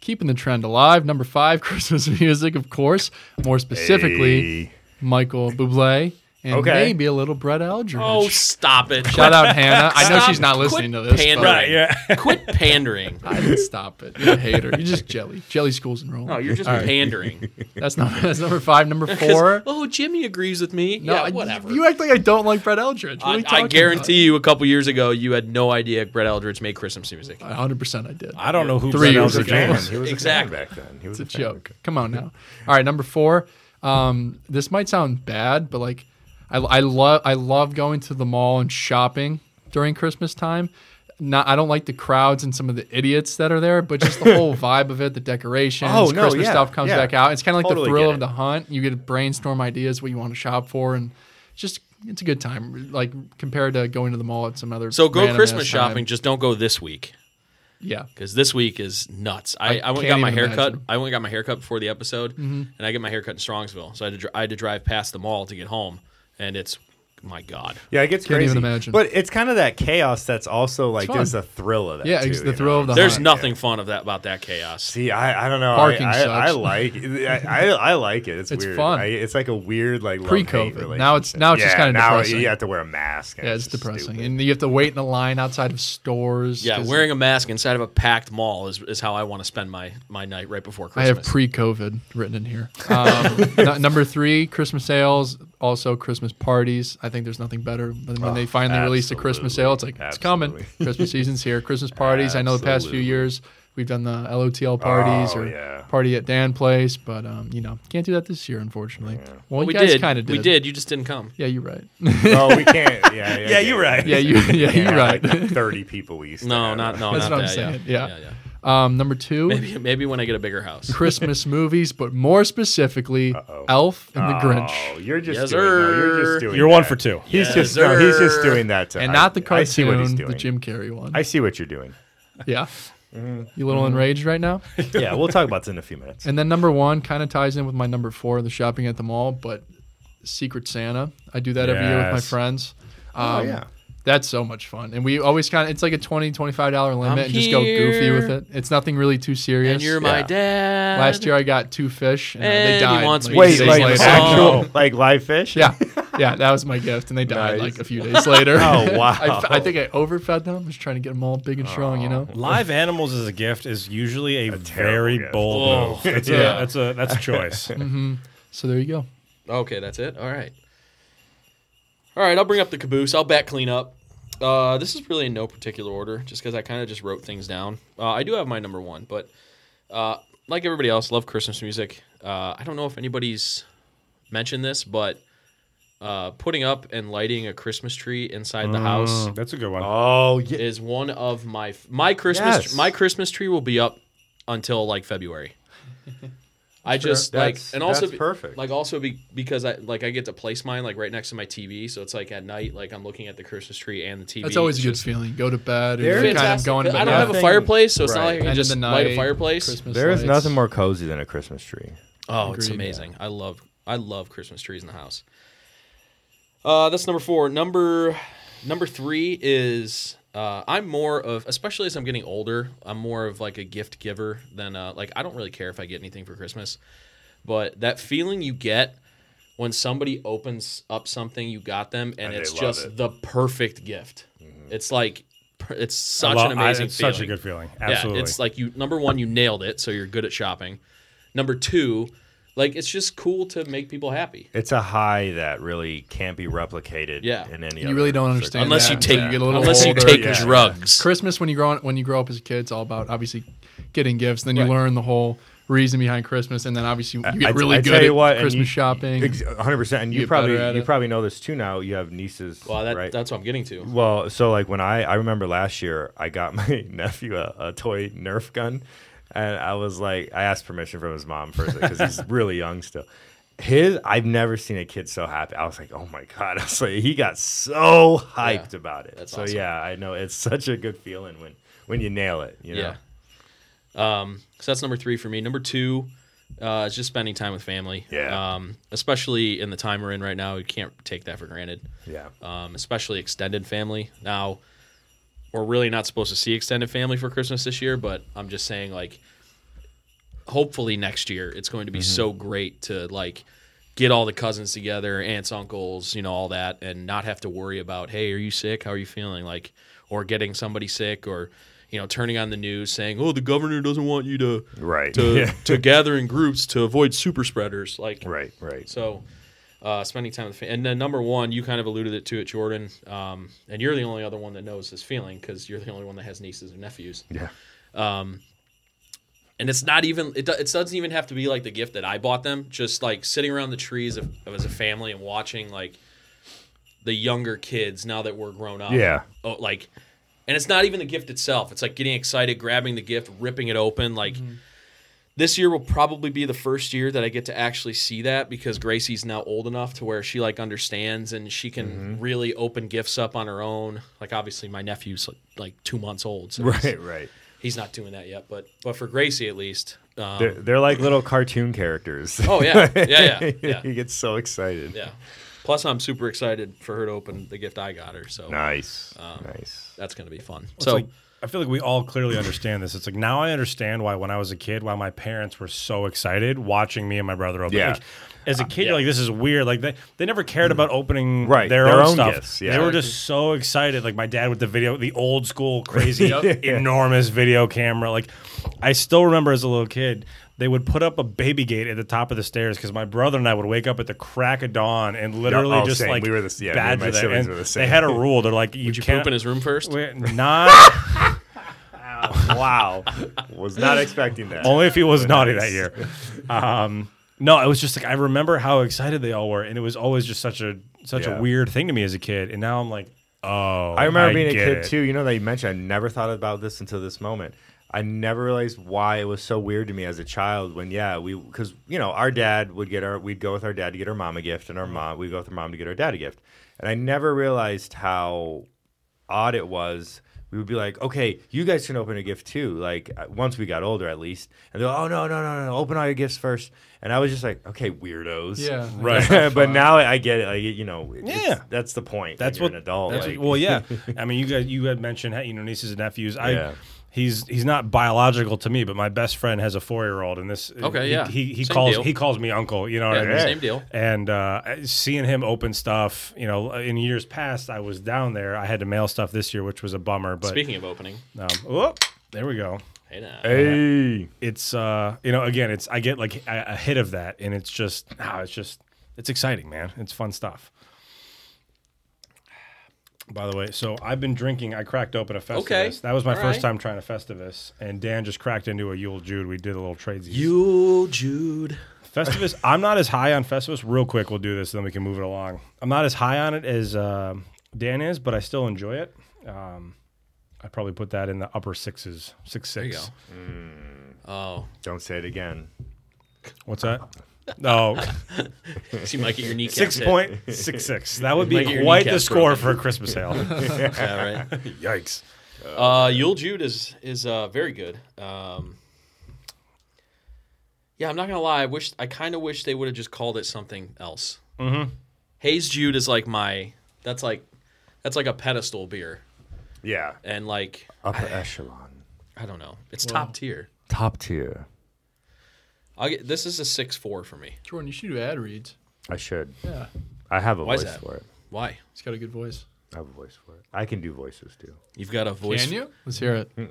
[SPEAKER 7] keeping the trend alive. Number five, <laughs> Christmas music, of course. More specifically,
[SPEAKER 3] Hey.
[SPEAKER 7] Michael Bublé and
[SPEAKER 3] Okay.
[SPEAKER 7] maybe a little Brett Eldridge.
[SPEAKER 1] oh, stop it!
[SPEAKER 7] Shout out Hannah. I know
[SPEAKER 1] Stop.
[SPEAKER 7] she's not
[SPEAKER 1] Quit
[SPEAKER 7] listening to this.
[SPEAKER 1] pandering.
[SPEAKER 7] but-
[SPEAKER 1] Right,
[SPEAKER 6] yeah.
[SPEAKER 1] Quit pandering.
[SPEAKER 7] I didn't stop it. You're a hater. You're just jelly. Jelly school's enrolled.
[SPEAKER 1] No, you're just pandering.
[SPEAKER 3] <laughs>
[SPEAKER 7] That's number that's number five. Number four.
[SPEAKER 1] Oh, Jimmy agrees with me.
[SPEAKER 7] No,
[SPEAKER 1] yeah,
[SPEAKER 7] I-
[SPEAKER 1] whatever.
[SPEAKER 7] You act like I don't like Brett Eldridge. What are
[SPEAKER 1] I,
[SPEAKER 7] you
[SPEAKER 1] I
[SPEAKER 7] talking
[SPEAKER 1] guarantee you, a couple years ago, you had no idea Brett Eldridge made Christmas music.
[SPEAKER 7] about? 100% I did.
[SPEAKER 6] I don't know who
[SPEAKER 7] Three
[SPEAKER 6] Brett
[SPEAKER 7] years
[SPEAKER 3] He was a
[SPEAKER 6] Eldridge
[SPEAKER 7] ago.
[SPEAKER 3] fan.
[SPEAKER 6] is.
[SPEAKER 3] <laughs> He was
[SPEAKER 1] Exactly.
[SPEAKER 3] a fan back then. He was
[SPEAKER 7] It's a
[SPEAKER 3] fan.
[SPEAKER 7] joke. Come on now. All right, number four. Um, this might sound bad, but like, I, I love I love going to the mall and shopping during Christmas time. Not I don't like the crowds and some of the idiots that are there, but just
[SPEAKER 3] <laughs>
[SPEAKER 7] the whole vibe of it, the decorations,
[SPEAKER 3] Oh, no,
[SPEAKER 7] Christmas
[SPEAKER 3] yeah,
[SPEAKER 7] stuff comes
[SPEAKER 3] yeah.
[SPEAKER 7] back out. It's kind of like
[SPEAKER 3] Totally
[SPEAKER 7] the
[SPEAKER 3] get
[SPEAKER 7] thrill
[SPEAKER 3] it.
[SPEAKER 7] of the hunt. You get to brainstorm ideas what you want to shop for, and it's just it's a good time. Like compared to going to the mall at some other
[SPEAKER 1] So go
[SPEAKER 7] random-ass
[SPEAKER 1] Christmas
[SPEAKER 7] time.
[SPEAKER 1] shopping. Just don't go this week
[SPEAKER 7] Yeah,
[SPEAKER 1] because this week is nuts. I, I, went
[SPEAKER 7] I
[SPEAKER 1] and got
[SPEAKER 7] can't
[SPEAKER 1] my
[SPEAKER 7] even
[SPEAKER 1] haircut.
[SPEAKER 7] imagine. Mm-hmm.
[SPEAKER 1] I went and got my haircut before the episode, and I get my haircut in Strongsville. So I had, to, dr- I had to drive past the mall to get home, and it's my god.
[SPEAKER 3] Yeah, it gets
[SPEAKER 7] Can't
[SPEAKER 3] crazy.
[SPEAKER 7] even imagine.
[SPEAKER 3] But it's kind of that chaos that's also like
[SPEAKER 7] fun.
[SPEAKER 3] there's a thrill of that.
[SPEAKER 7] Yeah,
[SPEAKER 3] too,
[SPEAKER 7] it's the
[SPEAKER 3] you
[SPEAKER 7] thrill
[SPEAKER 3] know?
[SPEAKER 7] of the
[SPEAKER 1] There's
[SPEAKER 7] hunt.
[SPEAKER 1] nothing fun of that about that chaos.
[SPEAKER 3] See, I, I don't know.
[SPEAKER 7] Parking
[SPEAKER 3] I, I, I
[SPEAKER 7] sucks. <laughs>
[SPEAKER 3] like I, I, I like it. It's,
[SPEAKER 7] It's
[SPEAKER 3] weird.
[SPEAKER 7] fun.
[SPEAKER 3] I, it's like a weird like love-hate
[SPEAKER 7] Pre-COVID. Now it's-
[SPEAKER 3] relationship.
[SPEAKER 7] now it's just
[SPEAKER 3] Yeah,
[SPEAKER 7] kinda
[SPEAKER 3] now
[SPEAKER 7] depressing.
[SPEAKER 3] You have to wear a mask. and
[SPEAKER 7] Yeah, it's depressing,
[SPEAKER 3] stupid.
[SPEAKER 7] <laughs> and you have to wait in a line outside of stores.
[SPEAKER 1] Yeah,
[SPEAKER 7] 'cause
[SPEAKER 1] wearing a mask inside of a packed mall is, is how I want to spend my, my night right before
[SPEAKER 7] I
[SPEAKER 1] Christmas.
[SPEAKER 7] have pre-COVID written
[SPEAKER 1] <laughs>
[SPEAKER 7] in here. Um, nu- number three, Christmas sales, also Christmas parties. I think there's nothing better than when they finally release a Christmas sale. It's like it's coming.
[SPEAKER 3] Oh, Absolutely.
[SPEAKER 7] Christmas season's
[SPEAKER 3] <laughs>
[SPEAKER 7] here. Christmas parties. I know the past few
[SPEAKER 3] Absolutely.
[SPEAKER 7] years we've done the LOTL parties
[SPEAKER 3] Oh,
[SPEAKER 7] or
[SPEAKER 3] yeah.
[SPEAKER 7] party at Dan Place, but um, you know can't do that this year, unfortunately. Well, you
[SPEAKER 1] we
[SPEAKER 7] guys
[SPEAKER 1] did.
[SPEAKER 7] kind of did.
[SPEAKER 1] We did. You just didn't come.
[SPEAKER 7] Yeah,
[SPEAKER 1] <laughs>
[SPEAKER 7] you're right.
[SPEAKER 3] oh, we can't. Yeah, yeah,
[SPEAKER 6] Yeah, you're right.
[SPEAKER 7] Yeah, you. <laughs> Yeah, you're right. <laughs>
[SPEAKER 3] Like Thirty people we used. to
[SPEAKER 1] No,
[SPEAKER 3] have.
[SPEAKER 1] not no,
[SPEAKER 7] That's
[SPEAKER 1] not
[SPEAKER 7] what I'm
[SPEAKER 1] that.
[SPEAKER 7] saying,
[SPEAKER 1] Yeah.
[SPEAKER 7] yeah.
[SPEAKER 1] yeah,
[SPEAKER 7] Um, number two.
[SPEAKER 1] Maybe maybe when I get a bigger house.
[SPEAKER 3] <laughs>
[SPEAKER 7] Christmas movies, but more specifically, Elf and The
[SPEAKER 3] Oh,
[SPEAKER 7] Grinch,
[SPEAKER 3] you're just
[SPEAKER 1] Yes,
[SPEAKER 3] doing, no, you're
[SPEAKER 1] sir.
[SPEAKER 3] just doing.
[SPEAKER 6] You're one
[SPEAKER 3] that.
[SPEAKER 6] for two.
[SPEAKER 3] He's
[SPEAKER 1] Yes,
[SPEAKER 3] just no, he's just
[SPEAKER 1] sir.
[SPEAKER 3] doing that. To,
[SPEAKER 7] and
[SPEAKER 3] I-
[SPEAKER 7] not the
[SPEAKER 3] I see what he's
[SPEAKER 7] cartoon, the
[SPEAKER 3] doing.
[SPEAKER 7] Jim Carrey one.
[SPEAKER 3] I Mm-hmm. see what you're doing.
[SPEAKER 7] yeah, you a little enraged
[SPEAKER 3] <laughs>
[SPEAKER 7] right now.
[SPEAKER 3] Yeah, we'll talk about this in a few minutes.
[SPEAKER 7] And then number one kind of ties in with my number four, the shopping at the mall, but Secret Santa. I do that every year with my
[SPEAKER 6] Yes.
[SPEAKER 7] friends.
[SPEAKER 3] Oh
[SPEAKER 7] Um,
[SPEAKER 3] yeah.
[SPEAKER 7] That's so much fun. And we always kind of, it's like a 20 $25 dollar limit
[SPEAKER 1] I'm
[SPEAKER 7] and just go goofy
[SPEAKER 1] here.
[SPEAKER 7] with it. It's nothing really too serious.
[SPEAKER 1] and you're my
[SPEAKER 3] Yeah.
[SPEAKER 1] dad.
[SPEAKER 7] Last year I got two fish and uh, they
[SPEAKER 1] And he
[SPEAKER 7] died.
[SPEAKER 1] wants me to
[SPEAKER 3] Wait,
[SPEAKER 7] days oh.
[SPEAKER 1] Days
[SPEAKER 3] like
[SPEAKER 1] later.
[SPEAKER 3] actual, like live fish?
[SPEAKER 7] Yeah, yeah, that was my gift, and they died
[SPEAKER 3] Nice.
[SPEAKER 7] like a few days later.
[SPEAKER 3] <laughs> Oh, wow.
[SPEAKER 7] I, f- I think I overfed them. I was trying to get them all big and strong, you
[SPEAKER 3] Oh.
[SPEAKER 7] know.
[SPEAKER 6] Live animals as a gift is usually a,
[SPEAKER 3] terrible
[SPEAKER 6] very
[SPEAKER 3] gift.
[SPEAKER 1] Whoa.
[SPEAKER 6] bold move. That's,
[SPEAKER 7] Yeah.
[SPEAKER 6] a, that's a that's a choice.
[SPEAKER 7] So there you go.
[SPEAKER 1] Okay, that's it. All right. All right, I'll bring up the caboose. I'll back clean up. Uh, this is really in no particular order, just because I kind of just wrote things down. Uh, I do have my number one, but uh, like everybody else, love Christmas music. Uh, I don't know if anybody's mentioned this, but uh, putting up and lighting a Christmas tree inside the house
[SPEAKER 6] that's a good one.
[SPEAKER 3] Oh
[SPEAKER 1] <laughs>
[SPEAKER 3] yeah.
[SPEAKER 1] is one of my my Christmas
[SPEAKER 3] Yes.
[SPEAKER 1] my Christmas tree will be up until like
[SPEAKER 3] <laughs>
[SPEAKER 1] February. I just
[SPEAKER 3] fair.
[SPEAKER 1] like
[SPEAKER 3] That's-
[SPEAKER 1] and also
[SPEAKER 3] that's
[SPEAKER 1] be-
[SPEAKER 3] perfect.
[SPEAKER 1] Like also be, because I like I get to place mine like right next to my TV, so it's like at night like I'm looking at the Christmas tree and the TV.
[SPEAKER 7] That's always a
[SPEAKER 1] It's
[SPEAKER 7] good
[SPEAKER 1] just
[SPEAKER 7] feeling. Go to bed. Or
[SPEAKER 3] There is-
[SPEAKER 7] you're kind of
[SPEAKER 1] fantastic.
[SPEAKER 7] going to bed.
[SPEAKER 1] I don't have a
[SPEAKER 3] Nothing-
[SPEAKER 1] fireplace, so it's not
[SPEAKER 3] Right.
[SPEAKER 1] like I can
[SPEAKER 7] End of
[SPEAKER 1] just
[SPEAKER 7] the
[SPEAKER 1] light a
[SPEAKER 7] night,
[SPEAKER 1] fireplace.
[SPEAKER 7] Christmas
[SPEAKER 3] There is
[SPEAKER 7] lights.
[SPEAKER 3] nothing more cozy than a Christmas tree.
[SPEAKER 1] Oh, it's amazing. I love I love Christmas trees in the house. Uh, that's number four. Number number three is uh, I'm more of especially as I'm getting older, I'm more of like a gift giver than uh, like I don't really care if I get anything for Christmas, but that feeling you get when somebody opens up something you got them and,
[SPEAKER 3] And they
[SPEAKER 1] it's
[SPEAKER 3] love
[SPEAKER 1] just
[SPEAKER 3] it. Mm-hmm.
[SPEAKER 1] the perfect gift. It's like per- it's such
[SPEAKER 6] Lo-
[SPEAKER 1] an amazing
[SPEAKER 6] I, it's
[SPEAKER 1] feeling.
[SPEAKER 6] such a good feeling.
[SPEAKER 1] Yeah,
[SPEAKER 6] Absolutely.
[SPEAKER 1] it's like you number one, you nailed it, so you're good at shopping. Number two, like it's just cool to make people happy.
[SPEAKER 3] It's a high that really can't be replicated.
[SPEAKER 1] Yeah.
[SPEAKER 3] in any.
[SPEAKER 7] You
[SPEAKER 3] other
[SPEAKER 7] really don't
[SPEAKER 3] circum-
[SPEAKER 7] understand
[SPEAKER 1] Unless you
[SPEAKER 7] that
[SPEAKER 1] take
[SPEAKER 7] until get a little
[SPEAKER 1] unless you
[SPEAKER 7] older.
[SPEAKER 1] take
[SPEAKER 3] yeah.
[SPEAKER 1] drugs.
[SPEAKER 7] Christmas when you grow when you grow up as a kid, it's all about obviously getting gifts. Then
[SPEAKER 1] Right.
[SPEAKER 7] you learn the whole reason behind Christmas, and then obviously you get
[SPEAKER 3] I-
[SPEAKER 7] really
[SPEAKER 3] I
[SPEAKER 7] good
[SPEAKER 3] tell you
[SPEAKER 7] at
[SPEAKER 3] what, and
[SPEAKER 7] Christmas
[SPEAKER 3] you-
[SPEAKER 7] shopping.
[SPEAKER 3] Ex- 100%. And you,
[SPEAKER 7] get
[SPEAKER 3] probably
[SPEAKER 7] better at
[SPEAKER 3] you
[SPEAKER 7] it.
[SPEAKER 3] probably know this too now. You have nieces.
[SPEAKER 1] Well, that,
[SPEAKER 3] right?
[SPEAKER 1] that's what I'm getting to.
[SPEAKER 3] Well, so like when I I remember last year I got <laughs> my nephew a, a toy Nerf gun, and I was like I asked permission from his mom first because
[SPEAKER 7] <laughs>
[SPEAKER 3] he's really young still. His I've never seen a kid so happy. I was like, oh my god! <laughs> I was like, he got so hyped
[SPEAKER 1] Yeah,
[SPEAKER 3] about it.
[SPEAKER 1] that's
[SPEAKER 3] so
[SPEAKER 1] awesome.
[SPEAKER 3] yeah, I know it's such a good feeling when when you nail it. You know?
[SPEAKER 1] Yeah. Um, so that's number three for me. Number two uh, is just spending time with family.
[SPEAKER 3] Yeah.
[SPEAKER 1] Um, especially in the time we're in right now, you can't take that for granted.
[SPEAKER 3] yeah.
[SPEAKER 1] um, especially extended family. Now, we're really not supposed to see extended family for Christmas this year, but I'm just saying, like, hopefully next year it's going to be
[SPEAKER 3] Mm-hmm.
[SPEAKER 1] so great to, like, get all the cousins together, aunts, uncles, you know, all that, and not have to worry about, hey, are you sick? How are you feeling? Like, or getting somebody sick or, you know, turning on the news saying, oh, the governor doesn't want you to,
[SPEAKER 3] Right.
[SPEAKER 1] to,
[SPEAKER 3] <laughs> Yeah.
[SPEAKER 1] to gather in groups to avoid super spreaders. Like,
[SPEAKER 3] Right.
[SPEAKER 1] <laughs>
[SPEAKER 3] Right.
[SPEAKER 1] so, uh, spending time with and then number one, you kind of alluded it to it, Jordan. Um, and you're the only other one that knows this feeling because you're the only one that has nieces and nephews. Um,
[SPEAKER 3] yeah.
[SPEAKER 1] And it's not even it, do- it doesn't even have to be like the gift that I bought them. Just like sitting around the trees of, of as a family and watching like the younger kids now that we're grown up.
[SPEAKER 3] Yeah.
[SPEAKER 1] Oh, like, and it's not even the gift itself. It's like getting excited, grabbing the gift, ripping it open, like this year will probably be the first year that I get to actually see that because Gracie's now old enough to where she like understands and she can really open gifts up on her own. Like obviously my nephew's like, like two months old, so he's,
[SPEAKER 3] Right. Right.
[SPEAKER 1] he's not doing that yet. But but for Gracie at least, um,
[SPEAKER 3] <laughs> They're, they're like little cartoon characters. <laughs>
[SPEAKER 1] oh <laughs> yeah, yeah, yeah, yeah,
[SPEAKER 3] he gets so excited.
[SPEAKER 1] yeah. Plus, I'm super excited for her to open the gift I got her. So
[SPEAKER 3] Nice.
[SPEAKER 1] Um, <laughs>
[SPEAKER 3] nice.
[SPEAKER 1] that's going to be fun.
[SPEAKER 6] It's
[SPEAKER 1] so
[SPEAKER 6] like, I feel like we all clearly understand this. It's like now I understand why when I was a kid, why my parents were so excited watching me and my brother open.
[SPEAKER 3] Yeah. Uh,
[SPEAKER 6] Like, as a kid, you're like, this is weird. Like they, they never cared about opening
[SPEAKER 3] Right,
[SPEAKER 6] their,
[SPEAKER 3] their
[SPEAKER 6] own,
[SPEAKER 3] own
[SPEAKER 6] stuff.
[SPEAKER 3] gifts, yeah.
[SPEAKER 6] They were just so excited. Like my dad with the video, the
[SPEAKER 3] <laughs>
[SPEAKER 6] old school crazy <laughs> enormous video camera. Like I still remember as a little kid, they would put up a baby gate at the top of the stairs because my brother and I would wake up at the crack of dawn and literally
[SPEAKER 3] oh,
[SPEAKER 6] just
[SPEAKER 3] same.
[SPEAKER 6] like
[SPEAKER 3] We were the s- yeah, me and
[SPEAKER 6] badger
[SPEAKER 3] my
[SPEAKER 6] that.
[SPEAKER 3] siblings
[SPEAKER 6] And
[SPEAKER 3] were the
[SPEAKER 6] They
[SPEAKER 3] same.
[SPEAKER 6] had a rule. They're like, you
[SPEAKER 1] you
[SPEAKER 6] can't
[SPEAKER 1] poop in his room first.
[SPEAKER 6] <laughs> we're not
[SPEAKER 1] <laughs>
[SPEAKER 3] wow. Was not expecting that.
[SPEAKER 6] only if
[SPEAKER 3] <laughs>
[SPEAKER 6] he was naughty that year. Um, no, it was just like I remember how excited they all were, and it was always just such a such
[SPEAKER 3] Yeah.
[SPEAKER 6] a weird thing to me as a kid. And now I'm like, oh,
[SPEAKER 3] I remember being a
[SPEAKER 6] get
[SPEAKER 3] kid
[SPEAKER 6] it.
[SPEAKER 3] too. You know that you mentioned. I never thought about this until this moment. I never realized why it was so weird to me as a child. When yeah, we because you know our dad would get our we'd go with our dad to get our mom a gift, and our
[SPEAKER 6] Mm-hmm.
[SPEAKER 3] mom we'd go with our mom to get our dad a gift. And I never realized how odd it was. We would be like, okay, you guys can open a gift too. Like uh, once we got older, at least. And they're like, oh no no no no, no, open all your gifts first. And I was just like, okay, weirdos.
[SPEAKER 7] Yeah.
[SPEAKER 3] Right. <laughs> but now I get it. Like you know, it- it's-
[SPEAKER 6] Yeah.
[SPEAKER 3] that's the point.
[SPEAKER 6] That's
[SPEAKER 3] when
[SPEAKER 6] what
[SPEAKER 3] you're an adult.
[SPEAKER 6] that's
[SPEAKER 3] like-
[SPEAKER 6] what-
[SPEAKER 3] <laughs>
[SPEAKER 6] well, yeah. I mean, you guys, you had mentioned you know nieces and nephews. I.
[SPEAKER 3] Yeah.
[SPEAKER 6] He's he's not biological to me, but my best friend has a four year old, and this
[SPEAKER 1] Okay,
[SPEAKER 6] he,
[SPEAKER 1] yeah.
[SPEAKER 6] he, he
[SPEAKER 1] Same
[SPEAKER 6] calls
[SPEAKER 1] deal.
[SPEAKER 6] he calls me uncle, you know what I
[SPEAKER 1] Yeah,
[SPEAKER 6] mean?
[SPEAKER 1] same deal.
[SPEAKER 6] And uh, seeing him open stuff, you know, in years past, I was down there. I had to mail stuff this year, which was a bummer. But
[SPEAKER 1] Speaking of opening,
[SPEAKER 6] um, whoop, there we go.
[SPEAKER 1] hey now.
[SPEAKER 3] Hey.
[SPEAKER 6] it's uh you know again it's i get like a, a hit of that and it's just ah, it's just it's exciting man it's fun stuff by the way so i've been drinking i cracked open a festivus
[SPEAKER 1] Okay.
[SPEAKER 6] that was my
[SPEAKER 1] All
[SPEAKER 6] first
[SPEAKER 1] right.
[SPEAKER 6] time trying a festivus and dan just cracked into a yule jude we did a little trades
[SPEAKER 1] Yule Jude.
[SPEAKER 6] festivus i'm not as high on festivus real quick we'll do this then we can move it along i'm not as high on it as um dan is but i still enjoy it um i probably put that in the upper sixes six six
[SPEAKER 1] you Oh,
[SPEAKER 3] Don't say it again.
[SPEAKER 1] <laughs>
[SPEAKER 6] what's that
[SPEAKER 1] Oh.
[SPEAKER 6] no
[SPEAKER 1] see, Mike, your kneecap.
[SPEAKER 6] <laughs> Six
[SPEAKER 1] hit. <laughs>
[SPEAKER 6] point six six. That would
[SPEAKER 1] Might get
[SPEAKER 6] be
[SPEAKER 1] your
[SPEAKER 6] quite the
[SPEAKER 1] kneecaps
[SPEAKER 6] score
[SPEAKER 1] broken.
[SPEAKER 6] for a Christmas
[SPEAKER 1] <laughs>
[SPEAKER 6] ale. <laughs>
[SPEAKER 1] Yeah, right.
[SPEAKER 6] Yikes!
[SPEAKER 1] Uh, Yule Jude is is uh, very good. Um, yeah, I'm not gonna lie. I wish I kind of wish they would have just called it something else. Mm-hmm. Haze Jude is like my. That's like that's like a pedestal beer,
[SPEAKER 3] Yeah.
[SPEAKER 1] and like
[SPEAKER 3] Upper echelon.
[SPEAKER 1] I don't know, it's top tier.
[SPEAKER 3] Top tier.
[SPEAKER 1] I'll get, this is a six four for me.
[SPEAKER 7] Jordan, you should do ad reads.
[SPEAKER 3] I should.
[SPEAKER 7] Yeah,
[SPEAKER 3] I have a
[SPEAKER 1] Why is
[SPEAKER 3] voice
[SPEAKER 1] that?
[SPEAKER 3] for it.
[SPEAKER 1] Why?
[SPEAKER 7] he's got a good voice.
[SPEAKER 3] I have a voice for it. I can do voices too.
[SPEAKER 1] You've got a voice.
[SPEAKER 7] Can you? Let's hear it.
[SPEAKER 3] <laughs>
[SPEAKER 7] Do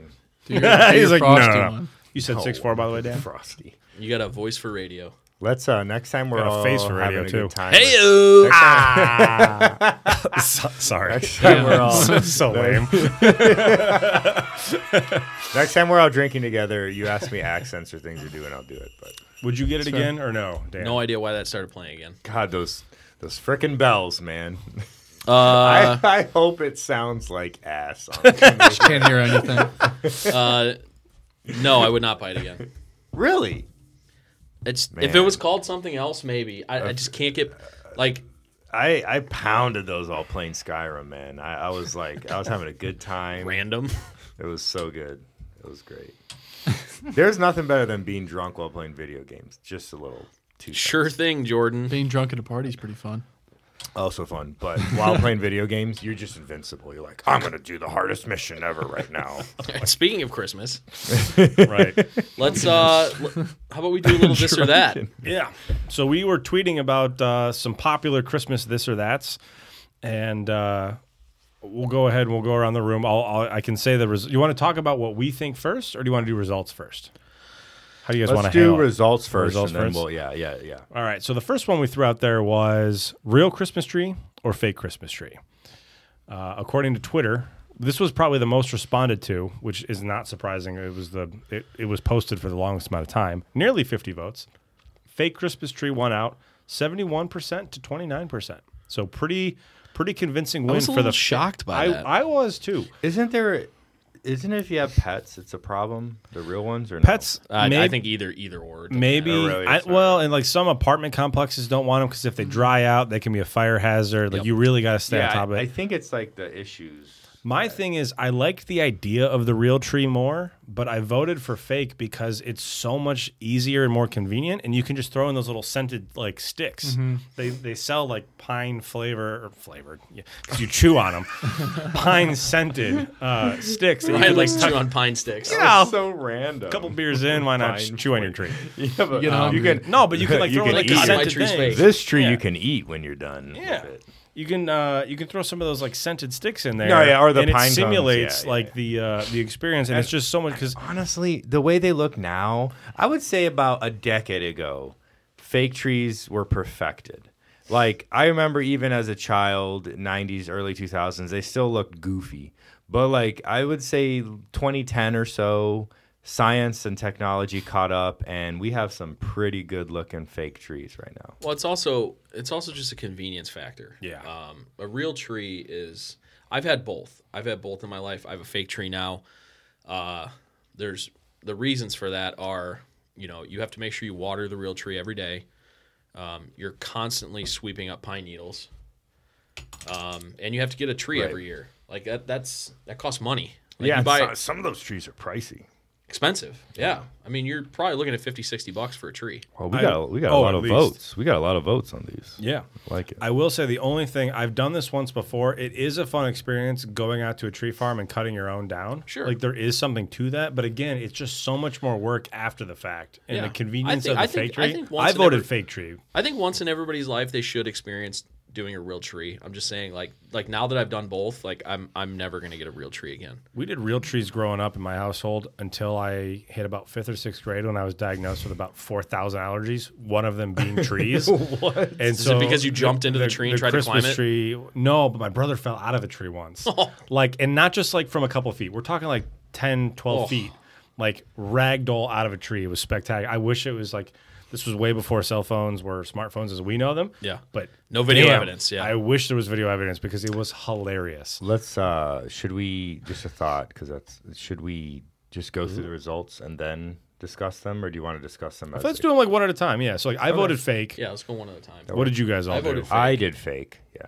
[SPEAKER 7] your, do your
[SPEAKER 6] like,
[SPEAKER 7] Frosty
[SPEAKER 6] "No, no, no."
[SPEAKER 7] one.
[SPEAKER 6] You said
[SPEAKER 1] Oh,
[SPEAKER 6] six four, by the way, Dan.
[SPEAKER 3] Frosty.
[SPEAKER 1] you got a voice for radio.
[SPEAKER 3] Let's uh next time we're
[SPEAKER 6] Got a
[SPEAKER 3] all
[SPEAKER 6] face for
[SPEAKER 3] having
[SPEAKER 6] radio,
[SPEAKER 3] a
[SPEAKER 6] too.
[SPEAKER 3] good time.
[SPEAKER 1] Hey,
[SPEAKER 3] let's-
[SPEAKER 6] <laughs>
[SPEAKER 3] uh, <laughs>
[SPEAKER 6] <laughs> So- sorry,
[SPEAKER 3] Next time we're all
[SPEAKER 6] so lame.
[SPEAKER 1] <laughs>
[SPEAKER 3] next time we're all drinking together, you ask me accents or things to do and I'll do it. But
[SPEAKER 6] Would you get it again or no, Dan?
[SPEAKER 1] no idea why that started playing again.
[SPEAKER 3] God, those those frickin' bells, man.
[SPEAKER 1] Uh,
[SPEAKER 3] <laughs> I, I hope it sounds like ass. honestly.
[SPEAKER 7] Can't hear anything.
[SPEAKER 1] uh, no, I would not buy it again.
[SPEAKER 3] really?
[SPEAKER 1] It's if
[SPEAKER 3] Man.
[SPEAKER 1] it was called something else, maybe. I, I just can't get like
[SPEAKER 3] <laughs> I, I pounded those all playing Skyrim, man. I, I was like, I was having a good time.
[SPEAKER 1] random.
[SPEAKER 3] It was so good. It was great. <laughs> There's nothing better than being drunk while playing video games. Just a little too
[SPEAKER 1] Sure thing, Jordan.
[SPEAKER 7] Being drunk at a party is pretty fun.
[SPEAKER 3] Also fun, but while playing video games, you're just invincible. You're like, I'm gonna do the hardest mission ever right
[SPEAKER 6] <laughs>
[SPEAKER 3] now.
[SPEAKER 1] Speaking of Christmas,
[SPEAKER 6] Right?
[SPEAKER 1] <laughs> let's uh, l- how about we do a little this or that?
[SPEAKER 6] Yeah. So we were tweeting about uh, some popular Christmas this or that's, and uh, we'll go ahead and we'll go around the room. I'll, I'll I can say the res- You want to talk about what we think first, or do you want to do results first? How do you guys want
[SPEAKER 3] Let's
[SPEAKER 6] to
[SPEAKER 3] do results first.
[SPEAKER 6] Results
[SPEAKER 3] and then
[SPEAKER 6] first?
[SPEAKER 3] We'll, yeah, yeah, yeah.
[SPEAKER 6] All right. So the first one we threw out there was real Christmas tree or fake Christmas tree. Uh, according to Twitter, this was probably the most responded to, which is not surprising. It was the it, it was posted for the longest amount of time, nearly 50 votes. Fake Christmas tree won out 71% to 29%. So pretty pretty convincing win
[SPEAKER 1] was a
[SPEAKER 6] for
[SPEAKER 1] little
[SPEAKER 6] the
[SPEAKER 1] shocked by
[SPEAKER 6] I,
[SPEAKER 1] that.
[SPEAKER 6] I was too.
[SPEAKER 3] Isn't there? Isn't it if you have pets, it's a problem? The real ones or no?
[SPEAKER 6] Pets
[SPEAKER 1] I, I
[SPEAKER 6] may-
[SPEAKER 1] think either either or.
[SPEAKER 6] Maybe
[SPEAKER 3] Yeah, really,
[SPEAKER 6] I,
[SPEAKER 3] it's not
[SPEAKER 6] well, and like some apartment complexes don't want them because if they dry out, they can be a fire hazard. Like
[SPEAKER 1] Yep.
[SPEAKER 6] you really got to stay
[SPEAKER 3] Yeah,
[SPEAKER 6] on top of it.
[SPEAKER 3] I, I think it's like the issues.
[SPEAKER 6] My thing is, I like the idea of the real tree more, but I voted for fake because it's so much easier and more convenient, and you can just throw in those little scented like sticks.
[SPEAKER 3] Mm-hmm.
[SPEAKER 6] They they sell like pine flavor or flavored, yeah, because you chew
[SPEAKER 3] <laughs>
[SPEAKER 6] on them, pine scented uh, sticks. that you
[SPEAKER 1] I
[SPEAKER 6] can,
[SPEAKER 1] like
[SPEAKER 6] like,
[SPEAKER 1] two on pine sticks.
[SPEAKER 6] know,
[SPEAKER 3] so random.
[SPEAKER 6] a couple beers in, why not just chew on your tree?
[SPEAKER 3] Yeah, but <laughs>
[SPEAKER 7] get
[SPEAKER 3] you
[SPEAKER 7] hungry.
[SPEAKER 3] can
[SPEAKER 6] No, but you can
[SPEAKER 3] <laughs>
[SPEAKER 6] like
[SPEAKER 3] You
[SPEAKER 6] throw
[SPEAKER 3] can
[SPEAKER 6] in like
[SPEAKER 3] eat.
[SPEAKER 6] a
[SPEAKER 3] God, my
[SPEAKER 6] scented
[SPEAKER 1] tree's
[SPEAKER 6] thing.
[SPEAKER 1] fake.
[SPEAKER 3] this tree
[SPEAKER 6] Yeah.
[SPEAKER 3] you can eat when you're done. with
[SPEAKER 6] Yeah.
[SPEAKER 3] it.
[SPEAKER 6] You can uh, you can throw some of those like scented sticks in there.
[SPEAKER 3] No, yeah, or the
[SPEAKER 6] and
[SPEAKER 3] pine
[SPEAKER 6] it
[SPEAKER 3] cones.
[SPEAKER 6] simulates
[SPEAKER 3] Yeah, yeah,
[SPEAKER 6] like the uh, the experience, and, it's just so much because
[SPEAKER 3] Honestly, the way they look now, I would say about a decade ago, fake trees were perfected. Like I remember even as a child, 90s, early 2000s, they still looked goofy. But like I would say 2010 or so, science and technology caught up and we have some pretty good looking fake trees right now.
[SPEAKER 1] Well, it's also it's also just a convenience factor.
[SPEAKER 6] Yeah.
[SPEAKER 1] Um, a real tree is. I've had both. I've had both in my life. I have a fake tree now. Uh, there's the reasons for that are you know you have to make sure you water the real tree every day. Um, you're constantly sweeping up pine needles, um, and you have to get a tree every year. Like that. That's that costs money. Like you buy
[SPEAKER 3] so- some of those trees are pricey.
[SPEAKER 1] expensive. Yeah. I mean, you're probably looking at 50, 60 bucks for a tree.
[SPEAKER 3] Well, we
[SPEAKER 6] I-
[SPEAKER 3] got a, we got a
[SPEAKER 6] oh,
[SPEAKER 3] lot
[SPEAKER 6] at
[SPEAKER 3] of
[SPEAKER 6] least.
[SPEAKER 3] votes. We got a lot of votes on these.
[SPEAKER 6] yeah,
[SPEAKER 3] I like it.
[SPEAKER 6] I will say the only thing I've done this once before. It is a fun experience going out to a tree farm and cutting your own down.
[SPEAKER 1] Sure.
[SPEAKER 6] like there is something to that, but again, it's just so much more work after the fact and
[SPEAKER 1] Yeah.
[SPEAKER 6] the convenience
[SPEAKER 1] I think-
[SPEAKER 6] of the
[SPEAKER 1] I
[SPEAKER 6] fake
[SPEAKER 1] think-
[SPEAKER 6] tree.
[SPEAKER 1] I think once and
[SPEAKER 6] voted
[SPEAKER 1] every-
[SPEAKER 6] fake tree.
[SPEAKER 1] I think once in everybody's life they should experience doing a real tree. I'm just saying like like now that I've done both, like I'm I'm never going to get a real tree again.
[SPEAKER 6] We did real trees growing up in my household until I hit about fifth or sixth grade when I was diagnosed with about four thousand allergies. One of them being trees. what? And
[SPEAKER 1] Is it because you jumped into the tree and tried to climb
[SPEAKER 6] Christmas
[SPEAKER 1] it? Oh.
[SPEAKER 6] Tree, no, but my brother fell out of a
[SPEAKER 1] <laughs>
[SPEAKER 6] tree once. like, and not just like from a couple feet. We're talking like 10, 12
[SPEAKER 1] Oh.
[SPEAKER 6] feet. Like ragdoll out of a tree. It was spectacular. I wish it was like this was way before cell phones were smartphones as we know them.
[SPEAKER 1] Yeah.
[SPEAKER 6] But
[SPEAKER 1] No video
[SPEAKER 6] damn,
[SPEAKER 1] evidence, yeah.
[SPEAKER 6] I wish there was video evidence because it was hilarious.
[SPEAKER 3] Let's. uh Should we just a thought? Because that's. Should we just go
[SPEAKER 6] Mm-hmm.
[SPEAKER 3] through the results and then discuss them, or do you want to discuss them? As
[SPEAKER 6] Let's do them like one at a time. Yeah. So like I voted fake.
[SPEAKER 1] Yeah, let's go one at a time.
[SPEAKER 6] What did you guys all
[SPEAKER 1] I
[SPEAKER 6] do?
[SPEAKER 1] voted
[SPEAKER 3] I did fake. Yeah.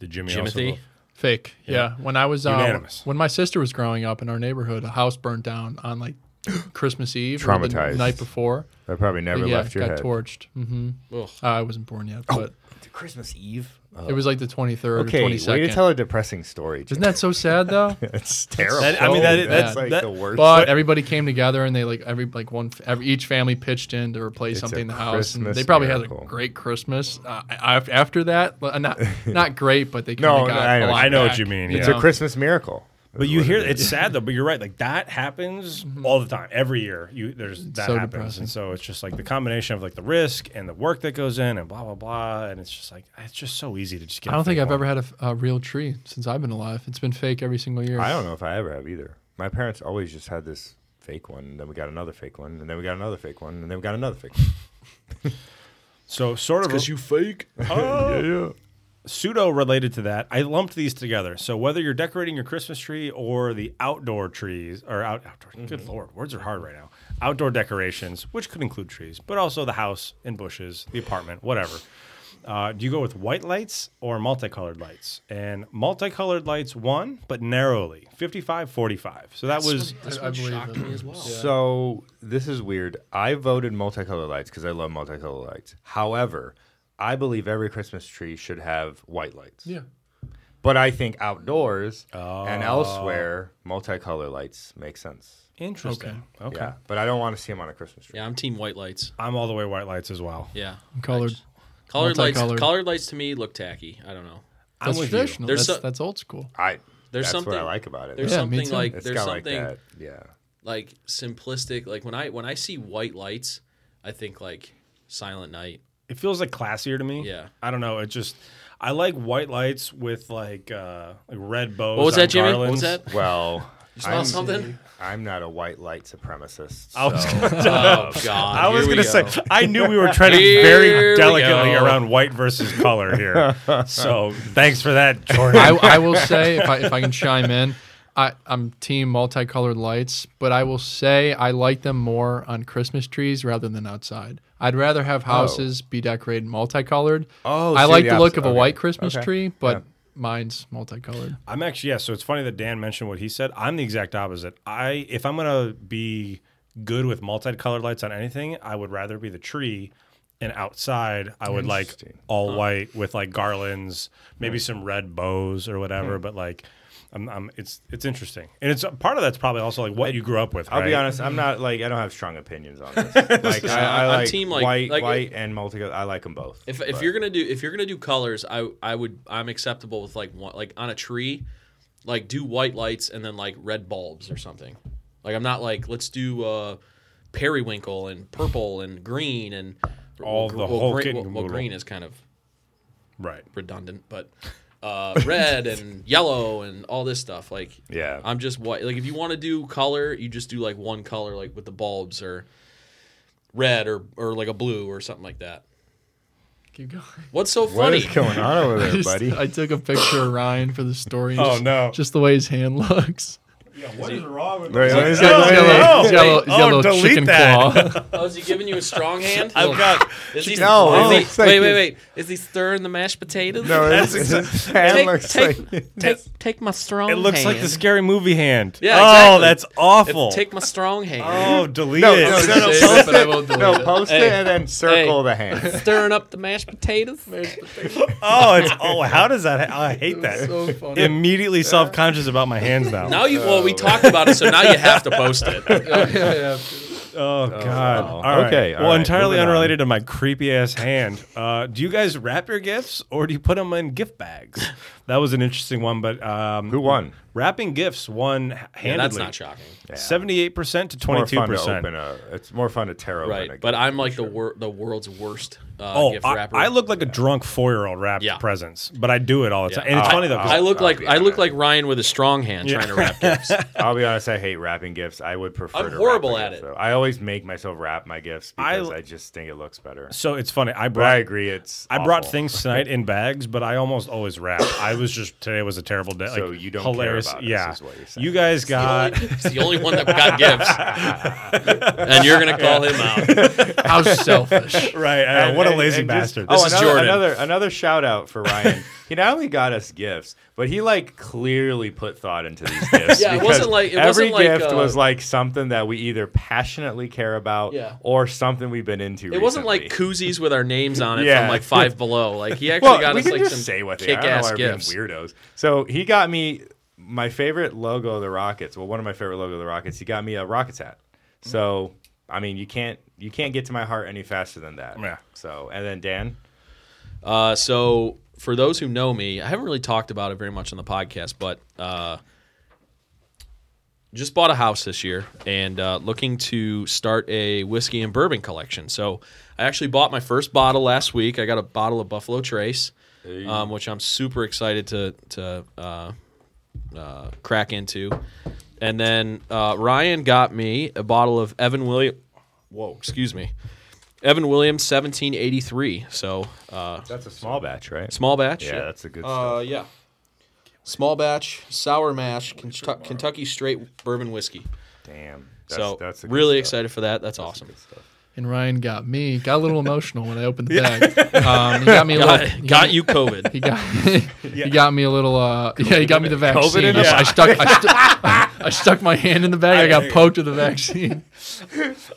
[SPEAKER 6] Did Jimmy also
[SPEAKER 1] Jimothy.
[SPEAKER 6] vote?
[SPEAKER 7] Fake. Yeah. When I was uh,
[SPEAKER 6] Unanimous.
[SPEAKER 7] when my sister was growing up in our neighborhood, a house burned down on like <gasps> Christmas Eve, or
[SPEAKER 3] Traumatized.
[SPEAKER 7] the night before.
[SPEAKER 3] I probably never
[SPEAKER 7] yeah,
[SPEAKER 3] left your
[SPEAKER 7] got
[SPEAKER 3] head.
[SPEAKER 7] torched. hmm
[SPEAKER 1] Ugh.
[SPEAKER 7] I wasn't born yet, but
[SPEAKER 3] Christmas Eve.
[SPEAKER 7] it was like the 23rd
[SPEAKER 3] okay,
[SPEAKER 7] or
[SPEAKER 3] way
[SPEAKER 7] 22nd.
[SPEAKER 3] to tell a depressing story.
[SPEAKER 7] Isn't that so sad
[SPEAKER 3] <laughs>
[SPEAKER 7] though?
[SPEAKER 3] It's terrible.
[SPEAKER 6] That- I mean, that-
[SPEAKER 3] that's,
[SPEAKER 6] that's-
[SPEAKER 3] like
[SPEAKER 6] that-
[SPEAKER 3] the worst.
[SPEAKER 7] But everybody came together and they like every like one every, each family pitched in to replace
[SPEAKER 3] It's
[SPEAKER 7] something
[SPEAKER 3] a
[SPEAKER 7] in the house. And
[SPEAKER 3] Christmas
[SPEAKER 7] they probably
[SPEAKER 3] miracle.
[SPEAKER 7] had a great Christmas. Uh, I- af- after that, uh, not not great,
[SPEAKER 3] <laughs>
[SPEAKER 7] but they
[SPEAKER 3] No,
[SPEAKER 7] kind of got.
[SPEAKER 3] I know
[SPEAKER 7] a
[SPEAKER 3] what
[SPEAKER 7] lot
[SPEAKER 3] you- I
[SPEAKER 6] know what
[SPEAKER 7] back,
[SPEAKER 6] you mean,
[SPEAKER 7] you
[SPEAKER 3] it's
[SPEAKER 7] know?
[SPEAKER 3] a Christmas miracle.
[SPEAKER 6] But you hear it's sad though. But you're right. Like that happens all the time, every year. You there's that
[SPEAKER 7] so
[SPEAKER 6] happens,
[SPEAKER 7] depressing.
[SPEAKER 6] and Mm-hmm. so it's just like the combination of like the risk and the work that goes in, and blah blah blah. And it's just like it's just so easy to just get.
[SPEAKER 7] I
[SPEAKER 6] a
[SPEAKER 7] don't think
[SPEAKER 6] fake
[SPEAKER 7] I've
[SPEAKER 6] one.
[SPEAKER 7] ever had a, f- a real tree since I've been alive. It's been fake every single year.
[SPEAKER 3] I don't know if I ever have either. My parents always just had this fake one, and then we got another fake one, and then we got another fake one, and then we got another fake one.
[SPEAKER 6] So sort of
[SPEAKER 1] you
[SPEAKER 6] <laughs>
[SPEAKER 1] fake.
[SPEAKER 6] pseudo related to that. I lumped these together. So whether you're decorating your Christmas tree or the outdoor trees or out, outdoor, good lord, words are hard right now. Outdoor decorations, which could include trees, but also the house and bushes, the apartment, whatever. Uh, do you go with white lights or multicolored lights? And multicolored lights won, but narrowly, 55 45. So that was
[SPEAKER 1] This
[SPEAKER 7] I
[SPEAKER 1] one
[SPEAKER 7] believe
[SPEAKER 1] shocked
[SPEAKER 7] it.
[SPEAKER 1] me as well.
[SPEAKER 3] So this is weird. I voted multicolored lights because I love multicolored lights. However, I believe every Christmas tree should have white lights.
[SPEAKER 7] Yeah.
[SPEAKER 3] But I think outdoors and elsewhere, multicolored lights make sense.
[SPEAKER 6] interesting. Okay.
[SPEAKER 3] Yeah. But I don't want to see them on a Christmas tree.
[SPEAKER 1] Yeah, I'm team white lights.
[SPEAKER 6] I'm all the way white lights as well.
[SPEAKER 1] Yeah.
[SPEAKER 7] Colored.
[SPEAKER 1] Colored lights
[SPEAKER 7] Multicolored.
[SPEAKER 1] colored lights to me look tacky. I don't know.
[SPEAKER 6] I'm
[SPEAKER 7] That's
[SPEAKER 6] with you.
[SPEAKER 7] traditional.
[SPEAKER 1] There's
[SPEAKER 7] That's,
[SPEAKER 1] so-
[SPEAKER 7] that's
[SPEAKER 6] <laughs>
[SPEAKER 7] old school.
[SPEAKER 3] I.
[SPEAKER 1] There's
[SPEAKER 3] that's what I
[SPEAKER 1] something-
[SPEAKER 3] like about it.
[SPEAKER 1] There's
[SPEAKER 7] Yeah, me
[SPEAKER 1] something
[SPEAKER 7] too.
[SPEAKER 1] like
[SPEAKER 3] It's
[SPEAKER 1] there's
[SPEAKER 3] got like
[SPEAKER 1] something
[SPEAKER 3] that. Yeah.
[SPEAKER 1] like simplistic like when I when I see white lights, I think like Silent Night.
[SPEAKER 6] it feels like classier to me.
[SPEAKER 1] Yeah.
[SPEAKER 6] I don't know. It just I like white lights with like uh like red bows.
[SPEAKER 1] What was
[SPEAKER 6] on
[SPEAKER 1] that, Jimmy? What was
[SPEAKER 6] Garlands.
[SPEAKER 1] that? <laughs>
[SPEAKER 3] Well, you
[SPEAKER 1] smell something?
[SPEAKER 3] I'm not a white light supremacist.
[SPEAKER 6] I was
[SPEAKER 3] so-
[SPEAKER 6] gonna,
[SPEAKER 1] Oh god.
[SPEAKER 6] I was
[SPEAKER 1] Here we
[SPEAKER 6] gonna say
[SPEAKER 1] go.
[SPEAKER 6] I knew
[SPEAKER 1] <laughs>
[SPEAKER 6] we were treading
[SPEAKER 1] Here
[SPEAKER 6] very
[SPEAKER 1] we
[SPEAKER 6] delicately
[SPEAKER 1] go.
[SPEAKER 6] around white versus
[SPEAKER 1] <laughs>
[SPEAKER 6] color here. So thanks for that, Jordan.
[SPEAKER 7] I, I will say if I if I can chime in, I, I'm team multicolored lights, but I will say I like them more on Christmas trees rather than outside. I'd rather
[SPEAKER 6] Oh.
[SPEAKER 7] have houses be decorated multicolored.
[SPEAKER 3] Oh,
[SPEAKER 7] I
[SPEAKER 3] so
[SPEAKER 7] like
[SPEAKER 3] the
[SPEAKER 7] the look
[SPEAKER 3] opposite.
[SPEAKER 7] of a
[SPEAKER 3] Okay.
[SPEAKER 7] white Christmas
[SPEAKER 3] Okay.
[SPEAKER 7] tree, but Mine's multicolored.
[SPEAKER 6] I'm actually yeah. So it's funny that Dan mentioned what he said. I'm the exact opposite. I if I'm gonna be good with multicolored lights on anything, I would rather be the tree. And outside, I would like all white with like garlands, maybe some red bows or
[SPEAKER 3] Hmm.
[SPEAKER 6] whatever. But like, I'm, I'm, it's it's interesting, and it's part of that's probably also like what you grew up with.
[SPEAKER 3] I'll be
[SPEAKER 6] right?
[SPEAKER 3] honest. I'm not like I don't have strong opinions on <laughs> this. Like I, I
[SPEAKER 1] I'm
[SPEAKER 3] like,
[SPEAKER 1] team, like-
[SPEAKER 3] white,
[SPEAKER 1] like-
[SPEAKER 3] white, and multicolor. I like them both.
[SPEAKER 1] If, if
[SPEAKER 3] but-
[SPEAKER 1] you're gonna do if you're gonna do colors, I I would I'm acceptable with like one like on a tree, like do white lights and then like red bulbs or something. Like I'm not like let's do uh, periwinkle and purple and green and
[SPEAKER 6] All
[SPEAKER 1] gr-
[SPEAKER 6] the whole
[SPEAKER 1] green,
[SPEAKER 6] kit and
[SPEAKER 1] well, well,
[SPEAKER 6] caboodle.
[SPEAKER 1] green is kind of
[SPEAKER 6] Right.
[SPEAKER 1] redundant, but uh, <laughs> red and yellow and all this stuff. Like,
[SPEAKER 3] Yeah.
[SPEAKER 1] I'm just white. Like, if you want to do color, you just do like one color, like with the bulbs or red or or like a blue or something like that.
[SPEAKER 7] Keep going.
[SPEAKER 1] What's so
[SPEAKER 3] what
[SPEAKER 1] funny?
[SPEAKER 3] is going on over
[SPEAKER 7] <laughs>
[SPEAKER 3] there,
[SPEAKER 7] Just-
[SPEAKER 3] buddy?
[SPEAKER 7] I took a picture of Ryan for the story.
[SPEAKER 6] Oh
[SPEAKER 7] just,
[SPEAKER 6] no.
[SPEAKER 7] Just the way his hand <laughs> looks.
[SPEAKER 6] what is wrong with
[SPEAKER 3] Wait, wait,
[SPEAKER 7] He's got
[SPEAKER 3] wait,
[SPEAKER 7] a
[SPEAKER 3] wait, wait.
[SPEAKER 7] little- he's got a little- he's got a
[SPEAKER 6] Oh,
[SPEAKER 7] little
[SPEAKER 6] delete
[SPEAKER 7] chicken
[SPEAKER 6] that.
[SPEAKER 7] claw.
[SPEAKER 1] oh, is he giving you a <laughs> strong hand?
[SPEAKER 6] I've got.
[SPEAKER 1] is he, is
[SPEAKER 3] No, it
[SPEAKER 1] he-
[SPEAKER 3] looks like
[SPEAKER 1] wait, wait,
[SPEAKER 3] it's-
[SPEAKER 1] wait. Is he stirring the mashed potatoes?
[SPEAKER 3] No,
[SPEAKER 6] That's
[SPEAKER 3] his-
[SPEAKER 6] exact-
[SPEAKER 3] his hand
[SPEAKER 1] take,
[SPEAKER 3] looks
[SPEAKER 1] take,
[SPEAKER 3] <laughs>
[SPEAKER 1] <laughs>
[SPEAKER 3] like
[SPEAKER 1] take, take my strong
[SPEAKER 6] It looks like the scary movie hand.
[SPEAKER 1] Yeah,
[SPEAKER 6] Oh,
[SPEAKER 1] exactly.
[SPEAKER 6] that's
[SPEAKER 1] If-
[SPEAKER 6] awful.
[SPEAKER 1] take my strong hand.
[SPEAKER 6] oh, delete
[SPEAKER 3] no, no,
[SPEAKER 6] it.
[SPEAKER 3] no, no,
[SPEAKER 7] Save it,
[SPEAKER 3] post
[SPEAKER 7] but I will
[SPEAKER 3] it,
[SPEAKER 7] delete
[SPEAKER 3] no,
[SPEAKER 7] it.
[SPEAKER 3] post
[SPEAKER 1] Hey.
[SPEAKER 3] it, and then circle
[SPEAKER 1] <laughs>
[SPEAKER 3] the hand.
[SPEAKER 1] Stirring up the mashed potatoes.
[SPEAKER 6] Oh, it's oh, how does that?
[SPEAKER 7] <laughs>
[SPEAKER 6] ha- I hate that.
[SPEAKER 7] so funny.
[SPEAKER 6] Immediately self conscious about my hands now.
[SPEAKER 1] Now you well, we talked about it, so now you have to post
[SPEAKER 3] <laughs>
[SPEAKER 1] it.
[SPEAKER 7] yeah, yeah.
[SPEAKER 6] Oh God.
[SPEAKER 3] wow.
[SPEAKER 6] All right.
[SPEAKER 3] Okay, all
[SPEAKER 6] well,
[SPEAKER 3] right,
[SPEAKER 6] entirely
[SPEAKER 3] moving on.
[SPEAKER 6] unrelated to my creepy ass hand. Uh, do you guys wrap your gifts or do you put them in gift bags? That was an interesting one, but um,
[SPEAKER 3] Who won?
[SPEAKER 6] Wrapping gifts won h-
[SPEAKER 1] Yeah, that's
[SPEAKER 6] handedly.
[SPEAKER 1] not shocking,
[SPEAKER 6] Seventy-eight percent to
[SPEAKER 3] More
[SPEAKER 6] twenty-two
[SPEAKER 3] fun to open
[SPEAKER 6] percent.
[SPEAKER 3] a. It's more fun to tear open. a
[SPEAKER 1] right? But
[SPEAKER 3] gift.
[SPEAKER 1] I'm like the wor- the world's worst uh,
[SPEAKER 6] Oh,
[SPEAKER 1] gift
[SPEAKER 6] I,
[SPEAKER 1] wrapper.
[SPEAKER 6] I look like a drunk four-year-old wrapped
[SPEAKER 1] Yeah.
[SPEAKER 6] presents, but I do it all the
[SPEAKER 1] Yeah.
[SPEAKER 6] time. And it's
[SPEAKER 1] I-
[SPEAKER 6] funny though. 'cause
[SPEAKER 1] I look like
[SPEAKER 3] be
[SPEAKER 1] I look
[SPEAKER 3] honest.
[SPEAKER 1] like Ryan with a strong hand trying to wrap gifts.
[SPEAKER 3] I'll be honest. I hate wrapping gifts. I would prefer.
[SPEAKER 1] I'm
[SPEAKER 3] to wrap
[SPEAKER 1] horrible
[SPEAKER 3] my
[SPEAKER 1] at
[SPEAKER 3] gifts,
[SPEAKER 1] it.
[SPEAKER 3] though. I always make myself wrap my gifts
[SPEAKER 6] I-
[SPEAKER 3] because I, just think it looks better.
[SPEAKER 6] So it's funny.
[SPEAKER 3] But I
[SPEAKER 6] I brought
[SPEAKER 3] agree. It's.
[SPEAKER 6] I brought
[SPEAKER 3] awful. <laughs>
[SPEAKER 6] things tonight in bags, but I almost always wrap. I was just today was a terrible day. Like,
[SPEAKER 3] So you don't care
[SPEAKER 6] hilarious.
[SPEAKER 3] about us,
[SPEAKER 6] yeah,
[SPEAKER 3] is what you're saying.
[SPEAKER 6] you guys got.
[SPEAKER 1] He's the only one that got gifts, and you're gonna call him out.
[SPEAKER 3] <laughs>
[SPEAKER 7] How selfish.
[SPEAKER 6] <laughs> Right. I know,
[SPEAKER 3] And-
[SPEAKER 6] Oh, what a
[SPEAKER 3] and-
[SPEAKER 6] lazy
[SPEAKER 3] and just-
[SPEAKER 6] bastard.
[SPEAKER 3] oh,
[SPEAKER 1] is
[SPEAKER 3] another,
[SPEAKER 1] Jordan.
[SPEAKER 3] another another shout out for Ryan. he not only got us gifts, but he like clearly put thought into
[SPEAKER 6] <laughs>
[SPEAKER 3] these gifts.
[SPEAKER 1] Yeah, it
[SPEAKER 3] because
[SPEAKER 1] wasn't like- it
[SPEAKER 3] every
[SPEAKER 1] wasn't like,
[SPEAKER 3] gift
[SPEAKER 1] uh,
[SPEAKER 3] was like something that we either passionately care about
[SPEAKER 1] Yeah.
[SPEAKER 3] or something we've been into.
[SPEAKER 1] It wasn't like koozies with our names on it
[SPEAKER 3] <laughs> Yeah.
[SPEAKER 1] from like five below. Like
[SPEAKER 3] <laughs>
[SPEAKER 1] he actually
[SPEAKER 3] well,
[SPEAKER 1] got
[SPEAKER 3] we
[SPEAKER 1] us
[SPEAKER 3] can
[SPEAKER 1] like
[SPEAKER 3] just
[SPEAKER 1] some
[SPEAKER 3] say what they are. I don't know
[SPEAKER 1] kick-ass
[SPEAKER 3] why we're being
[SPEAKER 1] gifts.
[SPEAKER 3] weirdos. So he got me my favorite logo of the Rockets. Well, one of my favorite logo of the Rockets. He got me a Rockets hat.
[SPEAKER 1] Mm.
[SPEAKER 3] So I mean, you can't you can't get to my heart any faster than that.
[SPEAKER 6] Yeah.
[SPEAKER 3] So and then Dan.
[SPEAKER 1] Uh, so for those who know me, I haven't really talked about it very much on the podcast, but uh, just bought a house this year and uh, looking to start a whiskey and bourbon collection. So I actually bought my first bottle last week. I got a bottle of Buffalo Trace, um, which I'm super excited to to uh, uh, crack into. And then uh, Ryan got me a bottle of Evan William. Whoa, excuse me. Evan Williams, 1783. So uh,
[SPEAKER 3] That's a small batch, right?
[SPEAKER 1] Small batch.
[SPEAKER 3] Yeah, that's a good
[SPEAKER 1] Uh, yeah. Small batch, sour mash, Kentu- Kentucky straight bourbon whiskey.
[SPEAKER 3] Damn. That's,
[SPEAKER 1] So
[SPEAKER 3] that's a good
[SPEAKER 1] really
[SPEAKER 3] stuff.
[SPEAKER 1] excited for that. That's awesome.
[SPEAKER 7] And Ryan got me. Got a little emotional when I opened the bag. Um, he got me a little. he
[SPEAKER 1] Got, got you COVID.
[SPEAKER 7] He got he got me a little. Uh, yeah, he got me the vaccine.
[SPEAKER 3] in
[SPEAKER 7] I,
[SPEAKER 3] it?
[SPEAKER 7] I stuck I, stu- I stuck my hand in the bag. I got poked with the vaccine.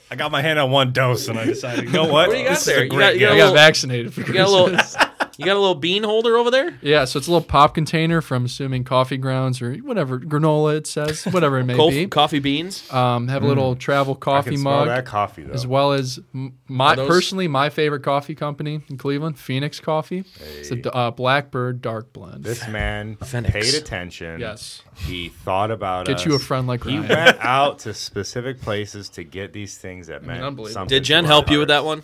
[SPEAKER 6] I got my hand on one dose, and I
[SPEAKER 3] <laughs>
[SPEAKER 6] decided, you know what?
[SPEAKER 1] What do you got
[SPEAKER 6] this is
[SPEAKER 1] there?
[SPEAKER 6] a
[SPEAKER 1] You
[SPEAKER 6] great
[SPEAKER 1] got- you got
[SPEAKER 7] I
[SPEAKER 6] gift.
[SPEAKER 7] got vaccinated
[SPEAKER 1] <laughs>
[SPEAKER 7] for
[SPEAKER 1] You got a little,
[SPEAKER 7] Christmas.
[SPEAKER 1] you got a little bean holder over there.
[SPEAKER 7] Yeah, so it's a little pop container from assuming coffee grounds or whatever granola it says, whatever it may
[SPEAKER 1] Cof-
[SPEAKER 7] be.
[SPEAKER 1] coffee beans.
[SPEAKER 7] Um, have a little travel
[SPEAKER 3] I
[SPEAKER 7] coffee
[SPEAKER 3] can smell
[SPEAKER 7] mug.
[SPEAKER 3] that coffee though.
[SPEAKER 7] as well as m- my
[SPEAKER 1] Are those-
[SPEAKER 7] personally my favorite coffee company in Cleveland, Phoenix Coffee. It's a d- uh, Blackbird Dark Blend.
[SPEAKER 3] This man
[SPEAKER 1] Phoenix.
[SPEAKER 3] paid attention.
[SPEAKER 7] Yes.
[SPEAKER 3] He thought about
[SPEAKER 7] Get
[SPEAKER 3] us.
[SPEAKER 7] you a friend like
[SPEAKER 3] He
[SPEAKER 7] Ryan.
[SPEAKER 3] went out to specific places to get these things that meant
[SPEAKER 7] unbelievable.
[SPEAKER 3] something.
[SPEAKER 1] Did
[SPEAKER 3] to
[SPEAKER 1] Jen
[SPEAKER 3] our
[SPEAKER 1] help you with that one?
[SPEAKER 3] hearts.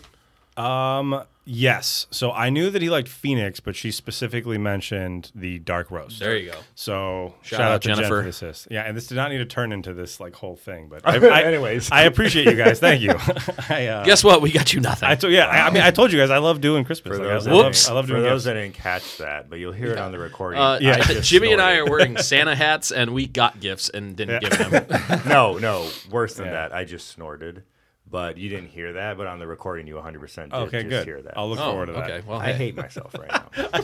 [SPEAKER 6] Um, yes. So I knew that he liked Phoenix, but she specifically mentioned the dark roast.
[SPEAKER 1] There you go.
[SPEAKER 6] So shout,
[SPEAKER 1] out
[SPEAKER 6] out, to Jennifer.
[SPEAKER 1] Jennifer.
[SPEAKER 6] for the assist. Yeah, and this did not need to turn into this like whole thing,
[SPEAKER 3] <laughs>
[SPEAKER 6] but I, I-
[SPEAKER 3] Anyways.
[SPEAKER 6] I appreciate you guys. Thank you.
[SPEAKER 3] <laughs>
[SPEAKER 6] <laughs> I, uh,
[SPEAKER 1] Guess what? We got you nothing.
[SPEAKER 6] I to- yeah, I, I mean, I told you guys I love doing Christmas.
[SPEAKER 3] For
[SPEAKER 6] Like,
[SPEAKER 3] those,
[SPEAKER 6] I love,
[SPEAKER 1] Whoops.
[SPEAKER 6] I love
[SPEAKER 3] for
[SPEAKER 6] doing
[SPEAKER 3] those
[SPEAKER 6] gifts.
[SPEAKER 3] that didn't catch that, but you'll hear it on the recording.
[SPEAKER 1] Uh,
[SPEAKER 6] Yeah.
[SPEAKER 1] I- Jimmy and I are wearing Santa hats, and we got gifts and didn't
[SPEAKER 6] Yeah.
[SPEAKER 1] give them.
[SPEAKER 3] <laughs> no, no, worse than
[SPEAKER 6] Yeah.
[SPEAKER 3] that. I just snorted, but you didn't hear that. But on the recording, you 100% did
[SPEAKER 6] okay,
[SPEAKER 3] just
[SPEAKER 6] good.
[SPEAKER 3] hear that.
[SPEAKER 6] I'll look
[SPEAKER 1] Oh,
[SPEAKER 6] forward to that.
[SPEAKER 1] okay. Well, hey.
[SPEAKER 3] I
[SPEAKER 7] <laughs>
[SPEAKER 3] hate myself right now.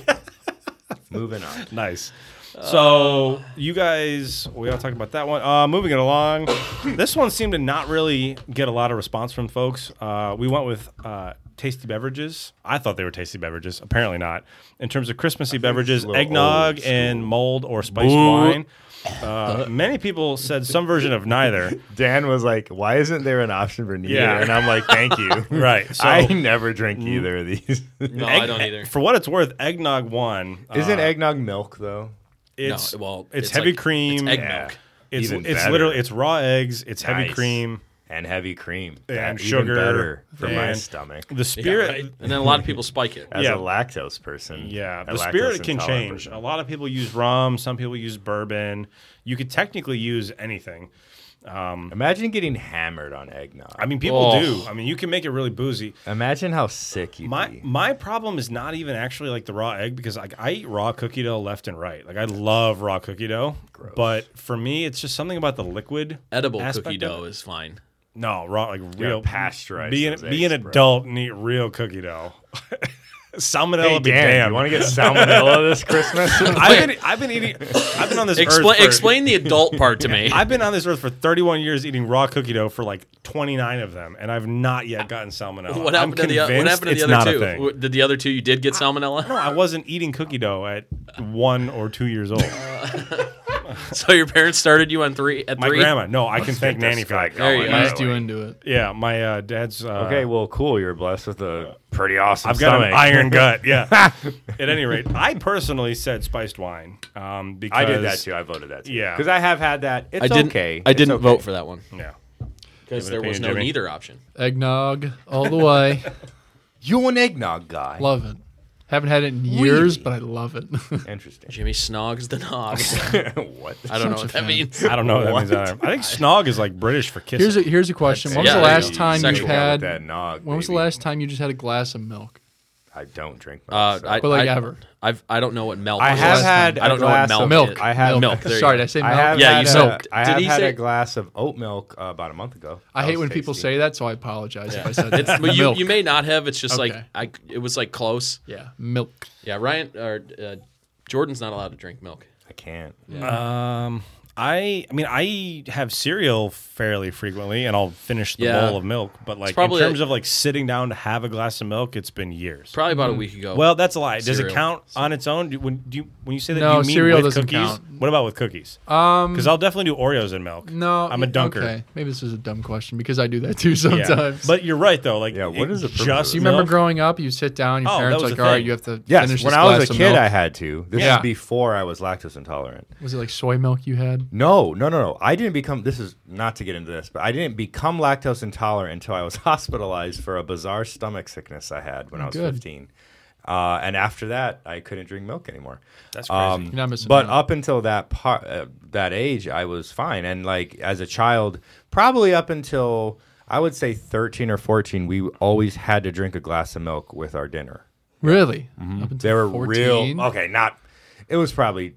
[SPEAKER 3] Moving on.
[SPEAKER 6] Nice.
[SPEAKER 1] Uh,
[SPEAKER 6] So you guys, we all talked about that one. Uh, moving it along, this one seemed to not really get a lot of response from folks. Uh, we went with uh, tasty beverages. I thought they were tasty beverages. Apparently not. In terms of Christmassy beverages,
[SPEAKER 3] little
[SPEAKER 6] eggnog
[SPEAKER 3] old
[SPEAKER 6] and mold or
[SPEAKER 3] <laughs>
[SPEAKER 6] spiced wine. Uh, many people said some version of neither.
[SPEAKER 3] Dan was like, "Why isn't there an option for neither?"
[SPEAKER 6] Yeah.
[SPEAKER 3] And I'm like, "Thank you."
[SPEAKER 6] <laughs> Right, so- Mm.
[SPEAKER 3] I never drink either of
[SPEAKER 6] <laughs>
[SPEAKER 3] these.
[SPEAKER 1] <laughs> No, I
[SPEAKER 6] Egg-
[SPEAKER 1] don't either.
[SPEAKER 6] For what it's worth, eggnog one. uh,
[SPEAKER 3] Isn't eggnog milk though?
[SPEAKER 6] it's
[SPEAKER 1] no, well,
[SPEAKER 6] it's,
[SPEAKER 1] it's
[SPEAKER 6] heavy
[SPEAKER 1] like-
[SPEAKER 6] cream.
[SPEAKER 1] it's egg milk.
[SPEAKER 6] It's,
[SPEAKER 3] Even
[SPEAKER 6] it's
[SPEAKER 3] better.
[SPEAKER 6] literally it's raw eggs. It's heavy
[SPEAKER 3] Nice.
[SPEAKER 6] cream.
[SPEAKER 3] And heavy cream
[SPEAKER 6] And
[SPEAKER 3] That- even
[SPEAKER 6] sugar,
[SPEAKER 3] better for my
[SPEAKER 6] and-
[SPEAKER 3] stomach.
[SPEAKER 6] The
[SPEAKER 1] Yeah,
[SPEAKER 6] spirit,
[SPEAKER 1] right? And then a lot of people spike
[SPEAKER 3] <laughs>
[SPEAKER 1] it.
[SPEAKER 3] As
[SPEAKER 6] yeah.
[SPEAKER 3] a lactose person,
[SPEAKER 6] Yeah,
[SPEAKER 3] a
[SPEAKER 6] the spirit
[SPEAKER 3] lactose
[SPEAKER 6] can
[SPEAKER 3] intolerant
[SPEAKER 6] change.
[SPEAKER 3] person.
[SPEAKER 6] A lot of people use rum. Some people use bourbon. You could technically use anything.
[SPEAKER 3] Imagine getting hammered on eggnog.
[SPEAKER 6] I mean, people
[SPEAKER 1] Oh.
[SPEAKER 6] do. I mean, you can make it really boozy.
[SPEAKER 3] Imagine how sick you'd
[SPEAKER 6] My
[SPEAKER 3] be.
[SPEAKER 6] my problem is not even actually like the raw egg because like I eat raw cookie dough left and right. Like I love raw cookie dough, but for me, it's just something about the liquid
[SPEAKER 1] Edible
[SPEAKER 6] aspect
[SPEAKER 1] cookie
[SPEAKER 6] of
[SPEAKER 1] dough
[SPEAKER 6] it.
[SPEAKER 1] is fine.
[SPEAKER 6] No, raw like real
[SPEAKER 3] pasteurized
[SPEAKER 6] Be an,
[SPEAKER 3] those
[SPEAKER 6] be an
[SPEAKER 3] eggs, bro.
[SPEAKER 6] adult and eat real cookie dough. <laughs> Salmonella
[SPEAKER 3] Hey,
[SPEAKER 6] be
[SPEAKER 3] Dan,
[SPEAKER 6] damned.
[SPEAKER 3] you want to
[SPEAKER 6] <laughs>
[SPEAKER 3] get salmonella this Christmas?
[SPEAKER 6] I've been I've been eating. I've been on this. earth
[SPEAKER 1] Explain
[SPEAKER 6] for-
[SPEAKER 1] explain the adult
[SPEAKER 6] <laughs>
[SPEAKER 1] part to me.
[SPEAKER 6] I've been on this earth for 31 years eating raw cookie dough for like 29 of them, and I've not yet gotten salmonella.
[SPEAKER 1] What
[SPEAKER 6] I'm
[SPEAKER 1] happened to the what
[SPEAKER 6] convinced
[SPEAKER 1] happened to
[SPEAKER 6] it's
[SPEAKER 1] the
[SPEAKER 6] not
[SPEAKER 1] other
[SPEAKER 6] a
[SPEAKER 1] two?
[SPEAKER 6] thing.
[SPEAKER 1] W- Did the other two you did get salmonella?
[SPEAKER 6] No, I wasn't eating cookie dough at one or two years old.
[SPEAKER 1] so your parents started you on three at
[SPEAKER 6] My
[SPEAKER 1] three.
[SPEAKER 6] grandma. No, I can thank Nanny for that.
[SPEAKER 1] There you go.
[SPEAKER 7] Eased you into it.
[SPEAKER 6] Yeah, my uh, dad's. Uh,
[SPEAKER 3] okay, well, cool. You're blessed with a pretty awesome
[SPEAKER 6] I've got
[SPEAKER 3] stomach.
[SPEAKER 6] an <laughs> iron gut. Yeah. at any rate, I personally said spiced wine um,
[SPEAKER 3] <laughs>
[SPEAKER 6] because
[SPEAKER 3] I did that too. I voted that too.
[SPEAKER 6] Yeah.
[SPEAKER 3] because I have had that. It's
[SPEAKER 1] I didn't.
[SPEAKER 3] okay.
[SPEAKER 1] I
[SPEAKER 3] It's
[SPEAKER 1] didn't
[SPEAKER 3] okay.
[SPEAKER 1] vote for that one
[SPEAKER 6] Yeah.
[SPEAKER 1] because there
[SPEAKER 6] an
[SPEAKER 1] was
[SPEAKER 6] opinion,
[SPEAKER 1] no
[SPEAKER 6] Jimmy.
[SPEAKER 1] neither option.
[SPEAKER 7] Eggnog all
[SPEAKER 1] <laughs>
[SPEAKER 7] the way.
[SPEAKER 3] You an eggnog guy?
[SPEAKER 7] love it. Haven't had it in years, but I love it. <laughs>
[SPEAKER 3] Interesting.
[SPEAKER 1] Jimmy snogs the nog.
[SPEAKER 3] <laughs> what?
[SPEAKER 1] I don't know
[SPEAKER 7] Such
[SPEAKER 1] what that
[SPEAKER 3] <laughs>
[SPEAKER 7] a fan.
[SPEAKER 1] means.
[SPEAKER 6] I don't know what that
[SPEAKER 3] What?
[SPEAKER 6] means either. I think snog is like British for kissing.
[SPEAKER 7] here's a here's a question. When was the
[SPEAKER 1] Yeah,
[SPEAKER 7] last
[SPEAKER 1] yeah.
[SPEAKER 7] time you
[SPEAKER 1] Sexual.
[SPEAKER 7] had?
[SPEAKER 3] that nog?
[SPEAKER 7] When was the
[SPEAKER 3] baby.
[SPEAKER 7] last time you just had a glass of milk?
[SPEAKER 3] I don't drink.
[SPEAKER 1] Uh,
[SPEAKER 3] Milk, so-
[SPEAKER 1] I,
[SPEAKER 7] But like
[SPEAKER 1] I,
[SPEAKER 7] ever.
[SPEAKER 1] I've I don't know what milk.
[SPEAKER 3] I
[SPEAKER 1] was
[SPEAKER 3] have
[SPEAKER 1] last
[SPEAKER 3] had.
[SPEAKER 1] time. I
[SPEAKER 3] a
[SPEAKER 1] don't know what
[SPEAKER 3] glass
[SPEAKER 1] milk.
[SPEAKER 3] of-
[SPEAKER 7] Milk.
[SPEAKER 1] is. <laughs>
[SPEAKER 3] I have
[SPEAKER 7] <laughs>
[SPEAKER 1] milk. There you
[SPEAKER 7] Sorry,
[SPEAKER 1] go. uh,
[SPEAKER 7] did I say
[SPEAKER 3] I
[SPEAKER 7] milk?
[SPEAKER 3] have
[SPEAKER 1] Yeah,
[SPEAKER 3] had
[SPEAKER 1] you
[SPEAKER 3] a-
[SPEAKER 1] soaked.
[SPEAKER 3] I
[SPEAKER 1] Did
[SPEAKER 3] have
[SPEAKER 1] he
[SPEAKER 3] had
[SPEAKER 1] say-
[SPEAKER 3] a glass of oat milk uh, about a month ago.
[SPEAKER 7] I
[SPEAKER 3] That
[SPEAKER 7] hate
[SPEAKER 3] was
[SPEAKER 7] when people
[SPEAKER 3] tasty.
[SPEAKER 7] say that, so I apologize if I said
[SPEAKER 1] It's,
[SPEAKER 7] that.
[SPEAKER 1] but you,
[SPEAKER 7] milk.
[SPEAKER 1] you may not have. It's just
[SPEAKER 7] Okay.
[SPEAKER 1] like I. It was like close.
[SPEAKER 7] yeah, milk.
[SPEAKER 1] Yeah, Ryan or uh, Jordan's not allowed to drink milk.
[SPEAKER 3] I can't.
[SPEAKER 6] Um, I, I mean, I have cereal fairly frequently, and I'll finish the
[SPEAKER 1] Yeah.
[SPEAKER 6] bowl of milk. But like in
[SPEAKER 1] probably
[SPEAKER 6] terms
[SPEAKER 1] a-
[SPEAKER 6] of like sitting down to have a glass of milk, it's been years.
[SPEAKER 1] Probably about a week ago.
[SPEAKER 6] well, that's a lie. Does
[SPEAKER 1] Cereal.
[SPEAKER 6] it count on its own? Do, when do you when you say that?
[SPEAKER 7] No,
[SPEAKER 6] do you mean
[SPEAKER 7] cereal
[SPEAKER 6] with
[SPEAKER 7] doesn't
[SPEAKER 6] cookies?
[SPEAKER 7] count.
[SPEAKER 6] What about with cookies?
[SPEAKER 7] Um,
[SPEAKER 6] Because I'll definitely do Oreos and
[SPEAKER 7] <laughs>
[SPEAKER 6] milk.
[SPEAKER 7] no,
[SPEAKER 6] I'm a
[SPEAKER 7] yeah,
[SPEAKER 6] dunker.
[SPEAKER 7] Okay, maybe this is a dumb question because I do that too <laughs>
[SPEAKER 6] Yeah.
[SPEAKER 7] sometimes.
[SPEAKER 6] But you're right though. Like,
[SPEAKER 3] Yeah, what
[SPEAKER 6] it
[SPEAKER 3] is the purpose
[SPEAKER 6] just
[SPEAKER 3] of
[SPEAKER 7] do you remember
[SPEAKER 6] milk-
[SPEAKER 7] growing up? You sit down, your
[SPEAKER 6] Oh, that
[SPEAKER 7] parents
[SPEAKER 6] was
[SPEAKER 7] like,
[SPEAKER 6] the
[SPEAKER 7] all right,
[SPEAKER 6] thing.
[SPEAKER 7] you have to
[SPEAKER 3] Yes,
[SPEAKER 7] finish
[SPEAKER 3] when
[SPEAKER 7] this
[SPEAKER 3] I was
[SPEAKER 7] glass
[SPEAKER 3] a
[SPEAKER 7] of
[SPEAKER 3] kid,
[SPEAKER 7] milk.
[SPEAKER 3] I had to. This
[SPEAKER 7] Yeah.
[SPEAKER 3] is before I was lactose intolerant.
[SPEAKER 7] was it like soy milk you had?
[SPEAKER 3] No, no, no, no. I didn't become. This is not to get into this, but I didn't become lactose intolerant until I was <laughs> hospitalized for a bizarre stomach sickness I had when I was
[SPEAKER 7] Good.
[SPEAKER 3] fifteen. Uh, and after that, I couldn't drink milk anymore. Um,
[SPEAKER 6] That's crazy.
[SPEAKER 7] You're not missing
[SPEAKER 3] but
[SPEAKER 7] out.
[SPEAKER 3] up until that part, uh, that age, I was fine. And like as a child, probably up until I would say thirteen or fourteen, we always had to drink a glass of milk with our dinner.
[SPEAKER 7] Really? Up until
[SPEAKER 3] They were
[SPEAKER 7] 14?
[SPEAKER 3] real. Okay, not. It was probably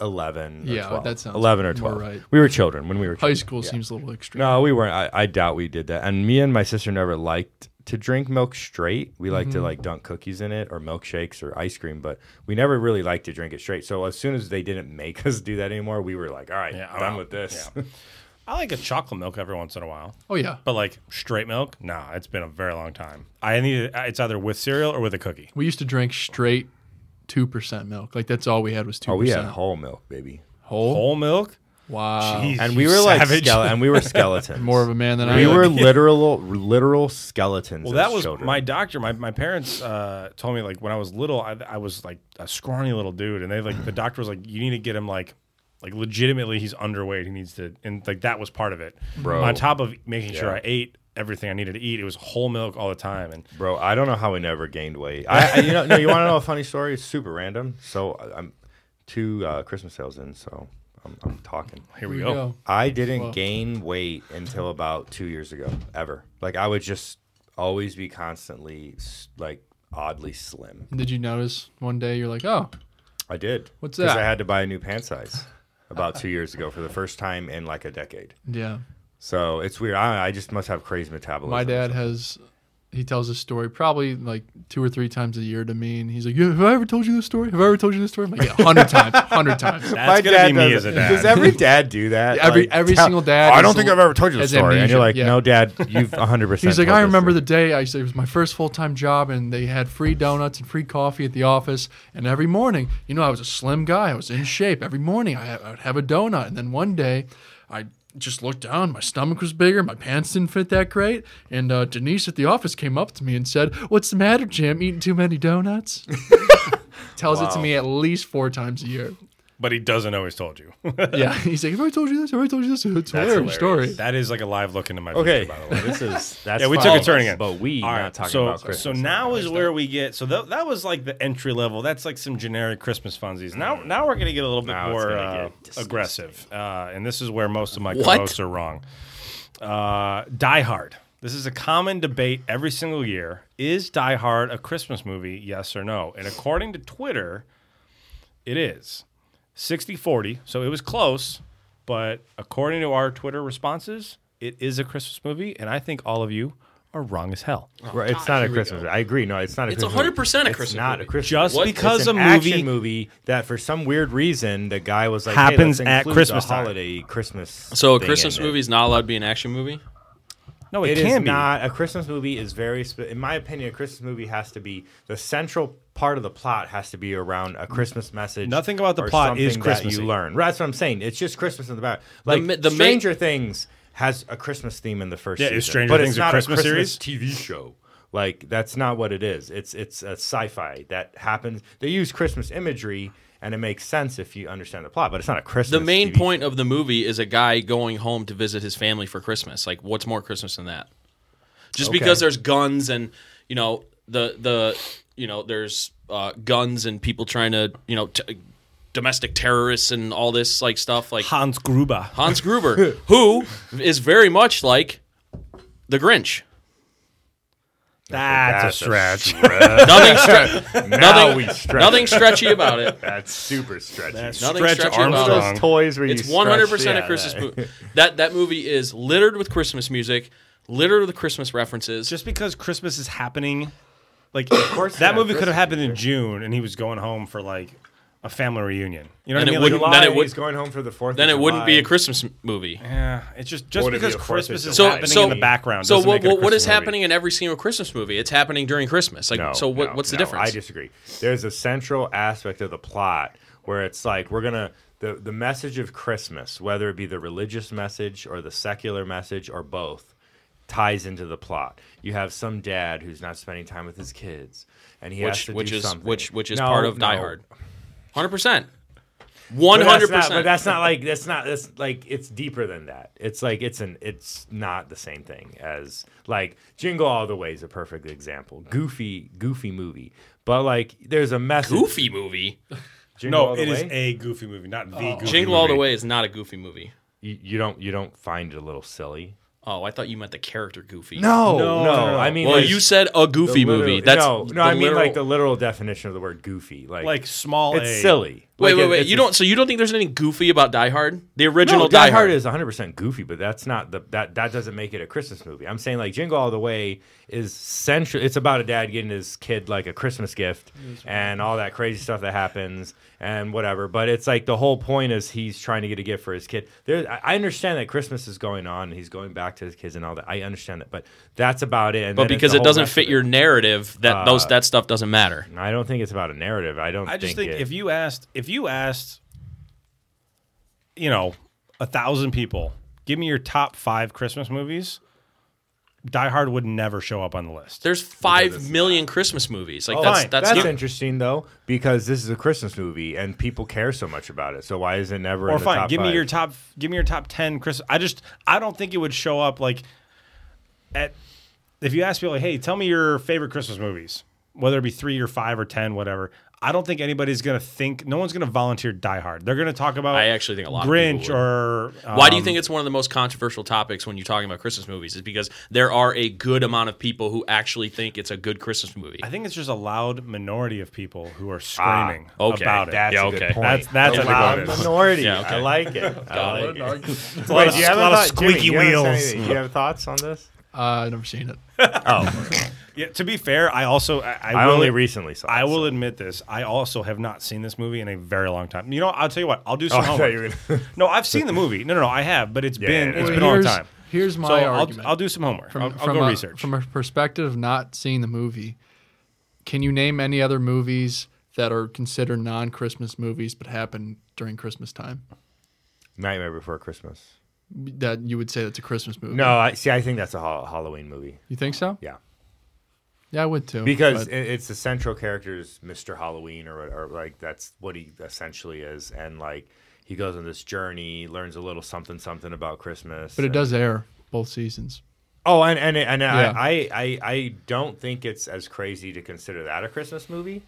[SPEAKER 3] eleven. Or
[SPEAKER 7] Yeah,
[SPEAKER 3] 12,
[SPEAKER 7] that sounds
[SPEAKER 3] eleven or
[SPEAKER 7] more
[SPEAKER 3] twelve.
[SPEAKER 7] right.
[SPEAKER 3] We were children when we were
[SPEAKER 7] High
[SPEAKER 3] children.
[SPEAKER 7] school seems a little extreme.
[SPEAKER 3] No, we weren't. I, I doubt we did that. And me and my sister never liked to drink milk straight. We like
[SPEAKER 7] Mm-hmm.
[SPEAKER 3] to like dunk cookies in it or milkshakes or ice cream, but we never really liked to drink it straight. So as soon as they didn't make <laughs> us do that anymore, we were like, all right,
[SPEAKER 6] Yeah, I'm
[SPEAKER 3] done
[SPEAKER 6] out.
[SPEAKER 3] with this.
[SPEAKER 6] I like a chocolate milk every once in a while.
[SPEAKER 7] Oh yeah,
[SPEAKER 6] But like straight milk, nah, it's been a very long time. I need it's either with cereal or with a cookie.
[SPEAKER 7] we used to drink straight two percent milk. Like that's all we had was two
[SPEAKER 3] Oh, <laughs> we had
[SPEAKER 7] percent
[SPEAKER 3] whole milk, baby.
[SPEAKER 7] whole.
[SPEAKER 6] Whole milk,
[SPEAKER 7] Wow,
[SPEAKER 6] Jeez,
[SPEAKER 3] And
[SPEAKER 6] you
[SPEAKER 3] we were like
[SPEAKER 6] savage.
[SPEAKER 3] skele- and we
[SPEAKER 7] <laughs>
[SPEAKER 3] were skeletons.
[SPEAKER 7] more of a man than I.
[SPEAKER 3] we
[SPEAKER 7] am.
[SPEAKER 3] were literal literal skeletons.
[SPEAKER 6] Well, that
[SPEAKER 3] as
[SPEAKER 6] was
[SPEAKER 3] children.
[SPEAKER 6] my doctor. My, my parents uh, told me like when I was little, I, I was like a scrawny little dude, and they like the doctor was like, you need to get him like like legitimately he's underweight. He needs to, and like that was part of it.
[SPEAKER 3] Bro.
[SPEAKER 6] On top of making sure I ate everything I needed to eat, it was whole milk all the time, and
[SPEAKER 3] Bro, I don't know how we never gained weight. I, I you know, no, you want to know a funny story? It's super random. So I- I'm two uh, Christmas sales in, so I'm, I'm talking.
[SPEAKER 6] here we,
[SPEAKER 7] Here
[SPEAKER 6] go.
[SPEAKER 7] we go.
[SPEAKER 3] I didn't gain weight until about two years ago, ever. Like I would just always be constantly s- like oddly slim.
[SPEAKER 7] Did you notice one day you're like, oh,
[SPEAKER 3] I did.
[SPEAKER 7] What's
[SPEAKER 3] Because
[SPEAKER 7] that?
[SPEAKER 3] I had to buy a new pant size about two years ago for the first time in like a decade.
[SPEAKER 7] yeah.
[SPEAKER 3] So it's weird. I, I just must have crazy metabolism.
[SPEAKER 7] My dad has. he tells this story probably like two or three times a year to me, and he's like, yeah, "Have I ever told you this story? Have I ever told you this story?" I'm like, "Yeah, a hundred <laughs> times, a hundred times."
[SPEAKER 6] That's gonna be me
[SPEAKER 3] does
[SPEAKER 6] as a
[SPEAKER 3] it.
[SPEAKER 6] dad.
[SPEAKER 3] Does every dad do that?
[SPEAKER 7] Every-
[SPEAKER 3] Like,
[SPEAKER 7] every
[SPEAKER 3] tell-
[SPEAKER 7] single dad
[SPEAKER 3] I
[SPEAKER 7] is
[SPEAKER 3] don't
[SPEAKER 7] the-
[SPEAKER 3] think I've ever told you the
[SPEAKER 7] has
[SPEAKER 3] story. And
[SPEAKER 7] amnesia,
[SPEAKER 3] you're like,
[SPEAKER 7] yeah.
[SPEAKER 3] no, dad,
[SPEAKER 7] <laughs>
[SPEAKER 3] you've 100. percent
[SPEAKER 7] He's like, I remember the day I said it was my first full time job, and they had free donuts and free coffee at the office. And every morning, you know, I was a slim guy, I was in shape. Every morning, I, I would have a donut. And then one day, I just looked down, my stomach was bigger, my pants didn't fit that great. And uh, Denise at the office came up to me and said, What's the matter, Jim? Eating too
[SPEAKER 6] <laughs>
[SPEAKER 7] many donuts? Tells it to me at least four times a year.
[SPEAKER 6] but he doesn't always told you. <laughs>
[SPEAKER 7] Yeah. <laughs> He's like, Have I told you this? Have I told you this? It's a hilarious story.
[SPEAKER 6] that is like a live look into my
[SPEAKER 3] Okay,
[SPEAKER 6] future, by the way.
[SPEAKER 3] this <laughs> is that's
[SPEAKER 6] Yeah, we
[SPEAKER 3] fine.
[SPEAKER 6] took a turn again.
[SPEAKER 3] but we
[SPEAKER 6] All
[SPEAKER 3] are
[SPEAKER 6] right,
[SPEAKER 3] not talking
[SPEAKER 6] so,
[SPEAKER 3] about Christmas.
[SPEAKER 6] So now is where we get. So tha- that was like the entry level. That's like some generic Christmas funsies. Now now we're gonna get a little bit
[SPEAKER 3] Now it's
[SPEAKER 6] more
[SPEAKER 3] gonna
[SPEAKER 6] uh,
[SPEAKER 3] get disgusting.
[SPEAKER 6] aggressive, uh, and this is where most of my
[SPEAKER 1] What?
[SPEAKER 6] co-hosts are wrong. Uh, Die Hard. This is a common debate every single year. Is Die Hard a Christmas movie? Yes or no? And according to Twitter, it is 60-40. So it was close, but according to our Twitter responses, it is a Christmas movie, and I think all of you are wrong as hell.
[SPEAKER 3] Right, it's not a Christmas. I agree. No, it's not a
[SPEAKER 1] It's
[SPEAKER 3] Christmas.
[SPEAKER 1] 100% a
[SPEAKER 3] It's
[SPEAKER 1] Christmas
[SPEAKER 3] not
[SPEAKER 1] movie.
[SPEAKER 3] a Christmas.
[SPEAKER 6] Just
[SPEAKER 3] movie.
[SPEAKER 6] because
[SPEAKER 3] it's
[SPEAKER 6] a
[SPEAKER 3] an
[SPEAKER 6] movie-
[SPEAKER 3] action movie that for some weird reason the guy was like hey,
[SPEAKER 6] Happens
[SPEAKER 3] let's
[SPEAKER 6] at
[SPEAKER 3] include
[SPEAKER 6] Christmas
[SPEAKER 3] the
[SPEAKER 6] time.
[SPEAKER 3] holiday Christmas.
[SPEAKER 1] So a
[SPEAKER 3] thing
[SPEAKER 1] Christmas
[SPEAKER 3] in it.
[SPEAKER 1] movie is not allowed to be an action movie.
[SPEAKER 6] No,
[SPEAKER 3] It
[SPEAKER 6] it,
[SPEAKER 3] is
[SPEAKER 6] can be.
[SPEAKER 3] not a Christmas movie. Is very spe- in my opinion, a Christmas movie has to be the central part of the plot has to be around a Christmas message.
[SPEAKER 6] Nothing about the
[SPEAKER 3] or
[SPEAKER 6] plot is
[SPEAKER 3] something
[SPEAKER 6] Christmassy.
[SPEAKER 3] That you learn. Right, that's what I'm saying. It's just Christmas in the back. Like
[SPEAKER 1] ma- the ma-
[SPEAKER 3] Stranger Things has a Christmas theme in the first.
[SPEAKER 6] Yeah, is
[SPEAKER 3] season,
[SPEAKER 6] Stranger
[SPEAKER 3] but
[SPEAKER 6] Things
[SPEAKER 3] it's
[SPEAKER 6] a
[SPEAKER 3] not
[SPEAKER 6] Christmas series?
[SPEAKER 3] TV show. Like that's not what it is. It's it's a sci-fi that happens. They use Christmas imagery. And it makes sense if you understand the plot, but it's not a Christmas.
[SPEAKER 1] The main
[SPEAKER 3] TV
[SPEAKER 1] point of the movie is a guy going home to visit his family for Christmas. Like, what's more Christmas than that? Just because there's guns and you know the the you know there's uh, guns and people trying to you know t- domestic terrorists and all this like stuff like
[SPEAKER 6] Hans Gruber.
[SPEAKER 1] Hans
[SPEAKER 3] <laughs>
[SPEAKER 1] Gruber, who is very much like the Grinch.
[SPEAKER 6] That's,
[SPEAKER 3] That's a
[SPEAKER 6] a stretch.
[SPEAKER 1] Nothing, stre-
[SPEAKER 3] <laughs> Now
[SPEAKER 1] <laughs> nothing,
[SPEAKER 3] we stretch.
[SPEAKER 1] nothing stretchy about
[SPEAKER 3] <laughs>
[SPEAKER 1] it.
[SPEAKER 3] That's super stretchy.
[SPEAKER 1] Nothing
[SPEAKER 6] Stretch
[SPEAKER 1] stretchy
[SPEAKER 6] Armstrong.
[SPEAKER 1] about it.
[SPEAKER 3] those toys where
[SPEAKER 1] It's
[SPEAKER 3] you
[SPEAKER 1] one hundred
[SPEAKER 3] stretch-
[SPEAKER 1] percent a
[SPEAKER 3] yeah,
[SPEAKER 1] Christmas
[SPEAKER 3] that-
[SPEAKER 1] movie. That that movie is littered with Christmas music, littered with Christmas references.
[SPEAKER 6] Just because Christmas is happening, like of course that
[SPEAKER 3] not
[SPEAKER 6] movie could have happened in June, and he was going home for like a family reunion. You know
[SPEAKER 1] And
[SPEAKER 6] what
[SPEAKER 1] it
[SPEAKER 6] I mean? Like,
[SPEAKER 1] wouldn't- then it
[SPEAKER 3] July,
[SPEAKER 1] would-
[SPEAKER 3] he's going home for the fourth.
[SPEAKER 1] then
[SPEAKER 3] of
[SPEAKER 1] it wouldn't be a
[SPEAKER 3] July.
[SPEAKER 1] Christmas m- movie.
[SPEAKER 6] yeah, it's just just
[SPEAKER 3] Would it be
[SPEAKER 6] because
[SPEAKER 3] a Fourth
[SPEAKER 6] Christmas
[SPEAKER 3] of
[SPEAKER 6] is
[SPEAKER 1] So
[SPEAKER 3] July?
[SPEAKER 6] happening
[SPEAKER 1] so
[SPEAKER 6] in the background.
[SPEAKER 1] So
[SPEAKER 6] doesn't
[SPEAKER 1] what
[SPEAKER 6] make it a
[SPEAKER 1] what, what is
[SPEAKER 6] Christmas movie.
[SPEAKER 1] happening in every single Christmas movie? It's happening during Christmas. Like
[SPEAKER 3] No,
[SPEAKER 1] so, what,
[SPEAKER 3] no,
[SPEAKER 1] what's the
[SPEAKER 3] no,
[SPEAKER 1] difference?
[SPEAKER 3] I disagree. There's a central aspect of the plot where it's like we're gonna the the message of Christmas, whether it be the religious message or the secular message or both, ties into the plot. You have some dad who's not spending time with his kids, and he has
[SPEAKER 1] which
[SPEAKER 3] to
[SPEAKER 1] which
[SPEAKER 3] do
[SPEAKER 1] is
[SPEAKER 3] something.
[SPEAKER 1] which which is
[SPEAKER 3] No,
[SPEAKER 1] part of Die
[SPEAKER 3] no.
[SPEAKER 1] Hard. Hundred percent. One
[SPEAKER 3] But that's
[SPEAKER 1] hundred
[SPEAKER 3] not- But
[SPEAKER 1] percent.
[SPEAKER 3] that's not like that's not that's like it's deeper than that. It's like it's an it's not the same thing as like Jingle All the Way is a perfect example. Goofy, goofy movie, but like there's a message.
[SPEAKER 1] Goofy movie.
[SPEAKER 3] Jingle
[SPEAKER 6] No,
[SPEAKER 3] All the
[SPEAKER 6] it is
[SPEAKER 3] Way?
[SPEAKER 6] a goofy movie, not the goofy
[SPEAKER 1] Jingle All Oh. the
[SPEAKER 6] movie.
[SPEAKER 1] Way is not a goofy movie.
[SPEAKER 3] You, you don't you don't find it a little silly?
[SPEAKER 1] Oh, I thought you meant the character Goofy.
[SPEAKER 3] No,
[SPEAKER 6] No,
[SPEAKER 3] no.
[SPEAKER 6] no, no.
[SPEAKER 3] I mean,
[SPEAKER 1] Well,
[SPEAKER 3] like,
[SPEAKER 1] you said a
[SPEAKER 3] the
[SPEAKER 1] goofy
[SPEAKER 3] literal-
[SPEAKER 1] movie. That's
[SPEAKER 3] no,
[SPEAKER 1] the
[SPEAKER 3] no. I mean,
[SPEAKER 1] literal-
[SPEAKER 3] like the literal definition of the word goofy, like
[SPEAKER 6] like small.
[SPEAKER 3] it's
[SPEAKER 6] a.
[SPEAKER 3] silly.
[SPEAKER 1] Wait,
[SPEAKER 3] Like,
[SPEAKER 1] wait,
[SPEAKER 3] it-
[SPEAKER 1] wait!
[SPEAKER 3] it's
[SPEAKER 1] You
[SPEAKER 3] just-
[SPEAKER 1] don't. So you don't think there's anything goofy about Die Hard? The original
[SPEAKER 3] no,
[SPEAKER 1] Die, Hard.
[SPEAKER 3] is 100% goofy, but that's not the that that doesn't make it a Christmas movie. I'm saying like Jingle All the Way is central. It's about a dad getting his kid like a Christmas gift and all that crazy stuff that happens and whatever. But it's like the whole point is he's trying to get a gift for his kid. There, I I understand that Christmas is going on and he's going back to his kids and all that. I understand that, but that's about it. And
[SPEAKER 1] but
[SPEAKER 3] then it's
[SPEAKER 1] because
[SPEAKER 3] the
[SPEAKER 1] it
[SPEAKER 3] whole
[SPEAKER 1] doesn't
[SPEAKER 3] rest of Uh,
[SPEAKER 1] fit your narrative, that those that stuff doesn't matter.
[SPEAKER 3] I don't think it's about a narrative. I don't.
[SPEAKER 6] I just think,
[SPEAKER 3] it-
[SPEAKER 6] if you asked, if you asked, you know, a thousand people, give me your top five Christmas movies. Die Hard would never show up on the list.
[SPEAKER 1] There's five million Christmas movies. Like that's
[SPEAKER 6] Oh, fine.
[SPEAKER 1] that's,
[SPEAKER 3] That's
[SPEAKER 1] yeah.
[SPEAKER 3] interesting though, because this is a Christmas movie and people care so much about it. So why is it never?
[SPEAKER 6] Or
[SPEAKER 3] in the
[SPEAKER 6] fine,
[SPEAKER 3] top
[SPEAKER 6] give me
[SPEAKER 3] five?
[SPEAKER 6] your top, give me your top ten Christmas. I just, I don't think it would show up like at. If you ask people, like, hey, tell me your favorite Christmas movies, whether it be three or five or ten, whatever. I don't think anybody's gonna think. No one's gonna volunteer Die Hard. They're gonna talk about.
[SPEAKER 1] I actually think a lot of people
[SPEAKER 6] Grinch
[SPEAKER 1] would.
[SPEAKER 6] or um,
[SPEAKER 1] Why
[SPEAKER 7] Um,
[SPEAKER 1] do you think it's one of the most controversial topics when you're talking about Christmas movies? Is because there are a good amount of people who actually think it's a good Christmas movie.
[SPEAKER 6] I think it's just a loud minority of people who are screaming
[SPEAKER 1] Ah, okay.
[SPEAKER 6] about it.
[SPEAKER 3] That's
[SPEAKER 1] Yeah,
[SPEAKER 3] a good
[SPEAKER 1] okay.
[SPEAKER 3] point.
[SPEAKER 6] That's- that's
[SPEAKER 3] a
[SPEAKER 6] what I
[SPEAKER 3] loud
[SPEAKER 6] think it is.
[SPEAKER 3] minority.
[SPEAKER 1] Yeah, okay.
[SPEAKER 3] I like
[SPEAKER 6] <laughs>
[SPEAKER 3] it. I like it.
[SPEAKER 7] <laughs>
[SPEAKER 6] It's a lot,
[SPEAKER 3] Wait,
[SPEAKER 6] of,
[SPEAKER 3] do you have
[SPEAKER 6] a lot of
[SPEAKER 3] thought- Jimmy,
[SPEAKER 6] squeaky
[SPEAKER 3] you haven't said
[SPEAKER 6] wheels.
[SPEAKER 3] anything. Do you have thoughts on this?
[SPEAKER 7] Uh, I've never seen it.
[SPEAKER 3] Oh,
[SPEAKER 6] Yeah, to be fair, I also I, I,
[SPEAKER 3] I
[SPEAKER 6] will-
[SPEAKER 3] only recently saw.
[SPEAKER 6] I
[SPEAKER 3] it,
[SPEAKER 6] will
[SPEAKER 3] so.
[SPEAKER 6] admit this. I also have not seen this movie in a very long time. You know, I'll tell you what. I'll do some
[SPEAKER 3] Oh, <laughs> I thought
[SPEAKER 6] homework.
[SPEAKER 3] you were gonna-
[SPEAKER 6] no, I've seen the movie. No, no, no. I have, but it's been
[SPEAKER 3] yeah,
[SPEAKER 6] it's
[SPEAKER 3] yeah.
[SPEAKER 6] been a long
[SPEAKER 7] here's,
[SPEAKER 6] time.
[SPEAKER 7] Here's my
[SPEAKER 6] so I'll,
[SPEAKER 7] argument.
[SPEAKER 6] I'll do some homework.
[SPEAKER 7] from
[SPEAKER 6] I'll, I'll
[SPEAKER 7] from
[SPEAKER 6] go
[SPEAKER 7] a,
[SPEAKER 6] research.
[SPEAKER 7] from a perspective of not seeing the movie. Can you name any other movies that are considered non-Christmas movies but happen during Christmas time
[SPEAKER 3] Nightmare Before Christmas.
[SPEAKER 7] that you would say that's a Christmas movie?
[SPEAKER 3] No, I see. I think that's a ha- Halloween movie.
[SPEAKER 7] you think so?
[SPEAKER 3] Yeah,
[SPEAKER 7] Yeah, I would too.
[SPEAKER 3] because
[SPEAKER 7] but-
[SPEAKER 3] it, it's the central character's Mr. Halloween, or, or like that's what he essentially is, and like he goes on this journey, learns a little something something about Christmas.
[SPEAKER 7] but it
[SPEAKER 3] and-
[SPEAKER 7] does air both seasons.
[SPEAKER 3] Oh, and and and
[SPEAKER 7] Yeah.
[SPEAKER 3] I, I I I don't think it's as crazy to consider that a Christmas movie,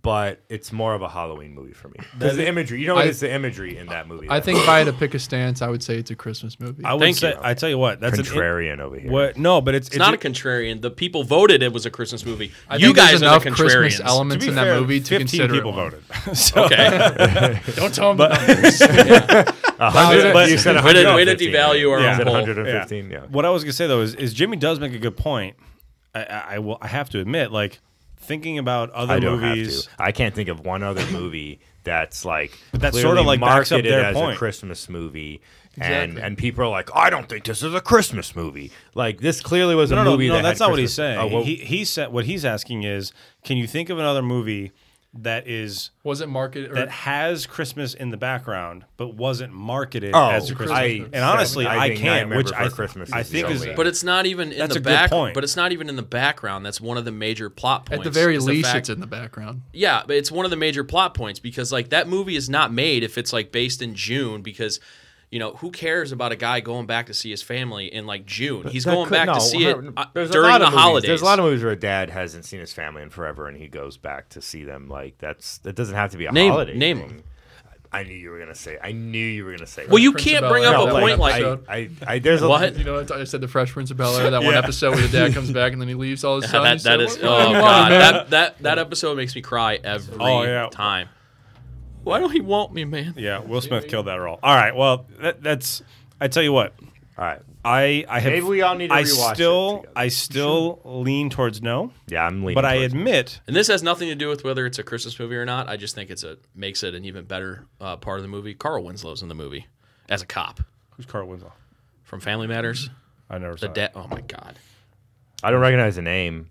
[SPEAKER 3] but it's more of a Halloween movie for me. Because the imagery, you know, what
[SPEAKER 7] I-
[SPEAKER 3] it's the imagery in that movie.
[SPEAKER 7] I
[SPEAKER 3] that's
[SPEAKER 7] think if I had to pick a stance, I would say it's a Christmas movie.
[SPEAKER 6] I would
[SPEAKER 1] Thank
[SPEAKER 6] say
[SPEAKER 1] you.
[SPEAKER 6] I tell you what. That's An,
[SPEAKER 3] contrarian over here. <laughs>
[SPEAKER 6] what? No, but it's
[SPEAKER 1] It's not a contrarian. The people voted it was a Christmas movie.
[SPEAKER 7] I
[SPEAKER 1] you
[SPEAKER 7] think there's
[SPEAKER 1] guys are the
[SPEAKER 7] enough Christmas
[SPEAKER 1] contrarians.
[SPEAKER 6] to
[SPEAKER 7] elements
[SPEAKER 6] be
[SPEAKER 7] in
[SPEAKER 6] fair,
[SPEAKER 7] that movie to
[SPEAKER 6] 15
[SPEAKER 7] consider
[SPEAKER 6] people
[SPEAKER 7] it one.
[SPEAKER 6] voted. <laughs> so,
[SPEAKER 1] Okay,
[SPEAKER 7] Don't tell them.
[SPEAKER 3] A hundred-
[SPEAKER 6] but-
[SPEAKER 3] you said
[SPEAKER 1] Way to- way to
[SPEAKER 3] 115,
[SPEAKER 1] devalue our
[SPEAKER 3] yeah.
[SPEAKER 1] own
[SPEAKER 3] You said
[SPEAKER 1] poll.
[SPEAKER 3] 115. Yeah.
[SPEAKER 6] What I was gonna say though is, is Jimmy does make a good point. I, I, I will. I have to admit, like thinking about other
[SPEAKER 3] I don't
[SPEAKER 6] movies.
[SPEAKER 3] have to. I can't think of one other movie that's like
[SPEAKER 6] that
[SPEAKER 3] clearly
[SPEAKER 6] sorta, like, backs up
[SPEAKER 3] marketed
[SPEAKER 6] their
[SPEAKER 3] as
[SPEAKER 6] point.
[SPEAKER 3] a Christmas movie. And,
[SPEAKER 7] Exactly.
[SPEAKER 3] and people are like, "Oh, I don't think this is a Christmas movie. Like this clearly was
[SPEAKER 6] No,
[SPEAKER 3] a
[SPEAKER 6] no,
[SPEAKER 3] movie.
[SPEAKER 6] no.
[SPEAKER 3] that
[SPEAKER 6] that's
[SPEAKER 3] had
[SPEAKER 6] not what he's
[SPEAKER 3] Christmas-
[SPEAKER 6] saying.
[SPEAKER 3] Oh, well,
[SPEAKER 6] he he said what he's asking is, can you think of another movie that is
[SPEAKER 7] Was it marketed? Or,
[SPEAKER 3] Er-
[SPEAKER 6] that has Christmas in the background but wasn't marketed
[SPEAKER 3] Oh,
[SPEAKER 6] as a Christmas?
[SPEAKER 3] I-
[SPEAKER 6] movie? and honestly,
[SPEAKER 3] I
[SPEAKER 6] I,
[SPEAKER 3] think
[SPEAKER 6] can't.
[SPEAKER 3] Nightmare
[SPEAKER 6] Which
[SPEAKER 3] Before
[SPEAKER 6] I,
[SPEAKER 3] Christmas
[SPEAKER 6] I
[SPEAKER 3] is the
[SPEAKER 6] think is
[SPEAKER 3] only-
[SPEAKER 1] but it's not even in
[SPEAKER 6] That's
[SPEAKER 1] the
[SPEAKER 6] a good
[SPEAKER 1] back.
[SPEAKER 6] point.
[SPEAKER 1] But it's not even in the background. That's one of the major plot points.
[SPEAKER 7] at the very
[SPEAKER 1] is
[SPEAKER 7] least,
[SPEAKER 1] fact-
[SPEAKER 7] it's in the background.
[SPEAKER 1] Yeah, but it's one of the major plot points because like that movie is not made if it's like based in June because you know who cares about a guy going back to see his family in like June? He's
[SPEAKER 3] that
[SPEAKER 1] going
[SPEAKER 3] could-
[SPEAKER 1] back
[SPEAKER 3] no,
[SPEAKER 1] to see it
[SPEAKER 3] her-
[SPEAKER 1] uh,
[SPEAKER 3] there's a
[SPEAKER 1] during
[SPEAKER 3] lot
[SPEAKER 1] the
[SPEAKER 3] of movies-
[SPEAKER 1] holidays.
[SPEAKER 3] There's a lot of movies where a dad hasn't seen his family in forever, and he goes back to see them. Like that's that doesn't have to be a
[SPEAKER 1] Name-
[SPEAKER 3] holiday.
[SPEAKER 1] name
[SPEAKER 3] thing.
[SPEAKER 1] 'em.
[SPEAKER 3] I knew you were gonna say. I knew you were gonna say.
[SPEAKER 1] well, you
[SPEAKER 7] Prince
[SPEAKER 1] can't
[SPEAKER 7] of
[SPEAKER 1] bring
[SPEAKER 7] Bel-Air.
[SPEAKER 1] up a
[SPEAKER 7] No,
[SPEAKER 1] point like
[SPEAKER 7] like,
[SPEAKER 3] <laughs>
[SPEAKER 7] episode.
[SPEAKER 3] I, I, I, there's a
[SPEAKER 1] What?
[SPEAKER 7] You know, that's- I said the Fresh Prince of Bel Air. That one episode where the dad comes back and then he leaves all his
[SPEAKER 1] Yeah,
[SPEAKER 7] son.
[SPEAKER 1] that, that is oh god that that that episode makes me cry every
[SPEAKER 6] Oh, yeah.
[SPEAKER 1] time. Why don't he want me, man?
[SPEAKER 6] yeah, Will Smith killed that role. All right. Well, that, that's. I tell you what.
[SPEAKER 3] All right.
[SPEAKER 6] I I have.
[SPEAKER 3] Maybe we all need to
[SPEAKER 6] I
[SPEAKER 3] rewatch it
[SPEAKER 6] still
[SPEAKER 3] together.
[SPEAKER 6] I still lean towards no,
[SPEAKER 3] Yeah, I'm leaning.
[SPEAKER 6] but I
[SPEAKER 3] towards-
[SPEAKER 6] admit
[SPEAKER 1] And this has nothing to do with whether it's a Christmas movie or not. I just think it's a makes it an even better uh, part of the movie. Carl Winslow's in the movie as a cop
[SPEAKER 6] who's Carl Winslow.
[SPEAKER 1] from Family Matters.
[SPEAKER 6] I never saw
[SPEAKER 1] The
[SPEAKER 6] it.
[SPEAKER 1] dad. Oh my god.
[SPEAKER 3] I don't recognize the name.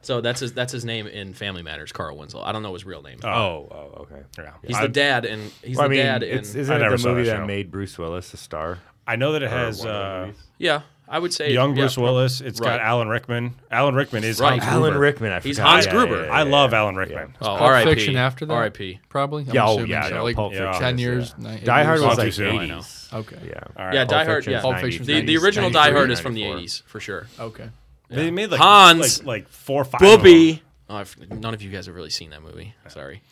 [SPEAKER 1] So that's his that's his name in Family Matters, Carl Winslow. I don't know his real name.
[SPEAKER 3] Oh, oh, okay.
[SPEAKER 6] Yeah.
[SPEAKER 1] he's the dad and he's
[SPEAKER 3] Well, I
[SPEAKER 1] the
[SPEAKER 3] mean,
[SPEAKER 1] dad
[SPEAKER 3] it's,
[SPEAKER 1] in
[SPEAKER 3] isn't
[SPEAKER 6] I
[SPEAKER 3] it
[SPEAKER 6] never
[SPEAKER 3] the
[SPEAKER 6] saw
[SPEAKER 3] movie
[SPEAKER 6] that
[SPEAKER 3] that
[SPEAKER 6] show.
[SPEAKER 3] made Bruce Willis a star?
[SPEAKER 6] I know that it has uh,
[SPEAKER 1] Yeah, I would say
[SPEAKER 6] young
[SPEAKER 1] yeah,
[SPEAKER 6] Bruce
[SPEAKER 1] pro-
[SPEAKER 6] Willis. It's
[SPEAKER 1] Right.
[SPEAKER 6] got Alan Rickman. Alan Rickman is
[SPEAKER 1] Right.
[SPEAKER 6] Hans
[SPEAKER 1] Alan
[SPEAKER 6] Gruber.
[SPEAKER 3] Alan Rickman. I
[SPEAKER 1] He's
[SPEAKER 3] forgot.
[SPEAKER 1] Hans
[SPEAKER 3] Yeah,
[SPEAKER 1] Gruber.
[SPEAKER 3] yeah, yeah,
[SPEAKER 6] I
[SPEAKER 3] yeah,
[SPEAKER 6] love
[SPEAKER 3] yeah.
[SPEAKER 6] Alan Rickman.
[SPEAKER 1] Oh,
[SPEAKER 7] Pulp
[SPEAKER 1] R.I.P.
[SPEAKER 7] Fiction after that.
[SPEAKER 1] R.I.P.
[SPEAKER 7] Probably. I'm
[SPEAKER 3] Yeah, oh,
[SPEAKER 7] assuming
[SPEAKER 3] yeah,
[SPEAKER 7] so,
[SPEAKER 3] yeah,
[SPEAKER 7] like
[SPEAKER 3] Pulp
[SPEAKER 6] Yeah.
[SPEAKER 3] Fiction.
[SPEAKER 7] ten
[SPEAKER 3] is,
[SPEAKER 7] years.
[SPEAKER 3] yeah.
[SPEAKER 7] nine-
[SPEAKER 3] Die
[SPEAKER 7] eight
[SPEAKER 3] Hard
[SPEAKER 7] years.
[SPEAKER 3] was
[SPEAKER 6] too
[SPEAKER 3] like
[SPEAKER 6] soon, I
[SPEAKER 3] 80s.
[SPEAKER 1] know.
[SPEAKER 7] Okay.
[SPEAKER 3] Yeah.
[SPEAKER 6] All
[SPEAKER 1] Yeah,
[SPEAKER 6] right.
[SPEAKER 1] Die Hard.
[SPEAKER 3] Fiction's
[SPEAKER 1] Yeah,
[SPEAKER 7] Pulp Fiction's
[SPEAKER 1] the,
[SPEAKER 3] 90s,
[SPEAKER 1] the original Die Hard is from the
[SPEAKER 3] 93,
[SPEAKER 1] '80s for sure.
[SPEAKER 7] Okay.
[SPEAKER 6] They made like
[SPEAKER 1] Hans.
[SPEAKER 6] like, like four or five. of
[SPEAKER 1] Booby. Oh, I've, none of you guys have really seen that movie. Sorry.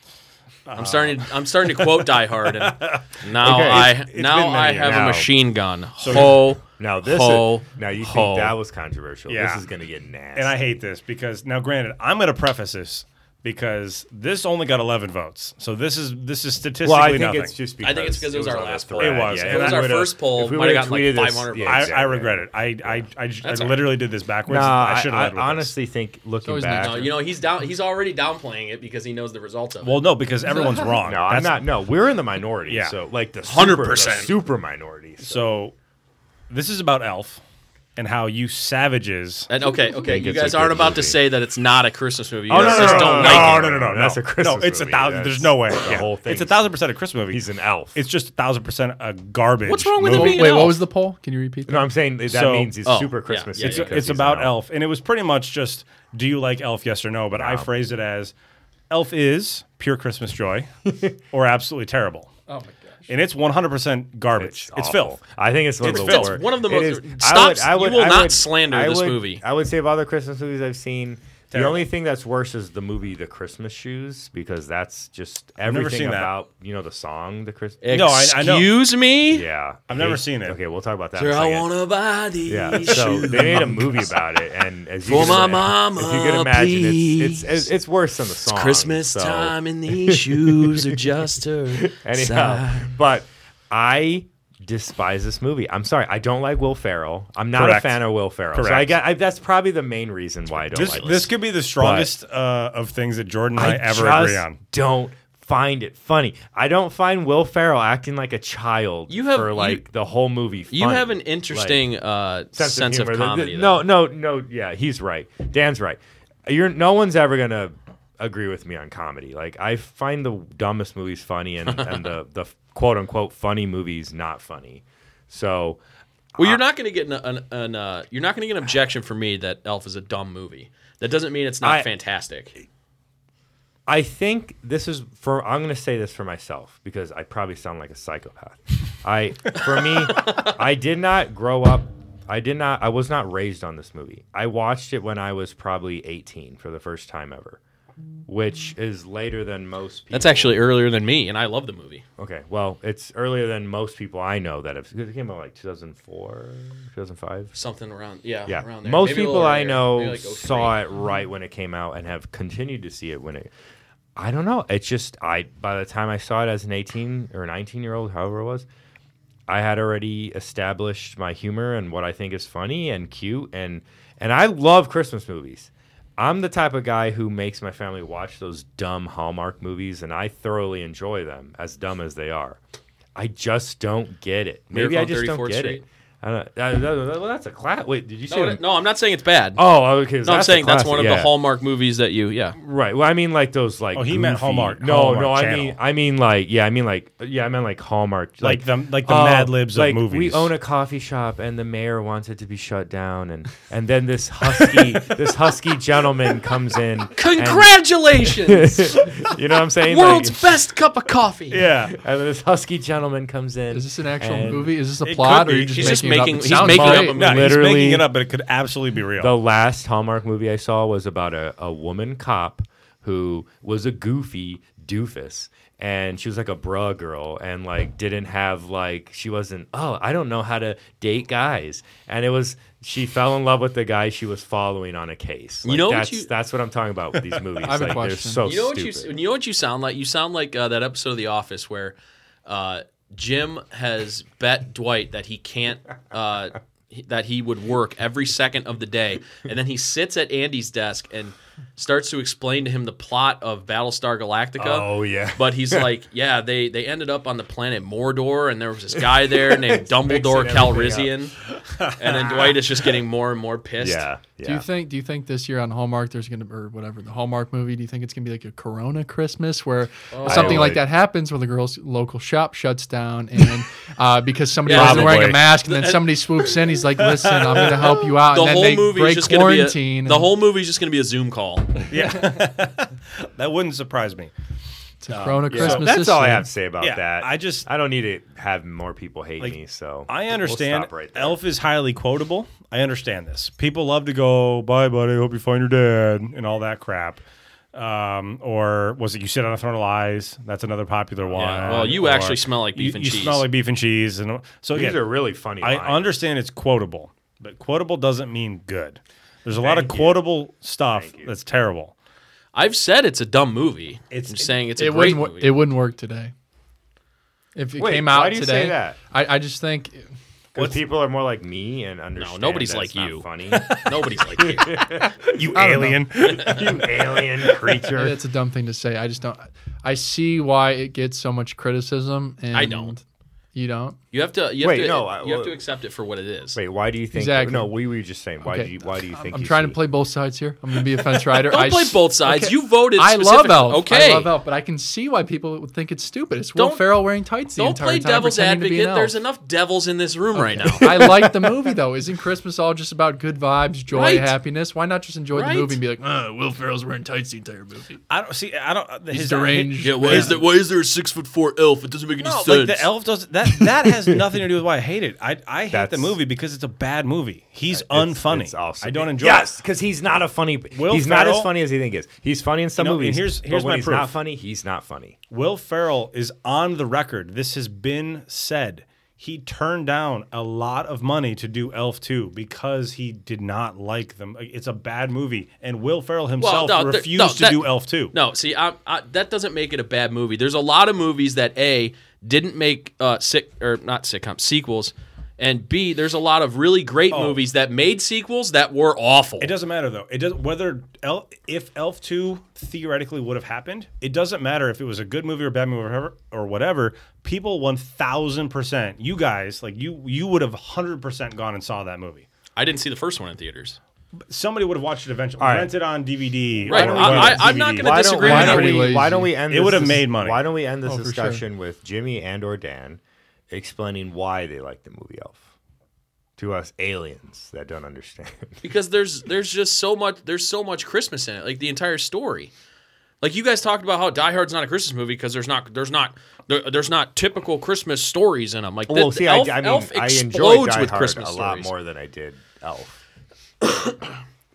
[SPEAKER 3] Uh,
[SPEAKER 1] I'm starting. To, I'm starting to quote Die Hard,
[SPEAKER 3] <laughs>
[SPEAKER 1] and now
[SPEAKER 3] Okay.
[SPEAKER 1] I
[SPEAKER 3] It's- it's
[SPEAKER 1] now
[SPEAKER 3] been many
[SPEAKER 1] I have a
[SPEAKER 3] now.
[SPEAKER 1] machine gun. ho,
[SPEAKER 3] Now this.
[SPEAKER 1] ho,
[SPEAKER 3] Is, now you think
[SPEAKER 1] ho.
[SPEAKER 3] that was controversial?
[SPEAKER 6] Yeah.
[SPEAKER 3] This is gonna get nasty.
[SPEAKER 6] them. And I hate this because now, granted, I'm going to preface this because this only got 11 votes, so this is this is statistically
[SPEAKER 3] Well, I think
[SPEAKER 6] nothing.
[SPEAKER 3] it's just because
[SPEAKER 1] I think it's 'cause it was our
[SPEAKER 3] on a
[SPEAKER 1] last
[SPEAKER 3] thread.
[SPEAKER 6] poll. It was.
[SPEAKER 3] Yeah, if
[SPEAKER 6] If it
[SPEAKER 3] we
[SPEAKER 6] was our
[SPEAKER 3] would've-
[SPEAKER 1] first poll,
[SPEAKER 3] if we
[SPEAKER 1] might have gotten,
[SPEAKER 3] would've
[SPEAKER 1] like,
[SPEAKER 3] tweeted this-
[SPEAKER 1] 500
[SPEAKER 3] yeah,
[SPEAKER 1] votes.
[SPEAKER 6] I, I
[SPEAKER 3] exactly.
[SPEAKER 6] regret it. I I, I, j- I
[SPEAKER 1] That's all
[SPEAKER 6] literally did this backwards.
[SPEAKER 3] Nah,
[SPEAKER 6] I should have. led with
[SPEAKER 3] I
[SPEAKER 6] this.
[SPEAKER 3] honestly think looking
[SPEAKER 7] always an
[SPEAKER 3] back.
[SPEAKER 1] No, you know he's down. He's already downplaying it because he knows the results of it.
[SPEAKER 6] Well, no, because
[SPEAKER 3] <laughs>
[SPEAKER 6] everyone's wrong.
[SPEAKER 3] No, I'm
[SPEAKER 6] That's-
[SPEAKER 3] not. No, we're in the minority.
[SPEAKER 6] Yeah.
[SPEAKER 3] So like the hundred
[SPEAKER 1] 100%.
[SPEAKER 3] percent super minority. So.
[SPEAKER 6] So this is about Elf and how you savages.
[SPEAKER 1] and okay, okay, you
[SPEAKER 3] it's a
[SPEAKER 1] guys aren't
[SPEAKER 3] good
[SPEAKER 1] about to
[SPEAKER 3] movie.
[SPEAKER 1] say that it's not a Christmas movie. You
[SPEAKER 3] Oh,
[SPEAKER 1] guys
[SPEAKER 3] no, no,
[SPEAKER 1] just
[SPEAKER 3] no,
[SPEAKER 1] don't
[SPEAKER 3] no,
[SPEAKER 1] like
[SPEAKER 3] no,
[SPEAKER 1] it.
[SPEAKER 3] no, no, no, That's a Christmas.
[SPEAKER 6] no, it's a
[SPEAKER 3] movie.
[SPEAKER 6] thousand.
[SPEAKER 3] That's
[SPEAKER 6] There's no way.
[SPEAKER 3] The
[SPEAKER 6] Yeah.
[SPEAKER 3] whole thing.
[SPEAKER 6] It's a thousand percent a Christmas movie.
[SPEAKER 3] He's an elf.
[SPEAKER 6] It's just a thousand percent a garbage.
[SPEAKER 1] What's wrong with it
[SPEAKER 6] movie.
[SPEAKER 1] being
[SPEAKER 7] Wait,
[SPEAKER 1] elf?
[SPEAKER 7] what was the poll? Can you repeat that?
[SPEAKER 3] No, I'm saying that
[SPEAKER 6] So-
[SPEAKER 3] means he's
[SPEAKER 1] Oh, yeah,
[SPEAKER 3] super Christmas.
[SPEAKER 1] yeah, yeah,
[SPEAKER 6] It's,
[SPEAKER 1] yeah.
[SPEAKER 3] because
[SPEAKER 6] it's
[SPEAKER 3] he's
[SPEAKER 6] about
[SPEAKER 3] an
[SPEAKER 6] Elf, and it was pretty much just, do you like Elf? Yes or no. But I phrased it as, Elf is pure Christmas joy, or absolutely terrible,
[SPEAKER 7] Oh my gosh.
[SPEAKER 6] and it's 100% garbage. It's, filth.
[SPEAKER 3] awful. I think it's one
[SPEAKER 6] It's
[SPEAKER 3] of the
[SPEAKER 6] filth.
[SPEAKER 3] worst.
[SPEAKER 1] It's one of the
[SPEAKER 3] It
[SPEAKER 1] most-
[SPEAKER 3] is-
[SPEAKER 1] Stop- you will not slander
[SPEAKER 3] I
[SPEAKER 1] this
[SPEAKER 3] would-
[SPEAKER 1] movie.
[SPEAKER 3] I would say of other Christmas movies I've seen,
[SPEAKER 6] Terrible.
[SPEAKER 3] the only thing that's worse is the movie The Christmas Shoes because that's just
[SPEAKER 6] never
[SPEAKER 3] everything
[SPEAKER 6] seen that.
[SPEAKER 3] about you know the song the Christmas.
[SPEAKER 1] Eh.
[SPEAKER 6] No, I- I know.
[SPEAKER 1] Excuse me.
[SPEAKER 3] yeah,
[SPEAKER 6] I've never seen it.
[SPEAKER 3] Okay, we'll talk about that. in a
[SPEAKER 1] Girl, I
[SPEAKER 3] second.
[SPEAKER 1] wanna buy these
[SPEAKER 3] Yeah, so
[SPEAKER 1] shoes.
[SPEAKER 3] they made a movie about it, and as you
[SPEAKER 1] For
[SPEAKER 3] can
[SPEAKER 1] my
[SPEAKER 3] ima-
[SPEAKER 1] mama,
[SPEAKER 3] if you can imagine, it's, it's
[SPEAKER 1] please.
[SPEAKER 3] it's it's worse than the song.
[SPEAKER 1] Christmas
[SPEAKER 3] so- <laughs>
[SPEAKER 1] time and these shoes are just her
[SPEAKER 3] Anyhow, but I despise this movie. I'm sorry, I don't like Will Ferrell. I'm not
[SPEAKER 6] Correct.
[SPEAKER 3] a fan of Will Ferrell. So I
[SPEAKER 6] Correct.
[SPEAKER 3] got I, that's probably the main reason why I don't
[SPEAKER 6] This,
[SPEAKER 3] like
[SPEAKER 6] this could be the strongest uh, of things that Jordan and I, ever
[SPEAKER 3] just
[SPEAKER 6] agree on.
[SPEAKER 3] Don't find it funny. I don't find Will Ferrell acting like a child
[SPEAKER 1] You have-
[SPEAKER 3] for
[SPEAKER 1] you-
[SPEAKER 3] like the whole movie.
[SPEAKER 1] You
[SPEAKER 3] funny.
[SPEAKER 1] have an interesting uh, sense, of,
[SPEAKER 3] humor. The- the-
[SPEAKER 1] comedy.
[SPEAKER 3] no,
[SPEAKER 1] though.
[SPEAKER 3] no, no. Yeah, he's right. Dan's right. You're no one's ever gonna agree with me on comedy. Like I find the dumbest movies funny and, and the the quote unquote funny movies not funny. So
[SPEAKER 1] Well, you're not going to get an, an, an uh, you're not going to get an objection from me that Elf is a dumb movie. That doesn't mean it's not
[SPEAKER 3] I-
[SPEAKER 1] fantastic.
[SPEAKER 3] I think this is for. I'm going to say this for myself because I probably sound like a psychopath. I, for me, I did not grow up. I did not. I was not raised on this movie. I watched it when I was probably 18 for the first time ever, which is later than most. people.
[SPEAKER 1] That's actually earlier than me, and I love the movie.
[SPEAKER 3] okay. Well, it's earlier than most people I know that have. 'cause It came out like 2004, 2005.
[SPEAKER 1] Something around yeah,
[SPEAKER 3] Yeah.
[SPEAKER 1] around there.
[SPEAKER 3] Most
[SPEAKER 1] Maybe a
[SPEAKER 3] people
[SPEAKER 1] little
[SPEAKER 3] I
[SPEAKER 1] earlier.
[SPEAKER 3] know
[SPEAKER 1] Maybe like 03.
[SPEAKER 3] saw it right when it came out and have continued to see it when it. I don't know. It's just I. By the time I saw it as an eighteen or nineteen year old, however it was, I had already established my humor and what I think is funny and cute and and I love Christmas movies. I'm the type of guy who makes my family watch those dumb Hallmark movies and I thoroughly enjoy them as dumb as they are. I just don't get it. Maybe
[SPEAKER 1] Miracle
[SPEAKER 3] I
[SPEAKER 1] on
[SPEAKER 3] just don't
[SPEAKER 1] 34th
[SPEAKER 3] get
[SPEAKER 1] Street.
[SPEAKER 3] it. I don't, that, that- that- well, that's a class. Wait, did you say
[SPEAKER 1] No,
[SPEAKER 3] that-
[SPEAKER 1] no, I'm not saying it's bad.
[SPEAKER 3] Oh, okay. so
[SPEAKER 1] no, I'm
[SPEAKER 3] a
[SPEAKER 1] saying that's
[SPEAKER 3] classic,
[SPEAKER 1] one of the
[SPEAKER 3] yeah.
[SPEAKER 1] hallmark movies that you yeah.
[SPEAKER 3] Right. Well, I mean like those like.
[SPEAKER 6] Oh, he meant
[SPEAKER 3] goofy-
[SPEAKER 6] Hallmark-
[SPEAKER 3] No,
[SPEAKER 6] Hallmark
[SPEAKER 3] no. I
[SPEAKER 6] Channel.
[SPEAKER 3] mean, I mean like yeah. I mean like yeah. I meant like Hallmark.
[SPEAKER 6] Like the- like the Mad Libs of
[SPEAKER 3] like, We
[SPEAKER 6] movies.
[SPEAKER 3] own a coffee shop, and the mayor wants it to be shut down, and and then this
[SPEAKER 6] <laughs>
[SPEAKER 3] husky this husky gentleman comes in. and-
[SPEAKER 1] Congratulations,
[SPEAKER 3] <laughs> you know what I'm saying?
[SPEAKER 1] world's
[SPEAKER 3] Like,
[SPEAKER 1] best cup of coffee.
[SPEAKER 6] Yeah.
[SPEAKER 3] and this husky gentleman comes in.
[SPEAKER 7] Is this an actual
[SPEAKER 3] and
[SPEAKER 7] movie? Is this a
[SPEAKER 6] It
[SPEAKER 7] plot,
[SPEAKER 6] could be.
[SPEAKER 7] or you're
[SPEAKER 1] He's
[SPEAKER 7] just making
[SPEAKER 1] just
[SPEAKER 7] it up?
[SPEAKER 1] making- he's
[SPEAKER 7] It sounds
[SPEAKER 1] making
[SPEAKER 7] great.
[SPEAKER 1] up a
[SPEAKER 6] No, he's
[SPEAKER 3] Literally-
[SPEAKER 6] making it up, but it could absolutely be real.
[SPEAKER 3] The last Hallmark movie I saw was about a, a woman cop who was a goofy doofus. And she was like a bra girl and like didn't have like, she wasn't, oh, I don't know how to date guys. And it was, she fell in love with the guy she was following on a case.
[SPEAKER 1] You
[SPEAKER 3] Like,
[SPEAKER 1] know what
[SPEAKER 3] that's,
[SPEAKER 1] you-
[SPEAKER 3] that's what I'm talking about
[SPEAKER 1] <laughs>
[SPEAKER 3] with these movies.
[SPEAKER 7] I have a
[SPEAKER 3] like, they're
[SPEAKER 7] question.
[SPEAKER 3] so
[SPEAKER 1] You know
[SPEAKER 3] stupid.
[SPEAKER 1] what you you know what you sound like? You sound like uh, that episode of The Office where uh, Jim has bet Dwight that he can't uh, he- that he would work every second of the day, and then he sits at Andy's desk and starts to explain to him the plot of Battlestar Galactica.
[SPEAKER 3] Oh, yeah. <laughs>
[SPEAKER 1] But he's like, yeah, they they ended up on the planet Mordor, and there was this
[SPEAKER 3] <laughs>
[SPEAKER 1] guy there named Dumbledore
[SPEAKER 3] mixing
[SPEAKER 1] Calrissian, and then Dwight is just getting more and more pissed.
[SPEAKER 3] yeah. Yeah.
[SPEAKER 7] Do you think? Do you think this year on Hallmark there's gonna or whatever the Hallmark movie? Do you think it's gonna be like a Corona Christmas where
[SPEAKER 1] Oh.
[SPEAKER 7] something
[SPEAKER 3] I
[SPEAKER 7] like
[SPEAKER 3] would.
[SPEAKER 7] that happens where the girl's local shop shuts down and uh, because somebody
[SPEAKER 1] Yeah.
[SPEAKER 7] wasn't wearing a
[SPEAKER 3] Probably.
[SPEAKER 7] mask and then somebody swoops in, he's like, "Listen, I'm gonna help you out."
[SPEAKER 1] The
[SPEAKER 7] and then
[SPEAKER 1] whole
[SPEAKER 7] they
[SPEAKER 1] movie is
[SPEAKER 7] break
[SPEAKER 1] just going to be a,
[SPEAKER 7] quarantine.
[SPEAKER 1] the
[SPEAKER 7] and
[SPEAKER 1] whole movie is just going to be a Zoom call.
[SPEAKER 6] that wouldn't surprise me.
[SPEAKER 7] it's a Corona
[SPEAKER 3] So
[SPEAKER 7] Christmas.
[SPEAKER 3] that's
[SPEAKER 7] this
[SPEAKER 3] all I
[SPEAKER 7] year.
[SPEAKER 3] have to say about
[SPEAKER 6] Yeah,
[SPEAKER 3] that.
[SPEAKER 6] I just-
[SPEAKER 3] I don't need to have more people hate
[SPEAKER 6] Like,
[SPEAKER 3] me. So
[SPEAKER 6] I
[SPEAKER 3] we'll
[SPEAKER 6] understand
[SPEAKER 3] stop right there.
[SPEAKER 6] Elf is highly quotable. I understand this. People love to go, bye, buddy. Hope you find your dad and all that crap. Um, or was it you sit on a throne of lies? That's another popular one.
[SPEAKER 1] Yeah, well, you
[SPEAKER 6] Or
[SPEAKER 1] actually smell like beef
[SPEAKER 6] you,
[SPEAKER 1] and
[SPEAKER 6] you
[SPEAKER 1] cheese.
[SPEAKER 6] smell like beef and cheese. And so
[SPEAKER 3] These
[SPEAKER 6] again,
[SPEAKER 3] are really funny.
[SPEAKER 6] I
[SPEAKER 3] lines.
[SPEAKER 6] understand it's quotable, but quotable doesn't mean good. There's a lot of quotable stuff that's terrible.
[SPEAKER 1] I've said it's a dumb movie.
[SPEAKER 6] It's-
[SPEAKER 1] I'm saying it's a
[SPEAKER 7] it
[SPEAKER 1] great
[SPEAKER 7] wouldn't. wo-
[SPEAKER 1] movie.
[SPEAKER 7] It wouldn't work today. If it
[SPEAKER 3] Wait,
[SPEAKER 7] came out
[SPEAKER 3] why do you
[SPEAKER 7] today,
[SPEAKER 3] say that?
[SPEAKER 7] I, I just think
[SPEAKER 3] Because people are more like me and understand.
[SPEAKER 1] nobody's
[SPEAKER 3] that
[SPEAKER 1] like
[SPEAKER 3] it's not
[SPEAKER 1] you.
[SPEAKER 3] Funny,
[SPEAKER 1] Nobody's like you.
[SPEAKER 6] You alien.
[SPEAKER 3] <laughs> you alien
[SPEAKER 7] Maybe
[SPEAKER 3] creature.
[SPEAKER 7] That's a dumb thing to say. I just don't. I see why it gets so much criticism. And
[SPEAKER 1] I don't.
[SPEAKER 7] You don't.
[SPEAKER 1] You have to. You have
[SPEAKER 3] Wait,
[SPEAKER 1] to,
[SPEAKER 3] no, I-
[SPEAKER 1] you have to
[SPEAKER 3] well-
[SPEAKER 1] accept it for what it is.
[SPEAKER 3] Wait, why do you think?
[SPEAKER 7] Exactly.
[SPEAKER 3] No, we were just saying. Why do you? Why do you think?
[SPEAKER 7] I'm
[SPEAKER 3] you
[SPEAKER 7] trying
[SPEAKER 3] see-
[SPEAKER 7] to play both sides here. I'm gonna be a fence rider.
[SPEAKER 1] <laughs> Don't
[SPEAKER 7] I
[SPEAKER 1] play
[SPEAKER 7] s-
[SPEAKER 1] both sides. You voted.
[SPEAKER 7] I love
[SPEAKER 1] specifically-
[SPEAKER 7] Elf.
[SPEAKER 1] Okay.
[SPEAKER 7] I love Elf, but I can see why people would think it's stupid. It's Will
[SPEAKER 1] Don't-
[SPEAKER 7] Ferrell wearing tights the
[SPEAKER 1] Don't
[SPEAKER 7] entire
[SPEAKER 1] play
[SPEAKER 7] time
[SPEAKER 1] devil's
[SPEAKER 7] pretending to be
[SPEAKER 1] advocate.
[SPEAKER 7] an
[SPEAKER 1] There's
[SPEAKER 7] elf.
[SPEAKER 1] enough devils in this room right now.
[SPEAKER 7] I like the movie though. Isn't Christmas all just about good vibes, joy,
[SPEAKER 1] Right.
[SPEAKER 7] happiness? Why not just enjoy
[SPEAKER 1] Right.
[SPEAKER 7] the movie and be like, "Uh, Will Ferrell's wearing tights the entire movie.
[SPEAKER 6] I don't see. I don't.
[SPEAKER 7] He's
[SPEAKER 6] his- uh,
[SPEAKER 1] <laughs>
[SPEAKER 7] deranged.
[SPEAKER 1] Yeah, why is there why is there a six foot four elf? It doesn't make any
[SPEAKER 6] No,
[SPEAKER 1] sense.
[SPEAKER 6] like the elf does that.
[SPEAKER 1] <laughs>
[SPEAKER 6] That has nothing to do with why I hate it. I I hate the
[SPEAKER 3] That's- Uh,
[SPEAKER 6] movie because it's a bad movie. He's
[SPEAKER 3] It's-
[SPEAKER 6] unfunny.
[SPEAKER 3] it's awesome.
[SPEAKER 6] I don't enjoy.
[SPEAKER 3] Yes,
[SPEAKER 6] it.
[SPEAKER 3] because he's not a funny.
[SPEAKER 6] Will
[SPEAKER 3] he's not
[SPEAKER 6] Ferrell-
[SPEAKER 3] as funny as he think he is. He's funny in some
[SPEAKER 6] You know, and
[SPEAKER 3] movies.
[SPEAKER 6] here's-
[SPEAKER 3] but
[SPEAKER 6] here's
[SPEAKER 3] when
[SPEAKER 6] my
[SPEAKER 3] he's
[SPEAKER 6] proof.
[SPEAKER 3] not funny. He's not funny.
[SPEAKER 6] Will Ferrell is on the record. This has been said. He turned down a lot of money to do Elf 2 because he did not like them. It's a bad movie, and Will Ferrell himself
[SPEAKER 1] no, there-
[SPEAKER 6] refused
[SPEAKER 1] no,
[SPEAKER 6] to
[SPEAKER 1] that-
[SPEAKER 6] do Elf 2.
[SPEAKER 1] No, see, I, I, that doesn't make it a bad movie. There's a lot of movies that a didn't make uh, sick or not sitcom sequels, and B, there's a lot of really great movies that made sequels that were awful.
[SPEAKER 6] It doesn't matter though. It does whether El, if Elf two theoretically would have happened. It doesn't matter if it was a good movie or a bad movie or whatever. Or whatever people one thousand percent. You guys like you you would have hundred percent gone and saw that movie.
[SPEAKER 1] I didn't see the first one in theaters.
[SPEAKER 6] Somebody would have watched it eventually.
[SPEAKER 3] right.
[SPEAKER 6] Rent it on DVD.
[SPEAKER 1] Right.
[SPEAKER 6] or
[SPEAKER 1] I-
[SPEAKER 6] whatever.
[SPEAKER 1] I- I'm not gonna
[SPEAKER 6] DVD.
[SPEAKER 3] Why don't,
[SPEAKER 1] disagree
[SPEAKER 3] why,
[SPEAKER 7] with
[SPEAKER 3] don't
[SPEAKER 7] that.
[SPEAKER 3] we, why don't we end?
[SPEAKER 6] It
[SPEAKER 3] this-
[SPEAKER 6] would've
[SPEAKER 3] this-
[SPEAKER 6] made money.
[SPEAKER 3] Why don't we end this
[SPEAKER 7] Oh, for sure.
[SPEAKER 3] discussion with Jimmy and or Dan explaining why they like the movie Elf to us aliens that don't understand?
[SPEAKER 1] because there's there's just so much there's so much Christmas in it, like the entire story. Like you guys talked about how Die Hard's not a Christmas movie because there's not there's not there, there's not typical Christmas stories in them. Like
[SPEAKER 3] <laughs> well,
[SPEAKER 1] the,
[SPEAKER 3] see,
[SPEAKER 1] Elf,
[SPEAKER 3] I, I mean,
[SPEAKER 1] Elf
[SPEAKER 3] I
[SPEAKER 1] explodes
[SPEAKER 3] enjoy Die
[SPEAKER 1] with
[SPEAKER 3] Hard
[SPEAKER 1] Christmas
[SPEAKER 3] a lot
[SPEAKER 1] stories.
[SPEAKER 3] more than I did Elf.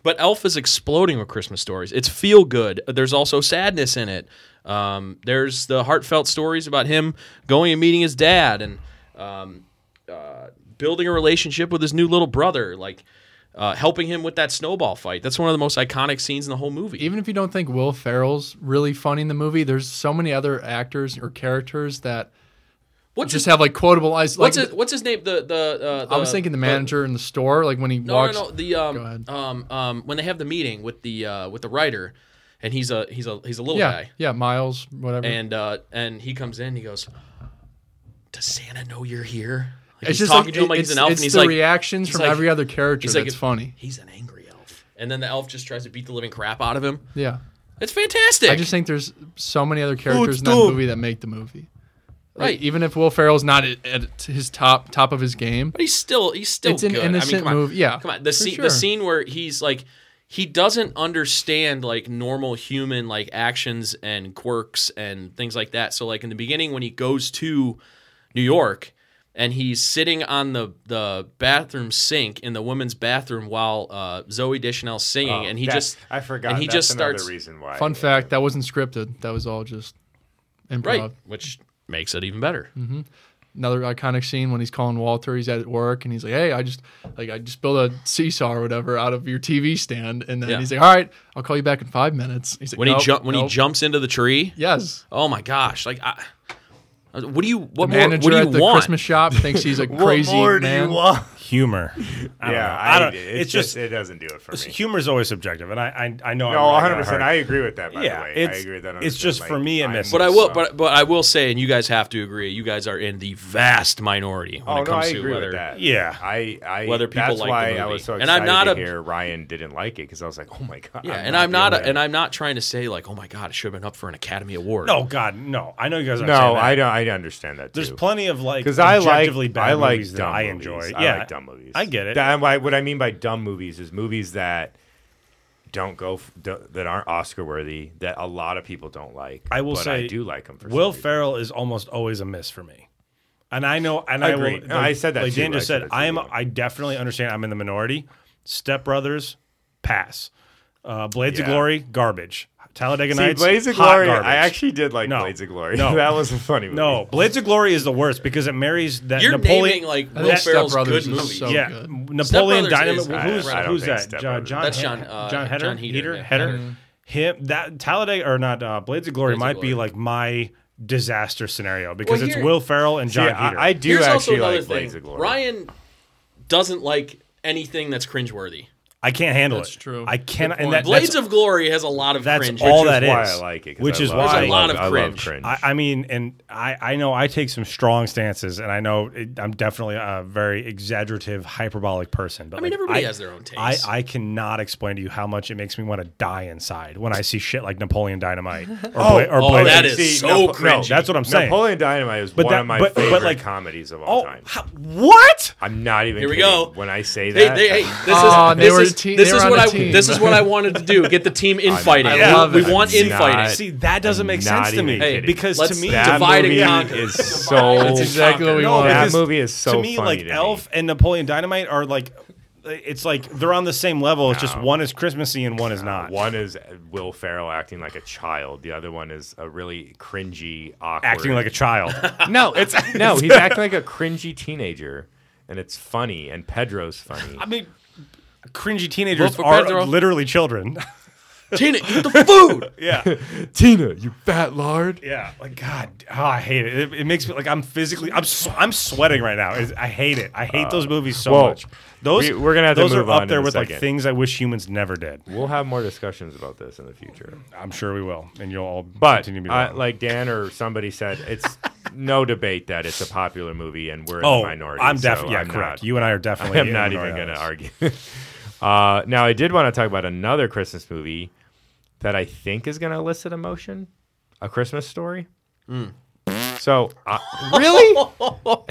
[SPEAKER 1] but Elf is exploding with Christmas stories. It's feel good. There's also sadness in it. Um, there's the heartfelt stories about him going and meeting his dad and um, uh, building a relationship with his new little brother, like uh, helping him with that snowball fight. That's one of the most iconic scenes in the whole movie.
[SPEAKER 7] even if you don't think Will Ferrell's really funny in the movie, there's so many other actors or characters that
[SPEAKER 1] What's
[SPEAKER 7] just have like quotable eyes. Like,
[SPEAKER 1] What's his, what's his name? The the, uh, the
[SPEAKER 7] I was thinking the manager in the store, like when he
[SPEAKER 1] No,
[SPEAKER 7] walks.
[SPEAKER 1] no, no. The
[SPEAKER 7] Go
[SPEAKER 1] um,
[SPEAKER 7] ahead.
[SPEAKER 1] um um when they have the meeting with the uh, with the writer, and he's a he's a he's a little
[SPEAKER 7] Yeah,
[SPEAKER 1] guy,
[SPEAKER 7] yeah, Miles, whatever.
[SPEAKER 1] and uh, and he comes in, and he goes, "Does Santa know you're here?" Like,
[SPEAKER 7] it's
[SPEAKER 1] he's
[SPEAKER 7] just
[SPEAKER 1] talking
[SPEAKER 7] like,
[SPEAKER 1] to him like
[SPEAKER 7] it's,
[SPEAKER 1] he's an elf,
[SPEAKER 7] it's
[SPEAKER 1] and he's
[SPEAKER 7] the
[SPEAKER 1] like,
[SPEAKER 7] reactions
[SPEAKER 1] he's
[SPEAKER 7] from
[SPEAKER 1] like-
[SPEAKER 7] every other character.
[SPEAKER 1] he's
[SPEAKER 7] It's
[SPEAKER 1] like,
[SPEAKER 7] that's funny.
[SPEAKER 1] He's an angry elf, and then the elf just tries to beat the living crap out of him.
[SPEAKER 7] Yeah,
[SPEAKER 1] It's fantastic.
[SPEAKER 7] I just think there's so many other characters in that movie that make the movie. Like,
[SPEAKER 1] right,
[SPEAKER 7] even if Will Ferrell's not at, at his top top of his game,
[SPEAKER 1] But he's still he's still
[SPEAKER 7] It's an
[SPEAKER 1] good. I mean,
[SPEAKER 7] innocent
[SPEAKER 1] come on.
[SPEAKER 7] move- yeah,
[SPEAKER 1] come on. The
[SPEAKER 7] for
[SPEAKER 1] scene
[SPEAKER 7] sure.
[SPEAKER 1] the scene where he's like he doesn't understand like normal human like actions and quirks and things like that. So like in the beginning when he goes to New York and he's sitting on the the bathroom sink in the women's bathroom while uh, Zoe Deschanel's singing and he
[SPEAKER 3] Oh, That-
[SPEAKER 1] just
[SPEAKER 3] I forgot.
[SPEAKER 1] and he
[SPEAKER 3] That's
[SPEAKER 1] just
[SPEAKER 3] another
[SPEAKER 1] starts
[SPEAKER 3] reason why.
[SPEAKER 7] fun fact that wasn't scripted. That was all just improv.
[SPEAKER 1] right, which makes it even better.
[SPEAKER 7] Mm-hmm. another iconic scene when he's calling Walter. He's at work and he's like, "Hey, I just like I just built a seesaw or whatever out of your TV stand," and then
[SPEAKER 1] Yeah.
[SPEAKER 7] he's like, "All right, I'll call you back in five minutes." He's like,
[SPEAKER 1] When
[SPEAKER 7] "Nope,
[SPEAKER 1] he jump when
[SPEAKER 7] nope."
[SPEAKER 1] he jumps into the tree,
[SPEAKER 7] yes,
[SPEAKER 1] oh my gosh! Like, I, what do you what more, what
[SPEAKER 7] manager
[SPEAKER 1] do you
[SPEAKER 7] at the
[SPEAKER 1] want?
[SPEAKER 7] Christmas shop thinks he's a
[SPEAKER 3] What
[SPEAKER 7] crazy
[SPEAKER 3] more
[SPEAKER 7] man.
[SPEAKER 3] do you want?
[SPEAKER 6] humor. I don't
[SPEAKER 3] Yeah,
[SPEAKER 6] know. I don't.
[SPEAKER 3] it.
[SPEAKER 6] It's, just,
[SPEAKER 3] it doesn't do it for me.
[SPEAKER 6] humor is always subjective, and I I, I know.
[SPEAKER 3] No,
[SPEAKER 6] I'm
[SPEAKER 3] one
[SPEAKER 6] right,
[SPEAKER 3] hundred
[SPEAKER 6] I
[SPEAKER 3] percent.
[SPEAKER 6] heard-
[SPEAKER 3] I agree with that. By
[SPEAKER 6] Yeah,
[SPEAKER 3] the way, I
[SPEAKER 6] it's-
[SPEAKER 3] agree with that.
[SPEAKER 6] it's just for me, it
[SPEAKER 3] and
[SPEAKER 6] misses.
[SPEAKER 1] But I will, but but I will say, and you guys have to agree. You guys are in the vast minority when
[SPEAKER 3] oh
[SPEAKER 1] it
[SPEAKER 3] no, I
[SPEAKER 1] comes
[SPEAKER 3] agree
[SPEAKER 1] to whether
[SPEAKER 3] with that.
[SPEAKER 6] Yeah.
[SPEAKER 3] I,
[SPEAKER 1] <laughs>
[SPEAKER 3] I
[SPEAKER 1] whether people
[SPEAKER 3] that's
[SPEAKER 1] like the
[SPEAKER 3] why I
[SPEAKER 1] movie.
[SPEAKER 3] was so
[SPEAKER 1] And
[SPEAKER 3] excited
[SPEAKER 1] I'm not
[SPEAKER 3] to
[SPEAKER 1] a-
[SPEAKER 3] hear Ryan didn't like it because I was like, oh my god.
[SPEAKER 1] Yeah, and I'm not,
[SPEAKER 3] the
[SPEAKER 1] and I'm not trying to say like, oh my god, it should have been up for an Academy Award.
[SPEAKER 6] No, God, no. I know you guys.
[SPEAKER 3] only
[SPEAKER 6] Aren't
[SPEAKER 3] one.
[SPEAKER 6] saying
[SPEAKER 3] No,
[SPEAKER 6] that.
[SPEAKER 3] I don't. I understand that.
[SPEAKER 6] There's
[SPEAKER 3] too.
[SPEAKER 6] plenty of like
[SPEAKER 3] because I like
[SPEAKER 6] objectively bad
[SPEAKER 3] I like
[SPEAKER 6] movies that
[SPEAKER 3] dumb
[SPEAKER 6] I
[SPEAKER 3] movies.
[SPEAKER 6] enjoy.
[SPEAKER 3] I
[SPEAKER 6] yeah,
[SPEAKER 3] like dumb movies.
[SPEAKER 6] I get it.
[SPEAKER 3] That- why- what I mean by dumb movies is movies that don't go f- don't- that aren't Oscar worthy that a lot of people don't like.
[SPEAKER 6] I will
[SPEAKER 3] but
[SPEAKER 6] say
[SPEAKER 3] I do like them. For some
[SPEAKER 6] Will
[SPEAKER 3] reason.
[SPEAKER 6] Ferrell is almost always a miss for me, and I know, and I,
[SPEAKER 3] Agreed.
[SPEAKER 6] will.
[SPEAKER 3] No, I said that
[SPEAKER 6] Like
[SPEAKER 3] too.
[SPEAKER 6] Dan just
[SPEAKER 3] I said
[SPEAKER 6] said,
[SPEAKER 3] that too,
[SPEAKER 6] I am.
[SPEAKER 3] yeah.
[SPEAKER 6] I definitely understand. I'm in the minority. Step Brothers, pass. Uh, Blades of
[SPEAKER 3] Yeah.
[SPEAKER 6] Glory, garbage. Talladega
[SPEAKER 3] See,
[SPEAKER 6] Nights,
[SPEAKER 3] Blades of
[SPEAKER 6] hot
[SPEAKER 3] Glory.
[SPEAKER 6] garbage.
[SPEAKER 3] I actually did like
[SPEAKER 6] No.
[SPEAKER 3] Blades of Glory. <laughs>
[SPEAKER 6] No.
[SPEAKER 3] that was a funny movie.
[SPEAKER 6] no. Blades of Glory is the worst because it marries that
[SPEAKER 1] you're
[SPEAKER 6] Napoleon.
[SPEAKER 1] naming like
[SPEAKER 7] I
[SPEAKER 1] Will
[SPEAKER 7] think Step
[SPEAKER 1] Ferrell's
[SPEAKER 7] Brothers
[SPEAKER 1] good
[SPEAKER 7] is
[SPEAKER 1] movies.
[SPEAKER 7] so-
[SPEAKER 6] yeah,
[SPEAKER 7] good.
[SPEAKER 6] Napoleon
[SPEAKER 1] Step Brothers
[SPEAKER 6] Dynamite.
[SPEAKER 1] is- I-
[SPEAKER 6] who's
[SPEAKER 3] I don't
[SPEAKER 6] who's
[SPEAKER 3] think
[SPEAKER 6] that?
[SPEAKER 3] Step
[SPEAKER 6] John,
[SPEAKER 3] Brothers-
[SPEAKER 6] John,
[SPEAKER 1] That's John, uh,
[SPEAKER 6] John Heder.
[SPEAKER 1] John Heder,
[SPEAKER 6] Heder?
[SPEAKER 1] yeah.
[SPEAKER 6] Heder? Him that Talladega or not uh, Blades of
[SPEAKER 1] Blades
[SPEAKER 6] Glory
[SPEAKER 1] of
[SPEAKER 6] might
[SPEAKER 1] Glory.
[SPEAKER 6] be like my disaster scenario because
[SPEAKER 1] Well,
[SPEAKER 6] it's
[SPEAKER 1] here-
[SPEAKER 6] Will Ferrell and
[SPEAKER 3] See,
[SPEAKER 6] John Heder.
[SPEAKER 3] I, I do
[SPEAKER 1] Here's also
[SPEAKER 3] actually
[SPEAKER 1] another
[SPEAKER 3] like Blades of
[SPEAKER 1] thing.
[SPEAKER 3] Glory.
[SPEAKER 1] Ryan doesn't like anything that's cringeworthy.
[SPEAKER 6] I can't handle
[SPEAKER 7] That's
[SPEAKER 6] it.
[SPEAKER 7] true.
[SPEAKER 6] I cannot.
[SPEAKER 7] Good
[SPEAKER 6] And that,
[SPEAKER 7] point.
[SPEAKER 1] Blades
[SPEAKER 6] that's,
[SPEAKER 1] of Glory has a lot of
[SPEAKER 6] that's
[SPEAKER 1] cringe.
[SPEAKER 6] all
[SPEAKER 3] Which is
[SPEAKER 6] that is.
[SPEAKER 3] why I like it. 'cause
[SPEAKER 6] Which
[SPEAKER 3] I
[SPEAKER 6] is
[SPEAKER 3] love-
[SPEAKER 6] why
[SPEAKER 1] There's a
[SPEAKER 3] I
[SPEAKER 1] lot
[SPEAKER 3] love-
[SPEAKER 1] of
[SPEAKER 3] I love
[SPEAKER 1] cringe.
[SPEAKER 3] cringe.
[SPEAKER 6] I, I mean, and I, I know I take some strong stances, and I know it, I'm definitely a very exaggerative, hyperbolic person. But
[SPEAKER 1] I mean,
[SPEAKER 6] like,
[SPEAKER 1] everybody
[SPEAKER 6] I-
[SPEAKER 1] has their own taste.
[SPEAKER 6] I, I cannot explain to you how much it makes me want to die inside when I see shit like
[SPEAKER 3] <laughs>
[SPEAKER 6] Napoleon Dynamite or, Bla- or
[SPEAKER 1] oh,
[SPEAKER 6] Blade.
[SPEAKER 1] that is so cringy.
[SPEAKER 6] that's what I'm saying.
[SPEAKER 3] Napoleon Dynamite is
[SPEAKER 6] But
[SPEAKER 3] one
[SPEAKER 6] that-
[SPEAKER 3] of my
[SPEAKER 6] but- but,
[SPEAKER 3] favorite
[SPEAKER 6] like-
[SPEAKER 3] comedies of all
[SPEAKER 6] Oh,
[SPEAKER 3] time.
[SPEAKER 6] how- what?
[SPEAKER 3] I'm not even.
[SPEAKER 1] Here we
[SPEAKER 3] kidding.
[SPEAKER 1] go.
[SPEAKER 3] When I say
[SPEAKER 1] They,
[SPEAKER 3] that,
[SPEAKER 1] they, hey,
[SPEAKER 3] <laughs>
[SPEAKER 1] this is
[SPEAKER 7] Oh, they
[SPEAKER 1] this
[SPEAKER 7] were
[SPEAKER 1] is,
[SPEAKER 7] a team-
[SPEAKER 1] this
[SPEAKER 7] they
[SPEAKER 1] is
[SPEAKER 7] were
[SPEAKER 1] what I
[SPEAKER 7] on a team.
[SPEAKER 1] this is what I wanted to do. Get the team infighting.
[SPEAKER 3] I
[SPEAKER 1] We-
[SPEAKER 7] love
[SPEAKER 1] we,
[SPEAKER 7] it.
[SPEAKER 1] want
[SPEAKER 3] I'm
[SPEAKER 1] infighting.
[SPEAKER 3] not-
[SPEAKER 6] See, that doesn't make
[SPEAKER 3] Not
[SPEAKER 6] sense to
[SPEAKER 3] even
[SPEAKER 6] me
[SPEAKER 1] Hey,
[SPEAKER 6] because
[SPEAKER 1] let's-
[SPEAKER 6] to me,
[SPEAKER 1] that
[SPEAKER 3] divide
[SPEAKER 1] Divide and
[SPEAKER 3] movie
[SPEAKER 1] conquer.
[SPEAKER 3] is
[SPEAKER 1] <laughs>
[SPEAKER 3] so.
[SPEAKER 1] That's
[SPEAKER 7] exactly what we
[SPEAKER 6] No,
[SPEAKER 7] want.
[SPEAKER 3] that
[SPEAKER 6] because
[SPEAKER 3] movie is so
[SPEAKER 6] to me,
[SPEAKER 3] funny
[SPEAKER 6] like
[SPEAKER 3] to me.
[SPEAKER 6] Elf and Napoleon Dynamite are like, it's like they're on the same level. It's just one is Christmassy and one is not.
[SPEAKER 3] One is Will Ferrell acting like a child. The other one is a really cringy, awkward.
[SPEAKER 6] acting
[SPEAKER 3] <laughs>
[SPEAKER 6] like a child.
[SPEAKER 3] no, it's no. He's acting like a cringy teenager, and it's funny. And Pedro's funny.
[SPEAKER 6] I mean, cringy teenagers
[SPEAKER 1] Vote for
[SPEAKER 6] are
[SPEAKER 1] Pedro.
[SPEAKER 6] literally children.
[SPEAKER 1] Tina, eat the food.
[SPEAKER 6] Yeah.
[SPEAKER 3] Tina, you fat lard.
[SPEAKER 6] Yeah, like God, oh, I hate it. it. It makes me like I'm physically, I'm sw- I'm sweating right now. It's- I hate it. I hate those movies so
[SPEAKER 3] Uh, well,
[SPEAKER 6] much. Those
[SPEAKER 3] we- we're gonna have to
[SPEAKER 6] those
[SPEAKER 3] move
[SPEAKER 6] are
[SPEAKER 3] on
[SPEAKER 6] up
[SPEAKER 3] in
[SPEAKER 6] there
[SPEAKER 3] a
[SPEAKER 6] with like
[SPEAKER 3] second.
[SPEAKER 6] things I wish humans never did.
[SPEAKER 3] We'll have more discussions about this in the future.
[SPEAKER 6] I'm sure we will, and you'll all
[SPEAKER 3] But
[SPEAKER 6] continue to be
[SPEAKER 3] uh,
[SPEAKER 6] wrong.
[SPEAKER 3] like Dan or somebody said, <laughs> it's no debate that it's a popular movie and we're in
[SPEAKER 6] oh,
[SPEAKER 3] the minority.
[SPEAKER 6] I'm
[SPEAKER 3] so
[SPEAKER 6] definitely yeah,
[SPEAKER 3] I'm
[SPEAKER 6] correct.
[SPEAKER 3] not-
[SPEAKER 6] you and I are definitely.
[SPEAKER 3] I'm
[SPEAKER 6] in
[SPEAKER 3] not
[SPEAKER 6] the
[SPEAKER 3] even going
[SPEAKER 6] minority
[SPEAKER 3] to
[SPEAKER 6] on
[SPEAKER 3] argue. <laughs> uh, now, I did want to talk about another Christmas movie that I think is going to elicit emotion A Christmas Story. Mm. So, uh, <laughs> really?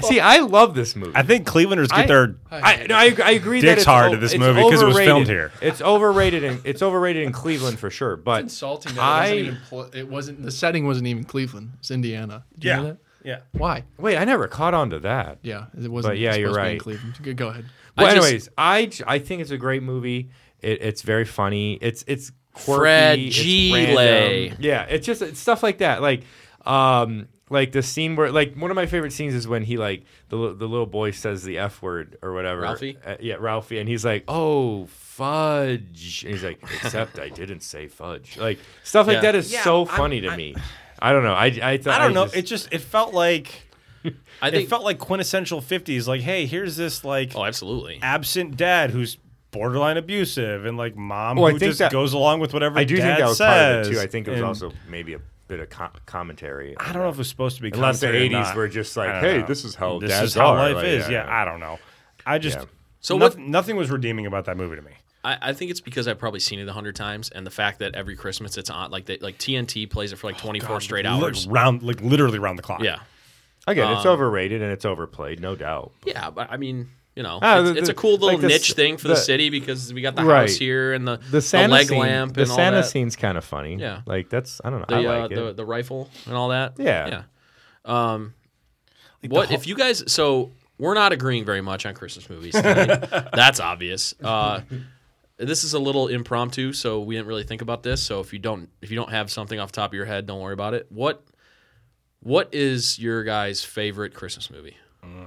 [SPEAKER 3] See, I love this movie.
[SPEAKER 6] this. I think Clevelanders get
[SPEAKER 3] I-
[SPEAKER 6] their.
[SPEAKER 3] I, no, I, ag- I agree that
[SPEAKER 6] Dick's
[SPEAKER 3] it's
[SPEAKER 6] hard
[SPEAKER 3] o-
[SPEAKER 6] to this
[SPEAKER 3] it's
[SPEAKER 6] movie 'cause it was filmed
[SPEAKER 3] overrated.
[SPEAKER 6] here.
[SPEAKER 3] It's overrated in it's overrated in Cleveland for sure. But
[SPEAKER 7] Insulting.
[SPEAKER 3] I
[SPEAKER 7] That it, wasn't even pl- it wasn't. The setting wasn't even Cleveland. It's Indiana. Did you
[SPEAKER 6] Yeah.
[SPEAKER 7] know that?
[SPEAKER 6] Yeah.
[SPEAKER 7] Why?
[SPEAKER 3] wait, I never caught on to that.
[SPEAKER 7] Yeah, it wasn't.
[SPEAKER 3] But yeah,
[SPEAKER 7] supposed
[SPEAKER 3] you're
[SPEAKER 7] to be in
[SPEAKER 3] right.
[SPEAKER 7] Cleveland. Go- Go ahead.
[SPEAKER 3] Well,
[SPEAKER 1] I just-
[SPEAKER 3] anyways, I j- I think it's a great movie. It, it's very funny. It's it's quirky.
[SPEAKER 1] Fragile.
[SPEAKER 3] It's random. yeah, it's just it's stuff like that. Like um like the scene where like one of my favorite scenes is when he like the li- the little boy says the f word or whatever.
[SPEAKER 1] Ralphie?
[SPEAKER 3] Uh, yeah, Ralphie, and he's like, oh. Fudge, and he's like, except I didn't say fudge. Like stuff like
[SPEAKER 1] Yeah.
[SPEAKER 3] that is
[SPEAKER 6] Yeah,
[SPEAKER 3] so
[SPEAKER 6] I'm-
[SPEAKER 3] funny to
[SPEAKER 6] I-
[SPEAKER 3] me. I don't know. I I,
[SPEAKER 6] I don't know.
[SPEAKER 3] Just,
[SPEAKER 6] it just it felt like
[SPEAKER 1] <laughs> I
[SPEAKER 6] it
[SPEAKER 1] think.
[SPEAKER 6] felt like quintessential 50s. Like, hey, here's this like
[SPEAKER 1] oh, absolutely.
[SPEAKER 6] absent dad who's borderline abusive and like mom
[SPEAKER 3] Well, I
[SPEAKER 6] who
[SPEAKER 3] think
[SPEAKER 6] just
[SPEAKER 3] that-
[SPEAKER 6] goes along with whatever
[SPEAKER 3] I do
[SPEAKER 6] dad
[SPEAKER 3] think that was
[SPEAKER 6] says.
[SPEAKER 3] part of it too. I think it was
[SPEAKER 6] And
[SPEAKER 3] also maybe a bit of com- commentary.
[SPEAKER 6] I don't know if it was supposed to be
[SPEAKER 3] Unless the
[SPEAKER 6] commentary or
[SPEAKER 3] 80s
[SPEAKER 6] not.
[SPEAKER 3] were just like,
[SPEAKER 6] I don't
[SPEAKER 3] hey,
[SPEAKER 6] know.
[SPEAKER 3] this is how
[SPEAKER 6] this
[SPEAKER 3] dads
[SPEAKER 6] is how
[SPEAKER 3] are,
[SPEAKER 6] life
[SPEAKER 3] like,
[SPEAKER 6] is.
[SPEAKER 3] yeah,
[SPEAKER 6] Yeah,
[SPEAKER 3] yeah.
[SPEAKER 6] I don't know. I just
[SPEAKER 3] Yeah.
[SPEAKER 1] So
[SPEAKER 6] so
[SPEAKER 1] what-
[SPEAKER 6] nothing was redeeming about that movie to me.
[SPEAKER 1] I, I think it's because I've probably seen it a hundred times, and the fact that every Christmas it's on, like they, like TNT plays it for like twenty four straight <laughs>
[SPEAKER 6] Like,
[SPEAKER 1] hours.
[SPEAKER 6] round like literally round the clock.
[SPEAKER 1] Yeah,
[SPEAKER 3] Again, it's overrated and it's overplayed, no doubt.
[SPEAKER 1] yeah, but I mean, you know,
[SPEAKER 3] Ah,
[SPEAKER 1] it's,
[SPEAKER 3] the-
[SPEAKER 1] it's a
[SPEAKER 3] the-
[SPEAKER 1] cool little
[SPEAKER 3] like the
[SPEAKER 1] niche
[SPEAKER 3] s-
[SPEAKER 1] thing for the,
[SPEAKER 3] the-
[SPEAKER 1] city because we got the
[SPEAKER 3] Right.
[SPEAKER 1] house here and the
[SPEAKER 3] The Santa
[SPEAKER 1] leg
[SPEAKER 3] scene,
[SPEAKER 1] lamp
[SPEAKER 3] the
[SPEAKER 1] and all
[SPEAKER 3] Santa
[SPEAKER 1] that.
[SPEAKER 3] scene's kind of funny.
[SPEAKER 1] Yeah.
[SPEAKER 3] like that's I don't know.
[SPEAKER 1] the,
[SPEAKER 3] I like
[SPEAKER 1] uh,
[SPEAKER 3] it.
[SPEAKER 1] the the rifle and all that.
[SPEAKER 3] Yeah.
[SPEAKER 1] yeah. Um, what if you guys? So we're not agreeing very much on Christmas movies.
[SPEAKER 3] <laughs>
[SPEAKER 1] tonight. That's obvious. Uh, this is a little impromptu, so we didn't really think about this. So if you don't if you don't have something off the top of your head, don't worry about it. What what is your guys' favorite Christmas movie?
[SPEAKER 3] Mm.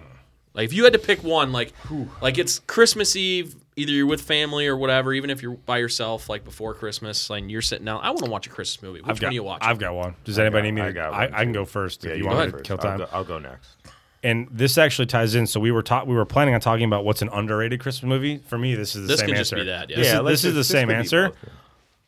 [SPEAKER 1] Like if you had to pick one, like like it's Christmas Eve, either you're with family or whatever, even if you're by yourself, like before Christmas, and you're sitting down. I want to watch a Christmas movie. Which
[SPEAKER 6] I've got,
[SPEAKER 1] one do you watch?
[SPEAKER 6] I've got one. Does anybody need me?
[SPEAKER 3] I
[SPEAKER 6] to-
[SPEAKER 3] got
[SPEAKER 6] I,
[SPEAKER 3] one,
[SPEAKER 6] I can go first
[SPEAKER 3] Yeah,
[SPEAKER 6] if you,
[SPEAKER 3] go
[SPEAKER 6] want
[SPEAKER 3] ahead
[SPEAKER 6] to
[SPEAKER 3] first.
[SPEAKER 6] kill
[SPEAKER 3] I'll
[SPEAKER 6] time.
[SPEAKER 3] go, I'll go next.
[SPEAKER 6] and this actually ties in. So we were taught we were planning on talking about what's an underrated Christmas movie. For me, this is the
[SPEAKER 1] This
[SPEAKER 6] same
[SPEAKER 1] could just
[SPEAKER 6] answer.
[SPEAKER 1] be that, yeah.
[SPEAKER 6] This,
[SPEAKER 1] Yeah,
[SPEAKER 6] is,
[SPEAKER 3] let's
[SPEAKER 6] this is
[SPEAKER 3] just-
[SPEAKER 6] the same
[SPEAKER 3] could be
[SPEAKER 6] answer.
[SPEAKER 3] both.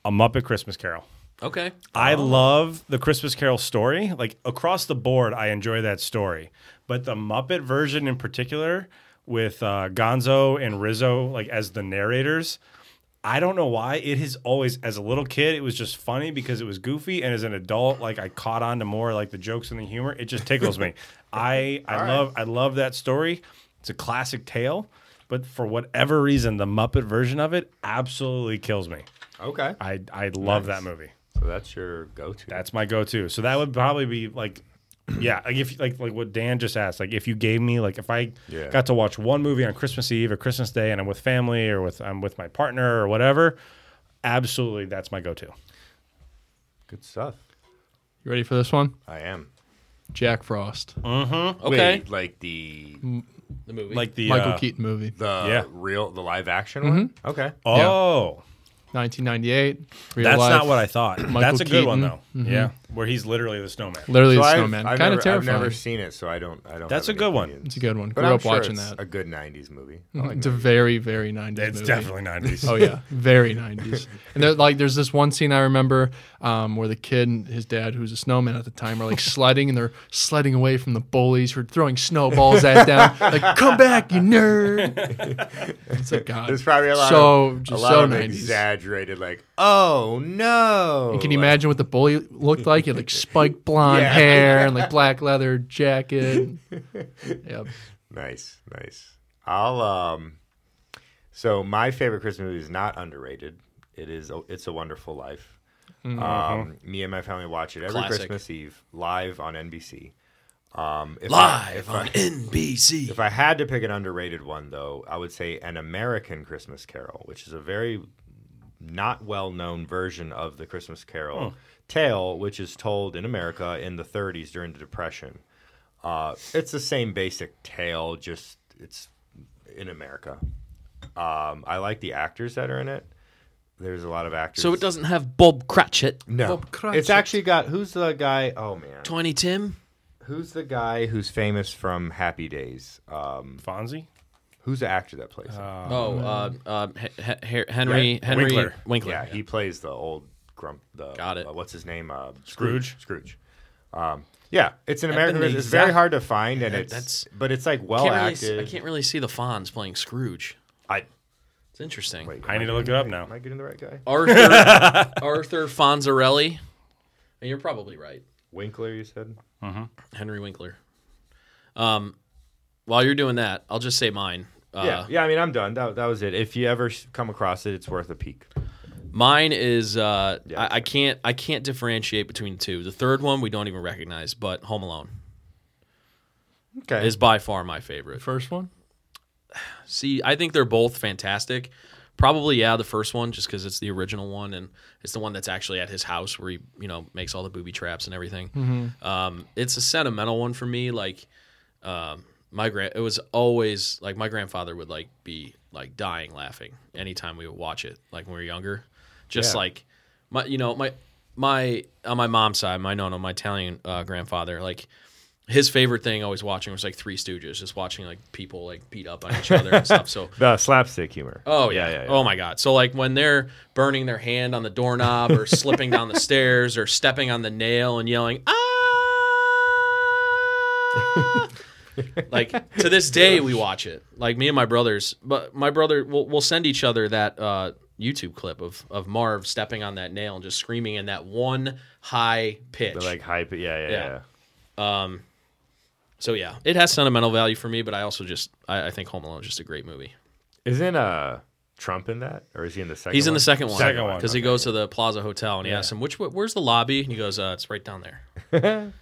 [SPEAKER 6] A Muppet Christmas Carol.
[SPEAKER 1] okay.
[SPEAKER 6] I love the Christmas Carol story. Like across the board, I enjoy that story. But the Muppet version in particular, with uh, Gonzo and Rizzo, like as the narrators, I don't know why. It has always, as a little kid, it was just funny because it was goofy, and as an adult, like I caught on to more like the jokes and the humor. It just tickles me. I I love I love that story. It's a classic tale, but for whatever reason, the Muppet version of it absolutely kills me.
[SPEAKER 3] Okay,
[SPEAKER 6] I I love that movie.
[SPEAKER 3] so that's your go-to.
[SPEAKER 6] That's my go-to. So that would probably be like, yeah, like if like like what Dan just asked, like if you gave me like if I
[SPEAKER 3] Yeah.
[SPEAKER 6] got to watch one movie on Christmas Eve or Christmas Day, and I'm with family or with I'm with my partner or whatever, absolutely, that's my go-to.
[SPEAKER 3] good stuff.
[SPEAKER 7] You ready for this one?
[SPEAKER 3] I am.
[SPEAKER 7] Jack Frost,
[SPEAKER 1] Okay.
[SPEAKER 3] Wait, like the
[SPEAKER 1] the movie.
[SPEAKER 6] Like the
[SPEAKER 7] Michael
[SPEAKER 6] uh,
[SPEAKER 7] Keaton movie,
[SPEAKER 3] the
[SPEAKER 6] Yeah.
[SPEAKER 3] real the live action one. Okay,
[SPEAKER 6] Oh,
[SPEAKER 7] 1998. Real
[SPEAKER 6] that's
[SPEAKER 7] life.
[SPEAKER 6] not what I thought. that's a good one though.
[SPEAKER 7] Keaton.
[SPEAKER 6] Yeah, where he's literally the snowman.
[SPEAKER 7] Literally,
[SPEAKER 3] So
[SPEAKER 7] the
[SPEAKER 3] I've-
[SPEAKER 7] snowman.
[SPEAKER 3] I've
[SPEAKER 7] Kind
[SPEAKER 3] never-
[SPEAKER 7] of terrifying.
[SPEAKER 3] I've never seen it, so I don't. I don't.
[SPEAKER 6] That's
[SPEAKER 3] have
[SPEAKER 6] a
[SPEAKER 3] any
[SPEAKER 6] good one.
[SPEAKER 3] opinions.
[SPEAKER 7] It's a good one.
[SPEAKER 3] But
[SPEAKER 7] Grew
[SPEAKER 3] I'm
[SPEAKER 7] up
[SPEAKER 3] sure
[SPEAKER 7] watching
[SPEAKER 3] it's
[SPEAKER 7] that.
[SPEAKER 3] A good '90s movie. I like
[SPEAKER 7] It's a very, very 90s
[SPEAKER 6] It's
[SPEAKER 7] movie.
[SPEAKER 6] definitely nineties. <laughs>
[SPEAKER 7] Oh yeah, very 90s. And there, like, there's this one scene I remember um, where the kid and his dad, who's a snowman at the time, are
[SPEAKER 6] <laughs>
[SPEAKER 7] like sledding, and they're sledding away from the bullies who are throwing snowballs at them. Like, come back, you nerd!
[SPEAKER 6] <laughs>
[SPEAKER 7] It's like God.
[SPEAKER 3] There's probably a lot
[SPEAKER 7] so
[SPEAKER 3] of,
[SPEAKER 7] just
[SPEAKER 3] a lot
[SPEAKER 7] so
[SPEAKER 3] of
[SPEAKER 7] 90s.
[SPEAKER 3] exaggerated, like, oh no.
[SPEAKER 7] Can you imagine what the bully looked like? He had like spiked
[SPEAKER 3] <laughs>
[SPEAKER 7] blonde
[SPEAKER 3] Yeah.
[SPEAKER 7] hair and like black leather jacket. yep.
[SPEAKER 3] Nice, nice. I'll um. So my favorite Christmas movie is not underrated. It is. It's a Wonderful Life.
[SPEAKER 7] Mm-hmm.
[SPEAKER 3] Um, me and my family watch it every
[SPEAKER 1] Classic.
[SPEAKER 3] Christmas Eve live on NBC. Um, if I,
[SPEAKER 1] Live
[SPEAKER 3] if
[SPEAKER 1] on
[SPEAKER 3] I,
[SPEAKER 1] NBC.
[SPEAKER 3] if I had to pick an underrated one, though, I would say An American Christmas Carol, which is a very not well known version of the Christmas Carol
[SPEAKER 1] Hmm.
[SPEAKER 3] tale, which is told in America in the 30s during the Depression. Uh, it's the same basic tale, just it's in America. Um, I like the actors that are in it. There's a lot of actors.
[SPEAKER 1] So it doesn't have Bob Cratchit.
[SPEAKER 3] No,
[SPEAKER 7] Bob Cratchit.
[SPEAKER 3] it's actually got who's the guy? Oh man,
[SPEAKER 1] Tiny Tim.
[SPEAKER 3] who's the guy who's famous from Happy Days? Um,
[SPEAKER 6] Fonzie?
[SPEAKER 3] who's the actor that plays him?
[SPEAKER 1] Oh, uh, uh, H- H- Henry Henry
[SPEAKER 6] Winkler.
[SPEAKER 1] Winkler.
[SPEAKER 3] yeah, he plays the old grump. The
[SPEAKER 1] Got it.
[SPEAKER 3] uh, what's his name? Uh,
[SPEAKER 6] Scrooge?
[SPEAKER 3] Scrooge. Um, yeah, it's an American.
[SPEAKER 1] Ebenezer.
[SPEAKER 3] It's very hard to find, and it's
[SPEAKER 1] that's-
[SPEAKER 3] but it's like well
[SPEAKER 1] Can't really
[SPEAKER 3] acted.
[SPEAKER 1] s- I can't really see the Fonz playing Scrooge.
[SPEAKER 3] I
[SPEAKER 1] It's interesting.
[SPEAKER 3] wait,
[SPEAKER 6] I
[SPEAKER 3] am
[SPEAKER 6] need to look it
[SPEAKER 3] getting
[SPEAKER 6] up
[SPEAKER 3] the right-
[SPEAKER 6] now.
[SPEAKER 3] Am I getting the right guy?
[SPEAKER 1] Arthur Arthur Fonzarelli. And you're probably right.
[SPEAKER 3] Winkler, you said.
[SPEAKER 1] Henry Winkler. Um, while you're doing that, I'll just say mine. Uh,
[SPEAKER 3] yeah, yeah. I mean, I'm done. That, that was it. If you ever s- come across it, it's worth a peek.
[SPEAKER 1] Mine is uh,
[SPEAKER 3] Yeah,
[SPEAKER 1] I, I can't I can't differentiate between the two. The third one we don't even recognize, but Home Alone
[SPEAKER 3] Okay.
[SPEAKER 1] is by far my favorite.
[SPEAKER 7] First one?
[SPEAKER 1] See, I think they're both fantastic. Probably yeah, the first one just because it's the original one and it's the one that's actually at his house where he you know makes all the booby traps and everything. Um, it's a sentimental one for me. Like um, my grand, it was always like my grandfather would like be like dying laughing anytime we would watch it. Like when we were younger, just like my you know my my on my mom's side, my nonno, my Italian uh, grandfather, like his favorite thing always watching was like Three Stooges, just watching like people like beat up on each other and stuff. So
[SPEAKER 3] the slapstick humor.
[SPEAKER 1] Oh yeah. Oh my god. So like when they're burning their hand on the doorknob or slipping down <laughs> the stairs or stepping on the nail and yelling <laughs> ah like to this day we watch it. Like me and my brothers, but my brother will will send each other that uh YouTube clip of of Marv stepping on that nail and just screaming in that one high pitch.
[SPEAKER 3] The, like hype. Yeah, yeah, yeah.
[SPEAKER 1] Yeah. so yeah, it has sentimental value for me, but I also just I, I think Home Alone is just a great movie.
[SPEAKER 3] Isn't uh Trump in that, or is he in the second?
[SPEAKER 1] He's in
[SPEAKER 3] one?
[SPEAKER 1] the second one.
[SPEAKER 6] Second one,
[SPEAKER 1] Because he goes to the Plaza Hotel and he asks him, "Which wh- where's the lobby?" And he goes, uh, "It's right down there."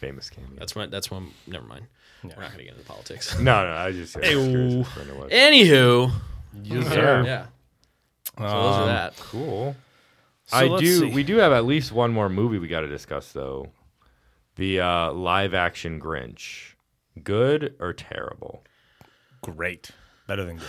[SPEAKER 3] famous cameo.
[SPEAKER 1] That's when. That's when. Never mind. We're not going to get into politics. <laughs>
[SPEAKER 3] No, no, I was just. I was curious which one it was.
[SPEAKER 1] Anywho,
[SPEAKER 3] sir.
[SPEAKER 1] yeah. So those are that.
[SPEAKER 3] Cool.
[SPEAKER 6] So
[SPEAKER 3] I
[SPEAKER 6] let's
[SPEAKER 3] do.
[SPEAKER 6] see.
[SPEAKER 3] We do have at least one more movie we got to discuss though. The uh, live action Grinch, good or terrible?
[SPEAKER 6] Great. Better than good.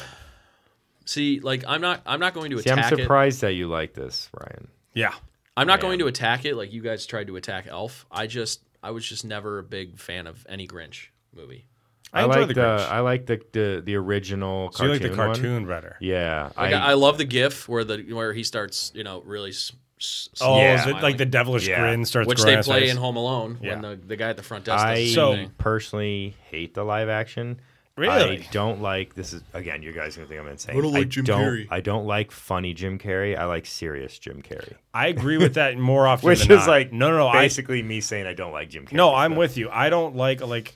[SPEAKER 1] See, like I'm not. I'm not going to
[SPEAKER 3] See, I'm
[SPEAKER 1] attack it.
[SPEAKER 3] surprised that you like this, Ryan.
[SPEAKER 6] Yeah.
[SPEAKER 1] I'm not going to attack it. Like you guys tried to attack Elf. I just. I was just never a big fan of any Grinch movie.
[SPEAKER 6] I, enjoy
[SPEAKER 3] like
[SPEAKER 6] the Grinch.
[SPEAKER 3] I like the the, the original.
[SPEAKER 6] so you like the
[SPEAKER 3] one.
[SPEAKER 6] cartoon better.
[SPEAKER 3] Yeah,
[SPEAKER 1] Like, I, I love the GIF where the where he starts. You know, really. S- s-
[SPEAKER 6] Oh,
[SPEAKER 3] Yeah.
[SPEAKER 6] is it like the devilish
[SPEAKER 3] Yeah.
[SPEAKER 6] grin starts
[SPEAKER 1] which
[SPEAKER 6] growing
[SPEAKER 1] they
[SPEAKER 6] on his
[SPEAKER 1] play
[SPEAKER 6] face?
[SPEAKER 1] in Home Alone
[SPEAKER 6] Yeah.
[SPEAKER 1] when the, the guy at the front desk. does
[SPEAKER 3] I
[SPEAKER 1] the same
[SPEAKER 6] So-
[SPEAKER 1] thing.
[SPEAKER 3] personally hate the live action.
[SPEAKER 6] Really?
[SPEAKER 3] I don't like this. Is again, you guys are gonna think I'm insane.
[SPEAKER 1] I don't like Jim
[SPEAKER 3] don't,
[SPEAKER 1] Carrey.
[SPEAKER 3] I don't like funny Jim Carrey. I like serious Jim Carrey,
[SPEAKER 6] I agree with that
[SPEAKER 3] <laughs>
[SPEAKER 6] more often
[SPEAKER 3] which
[SPEAKER 6] than
[SPEAKER 3] is
[SPEAKER 6] not.
[SPEAKER 3] like
[SPEAKER 6] no, no, no. I
[SPEAKER 3] Basically, me saying I don't like Jim Carrey.
[SPEAKER 6] No, I'm
[SPEAKER 3] So-
[SPEAKER 6] with you. I don't like like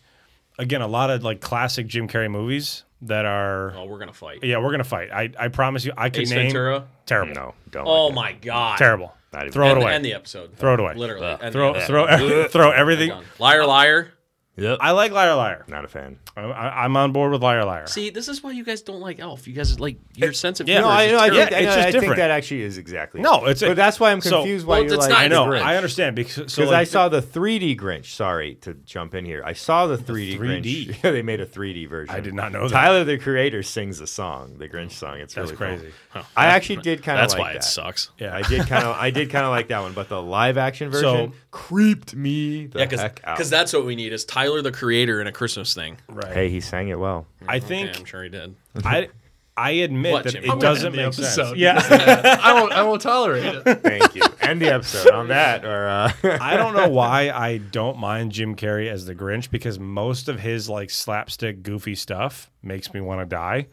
[SPEAKER 6] again a lot of like classic Jim Carrey movies that are.
[SPEAKER 1] Oh, we're gonna fight.
[SPEAKER 6] Yeah, we're gonna fight. I, I promise you. I could
[SPEAKER 1] Ace
[SPEAKER 6] name
[SPEAKER 1] Ventura?
[SPEAKER 6] terrible.
[SPEAKER 3] No, don't.
[SPEAKER 1] Oh
[SPEAKER 3] like
[SPEAKER 1] my god.
[SPEAKER 6] Uh, Terrible.
[SPEAKER 3] Not even-
[SPEAKER 6] Throw
[SPEAKER 1] End,
[SPEAKER 6] it away.
[SPEAKER 1] end the episode.
[SPEAKER 6] Throw it away.
[SPEAKER 1] Literally. end
[SPEAKER 6] Throw
[SPEAKER 1] the episode. <laughs>
[SPEAKER 6] throw <laughs> throw everything.
[SPEAKER 1] Done. Liar, liar.
[SPEAKER 6] I like Liar Liar.
[SPEAKER 3] It. Not a fan.
[SPEAKER 6] I, I, I'm on board with Liar Liar.
[SPEAKER 1] See, this is why you guys don't like Elf. You guys like your sense of
[SPEAKER 6] yeah,
[SPEAKER 1] humor.
[SPEAKER 6] no,
[SPEAKER 1] is
[SPEAKER 6] I know, I
[SPEAKER 1] terrible.
[SPEAKER 6] think- Yeah, it's just
[SPEAKER 3] I think
[SPEAKER 6] different.
[SPEAKER 3] that actually is exactly.
[SPEAKER 6] No, it's
[SPEAKER 3] but
[SPEAKER 6] it.
[SPEAKER 3] that's why I'm
[SPEAKER 6] So-
[SPEAKER 3] confused. why
[SPEAKER 1] Well,
[SPEAKER 3] you're
[SPEAKER 1] it's
[SPEAKER 3] like,
[SPEAKER 1] not-
[SPEAKER 6] I know.
[SPEAKER 1] Grinch.
[SPEAKER 6] I understand because so
[SPEAKER 3] Because
[SPEAKER 6] like,
[SPEAKER 3] I saw the 3D Grinch. Sorry to jump in here. I saw the 3D,
[SPEAKER 6] 3D.
[SPEAKER 3] Grinch. <laughs> Yeah, they made a 3D version.
[SPEAKER 6] I did not know that.
[SPEAKER 3] Tyler, the creator, sings the song, the Grinch song. It's
[SPEAKER 6] That's
[SPEAKER 3] really
[SPEAKER 6] crazy.
[SPEAKER 3] Cool. I actually did kind of
[SPEAKER 1] That's
[SPEAKER 3] like
[SPEAKER 1] why
[SPEAKER 3] that.
[SPEAKER 1] it sucks.
[SPEAKER 6] Yeah.
[SPEAKER 3] I did kind of, I did kind of like that one, but the live action version
[SPEAKER 6] So-
[SPEAKER 3] creeped me the
[SPEAKER 1] Yeah,
[SPEAKER 3] heck out.
[SPEAKER 1] because that's what we need is Tyler the creator in a Christmas thing.
[SPEAKER 6] right.
[SPEAKER 3] hey, he sang it well.
[SPEAKER 6] I
[SPEAKER 1] Yeah,
[SPEAKER 6] think
[SPEAKER 1] I'm sure he did.
[SPEAKER 6] I I admit
[SPEAKER 1] What,
[SPEAKER 6] that
[SPEAKER 1] Jimmy?
[SPEAKER 6] it
[SPEAKER 1] I'm gonna
[SPEAKER 6] doesn't
[SPEAKER 7] end the
[SPEAKER 6] make sense.
[SPEAKER 7] episode.
[SPEAKER 6] Yeah,
[SPEAKER 7] <laughs> I won't, I won't tolerate
[SPEAKER 3] <laughs>
[SPEAKER 7] it.
[SPEAKER 3] Thank you. End the episode on that. Or uh, <laughs>
[SPEAKER 6] I don't know why I don't mind Jim Carrey as the Grinch because most of his like slapstick goofy stuff makes me want to die.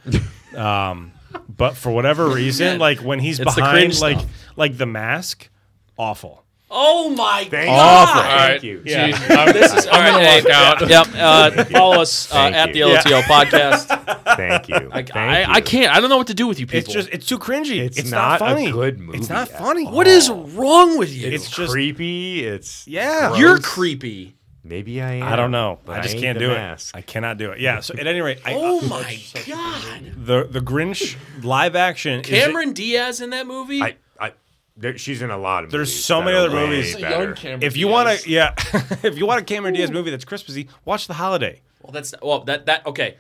[SPEAKER 6] Um, but for whatever reason, like when he's
[SPEAKER 1] It's the
[SPEAKER 6] behind
[SPEAKER 1] cringe
[SPEAKER 6] like
[SPEAKER 1] stuff.
[SPEAKER 6] like the mask, awful.
[SPEAKER 1] Oh my
[SPEAKER 3] thank
[SPEAKER 6] Awful.
[SPEAKER 3] you. Thank
[SPEAKER 7] right.
[SPEAKER 3] you.
[SPEAKER 6] Yeah.
[SPEAKER 1] This is, all right, hey, <laughs> Yep. Uh, follow us uh,
[SPEAKER 3] Thank
[SPEAKER 1] at the
[SPEAKER 3] you.
[SPEAKER 1] LOTL podcast.
[SPEAKER 3] Thank you.
[SPEAKER 1] Like,
[SPEAKER 3] Thank
[SPEAKER 1] I,
[SPEAKER 3] you.
[SPEAKER 1] I can't. I don't know what to do with you people.
[SPEAKER 6] It's just it's too cringy.
[SPEAKER 3] It's
[SPEAKER 6] It's, not,
[SPEAKER 3] not a
[SPEAKER 6] funny.
[SPEAKER 3] good
[SPEAKER 6] It's
[SPEAKER 3] movie
[SPEAKER 6] not
[SPEAKER 3] at
[SPEAKER 6] funny.
[SPEAKER 1] what is wrong with you?
[SPEAKER 6] It's just
[SPEAKER 3] creepy. It's
[SPEAKER 6] yeah.
[SPEAKER 1] You're creepy.
[SPEAKER 3] Maybe I am.
[SPEAKER 6] I don't know.
[SPEAKER 3] but
[SPEAKER 6] I just
[SPEAKER 3] ain't
[SPEAKER 6] can't
[SPEAKER 3] the
[SPEAKER 6] do
[SPEAKER 3] mask.
[SPEAKER 6] it. I cannot do it. Yeah. So at any rate, I, uh,
[SPEAKER 1] Oh my god.
[SPEAKER 6] the the Grinch live action. is-
[SPEAKER 1] Cameron Diaz in that movie?
[SPEAKER 3] I, I, there, she's in a lot of.
[SPEAKER 6] There's
[SPEAKER 3] movies
[SPEAKER 6] so
[SPEAKER 3] that
[SPEAKER 6] many
[SPEAKER 3] are
[SPEAKER 6] other
[SPEAKER 3] way
[SPEAKER 6] movies.
[SPEAKER 3] better.
[SPEAKER 6] if you want to, yeah, <laughs> if you want a Cameron Diaz movie that's Christmassy, watch The Holiday.
[SPEAKER 1] well, that's well that that okay.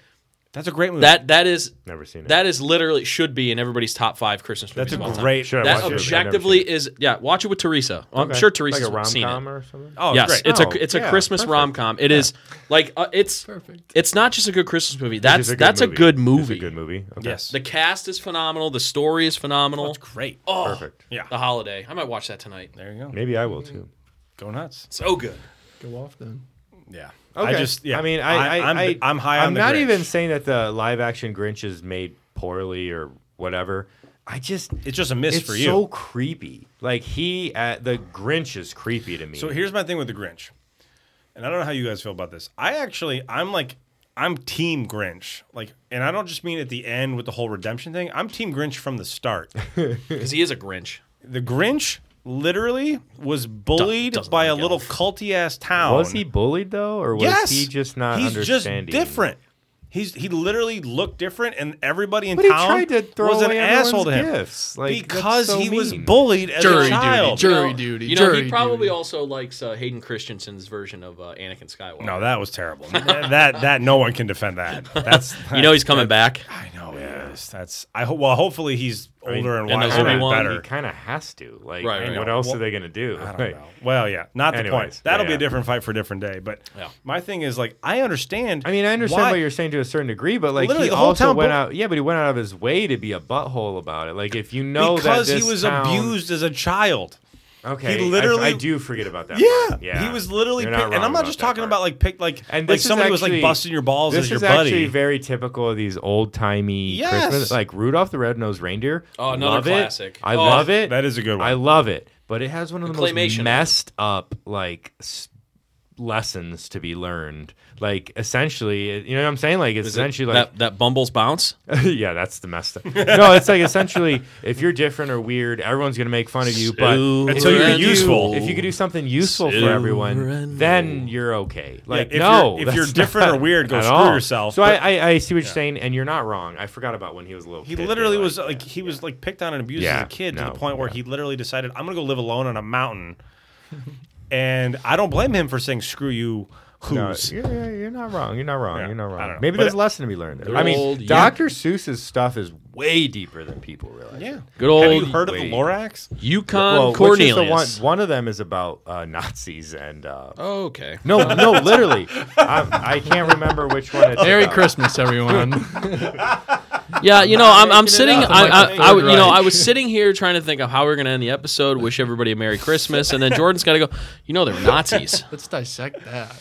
[SPEAKER 6] That's a great movie.
[SPEAKER 1] That that is
[SPEAKER 3] Never seen it.
[SPEAKER 1] that is literally should be in everybody's top five Christmas movies.
[SPEAKER 6] That's
[SPEAKER 1] of
[SPEAKER 6] a
[SPEAKER 1] all time.
[SPEAKER 6] great.
[SPEAKER 3] Should I
[SPEAKER 1] That
[SPEAKER 3] watch it? I've never seen
[SPEAKER 1] objectively
[SPEAKER 3] it.
[SPEAKER 1] is yeah. Watch it with Teresa. I'm sure Teresa's
[SPEAKER 3] like a
[SPEAKER 1] seen it.
[SPEAKER 3] rom-com or something.
[SPEAKER 6] Oh,
[SPEAKER 1] yes, it's
[SPEAKER 6] it's great.
[SPEAKER 3] Oh,
[SPEAKER 1] a it's
[SPEAKER 3] yeah,
[SPEAKER 1] a Christmas
[SPEAKER 3] perfect.
[SPEAKER 1] rom com. It is like uh, it's
[SPEAKER 7] Perfect.
[SPEAKER 1] It's not just a good Christmas movie. That's
[SPEAKER 3] It's a good
[SPEAKER 1] that's
[SPEAKER 3] movie.
[SPEAKER 1] a good
[SPEAKER 3] It's
[SPEAKER 1] movie.
[SPEAKER 3] a good movie. Okay.
[SPEAKER 6] yes,
[SPEAKER 1] The cast is phenomenal. The story is phenomenal.
[SPEAKER 6] it's great.
[SPEAKER 1] oh,
[SPEAKER 3] Perfect.
[SPEAKER 6] Yeah,
[SPEAKER 1] The holiday. I might watch that tonight.
[SPEAKER 6] Uh, there you go.
[SPEAKER 3] Maybe I will too.
[SPEAKER 6] Go nuts.
[SPEAKER 1] So good.
[SPEAKER 7] Go off then.
[SPEAKER 6] Yeah.
[SPEAKER 3] Okay.
[SPEAKER 6] I just. Yeah.
[SPEAKER 3] I mean, I, I,
[SPEAKER 6] I'm,
[SPEAKER 3] I,
[SPEAKER 6] I'm high
[SPEAKER 3] I'm
[SPEAKER 6] on the
[SPEAKER 3] not
[SPEAKER 6] Grinch.
[SPEAKER 3] even saying that the live action Grinch is made poorly or whatever. I just
[SPEAKER 6] It's just a miss
[SPEAKER 3] it's
[SPEAKER 6] for you.
[SPEAKER 3] so creepy. Like he, uh, the Grinch is creepy to me.
[SPEAKER 6] So here's my thing with the Grinch, and I don't know how you guys feel about this. I actually, I'm like, I'm Team Grinch. Like, and I don't just mean at the end with the whole redemption thing. I'm Team Grinch from the start.
[SPEAKER 1] Because he is a Grinch.
[SPEAKER 6] the Grinch literally was bullied
[SPEAKER 1] doesn't
[SPEAKER 6] by a
[SPEAKER 1] like
[SPEAKER 6] little
[SPEAKER 1] elf.
[SPEAKER 6] culty ass town.
[SPEAKER 3] was he bullied though, or was
[SPEAKER 6] Yes,
[SPEAKER 3] he just not
[SPEAKER 6] He's
[SPEAKER 3] understanding?
[SPEAKER 6] just different. He's he literally looked different, and everybody in
[SPEAKER 3] But he
[SPEAKER 6] town
[SPEAKER 3] tried to throw
[SPEAKER 6] was an
[SPEAKER 3] away everyone's
[SPEAKER 6] asshole to him
[SPEAKER 3] gifts. Like, that's
[SPEAKER 6] because
[SPEAKER 3] so
[SPEAKER 6] he was
[SPEAKER 3] mean.
[SPEAKER 6] bullied as a child.
[SPEAKER 7] Jury duty,
[SPEAKER 1] You know,
[SPEAKER 7] jury
[SPEAKER 1] he probably
[SPEAKER 7] duty.
[SPEAKER 1] also likes uh, Hayden Christensen's version of uh, Anakin Skywalker.
[SPEAKER 6] No, that was terrible. that that- that no one can defend that. That's
[SPEAKER 1] you know he's coming back.
[SPEAKER 6] I know it is. That's I hope. Well, hopefully he's
[SPEAKER 3] mean,
[SPEAKER 6] older and
[SPEAKER 1] and
[SPEAKER 6] wiser
[SPEAKER 1] those
[SPEAKER 6] and,
[SPEAKER 1] Obi-Wan,
[SPEAKER 6] better.
[SPEAKER 3] He kind of has to. Like,
[SPEAKER 1] Right, right,
[SPEAKER 3] what
[SPEAKER 1] right.
[SPEAKER 3] else are they gonna do?
[SPEAKER 6] I don't know. Well, yeah, not the
[SPEAKER 3] Anyways,
[SPEAKER 6] point. That'll
[SPEAKER 3] yeah,
[SPEAKER 6] be a
[SPEAKER 3] yeah.
[SPEAKER 6] different fight for a different day. But
[SPEAKER 1] Yeah.
[SPEAKER 6] my thing is like I understand.
[SPEAKER 3] I mean, I understand
[SPEAKER 6] why-
[SPEAKER 3] what you're saying to a certain degree, but like
[SPEAKER 6] Literally,
[SPEAKER 3] he
[SPEAKER 6] the whole
[SPEAKER 3] also
[SPEAKER 6] town
[SPEAKER 3] went
[SPEAKER 6] bu-
[SPEAKER 3] out. Yeah, but he went out of his way to be a butthole about it. Like if you know
[SPEAKER 6] because
[SPEAKER 3] that
[SPEAKER 6] he
[SPEAKER 3] this
[SPEAKER 6] was
[SPEAKER 3] town-
[SPEAKER 6] abused as a child.
[SPEAKER 3] Okay,
[SPEAKER 6] He
[SPEAKER 3] I-
[SPEAKER 6] literally-
[SPEAKER 3] I, do forget about that.
[SPEAKER 6] <laughs> Yeah,
[SPEAKER 3] part. yeah.
[SPEAKER 6] he was literally,
[SPEAKER 3] You're
[SPEAKER 6] pick,
[SPEAKER 3] not
[SPEAKER 6] and
[SPEAKER 3] wrong
[SPEAKER 6] I'm not just
[SPEAKER 3] that
[SPEAKER 6] talking
[SPEAKER 3] part.
[SPEAKER 6] about like pick like
[SPEAKER 3] And
[SPEAKER 6] like
[SPEAKER 3] this is
[SPEAKER 6] somebody was like
[SPEAKER 3] actually-
[SPEAKER 6] busting your balls
[SPEAKER 3] This
[SPEAKER 6] as your
[SPEAKER 3] is actually
[SPEAKER 6] buddy.
[SPEAKER 3] very typical of these old timey
[SPEAKER 6] Yes.
[SPEAKER 3] Christmas, like Rudolph the Red Nosed Reindeer.
[SPEAKER 1] Oh, another
[SPEAKER 3] Love it.
[SPEAKER 1] classic.
[SPEAKER 3] I
[SPEAKER 1] Oh,
[SPEAKER 3] love it.
[SPEAKER 6] that is a good one.
[SPEAKER 3] I love it, but it has one of the,
[SPEAKER 1] The
[SPEAKER 3] most
[SPEAKER 1] claymation.
[SPEAKER 3] messed up like s- lessons to be learned. Like essentially, it- you know what I'm saying? Like it's essentially like
[SPEAKER 1] that that Bumbles bounce.
[SPEAKER 3] <laughs> yeah, that's the messed up. No, it's like essentially if you're different or weird, everyone's gonna make fun of you. But
[SPEAKER 6] Until
[SPEAKER 3] if
[SPEAKER 6] you're
[SPEAKER 3] could do-
[SPEAKER 6] useful.
[SPEAKER 3] if you could do something useful for everyone, then you're okay. Like
[SPEAKER 6] if
[SPEAKER 3] no,
[SPEAKER 6] you're- if you're
[SPEAKER 3] that's
[SPEAKER 6] different
[SPEAKER 3] not- <laughs>
[SPEAKER 6] or weird, go
[SPEAKER 3] at
[SPEAKER 6] screw
[SPEAKER 3] all.
[SPEAKER 6] yourself,
[SPEAKER 3] So
[SPEAKER 6] but-
[SPEAKER 3] I, I I see what you're saying, and you're not wrong. I forgot about when he was a little.
[SPEAKER 6] He
[SPEAKER 3] kid,
[SPEAKER 6] literally
[SPEAKER 3] yeah,
[SPEAKER 6] was like he was like picked on and abused as
[SPEAKER 3] Yeah,
[SPEAKER 6] a kid to
[SPEAKER 3] no,
[SPEAKER 6] the point where he literally decided I'm gonna go live alone on a mountain. <laughs> and I don't blame him for saying screw you.
[SPEAKER 3] No,
[SPEAKER 6] Who's
[SPEAKER 3] you're, you're- you're not wrong. You're not wrong.
[SPEAKER 6] Yeah,
[SPEAKER 3] You're not
[SPEAKER 6] I don't know.
[SPEAKER 3] wrong. Maybe
[SPEAKER 6] But
[SPEAKER 3] there's
[SPEAKER 6] it-
[SPEAKER 3] a lesson to be learned. there.
[SPEAKER 1] Good
[SPEAKER 3] I
[SPEAKER 1] old
[SPEAKER 3] mean,
[SPEAKER 1] you-
[SPEAKER 3] Dr. Seuss's stuff is way deeper than people realize.
[SPEAKER 6] yeah?
[SPEAKER 1] Good old
[SPEAKER 6] Have you heard of the
[SPEAKER 3] Wait.
[SPEAKER 6] Lorax?
[SPEAKER 1] Yukon
[SPEAKER 3] Well, which is
[SPEAKER 1] Cornelius.
[SPEAKER 3] the one, one of them is about uh, Nazis and uh,
[SPEAKER 1] Oh, okay.
[SPEAKER 3] No, no, literally. I'm, I can't remember which one it's
[SPEAKER 7] Merry
[SPEAKER 3] about.
[SPEAKER 7] Christmas, everyone.
[SPEAKER 1] Yeah, you know, I'm, I'm
[SPEAKER 3] making it
[SPEAKER 1] sitting.
[SPEAKER 3] up.
[SPEAKER 1] I,
[SPEAKER 7] I'm like
[SPEAKER 1] I,
[SPEAKER 7] the
[SPEAKER 1] I,
[SPEAKER 7] Third
[SPEAKER 1] would- you know,
[SPEAKER 7] Reich.
[SPEAKER 1] I was sitting here trying to think of how we are going to end the episode. Wish everybody a Merry Christmas, and then Jordan's got to go. You know, they're Nazis.
[SPEAKER 7] Let's dissect that.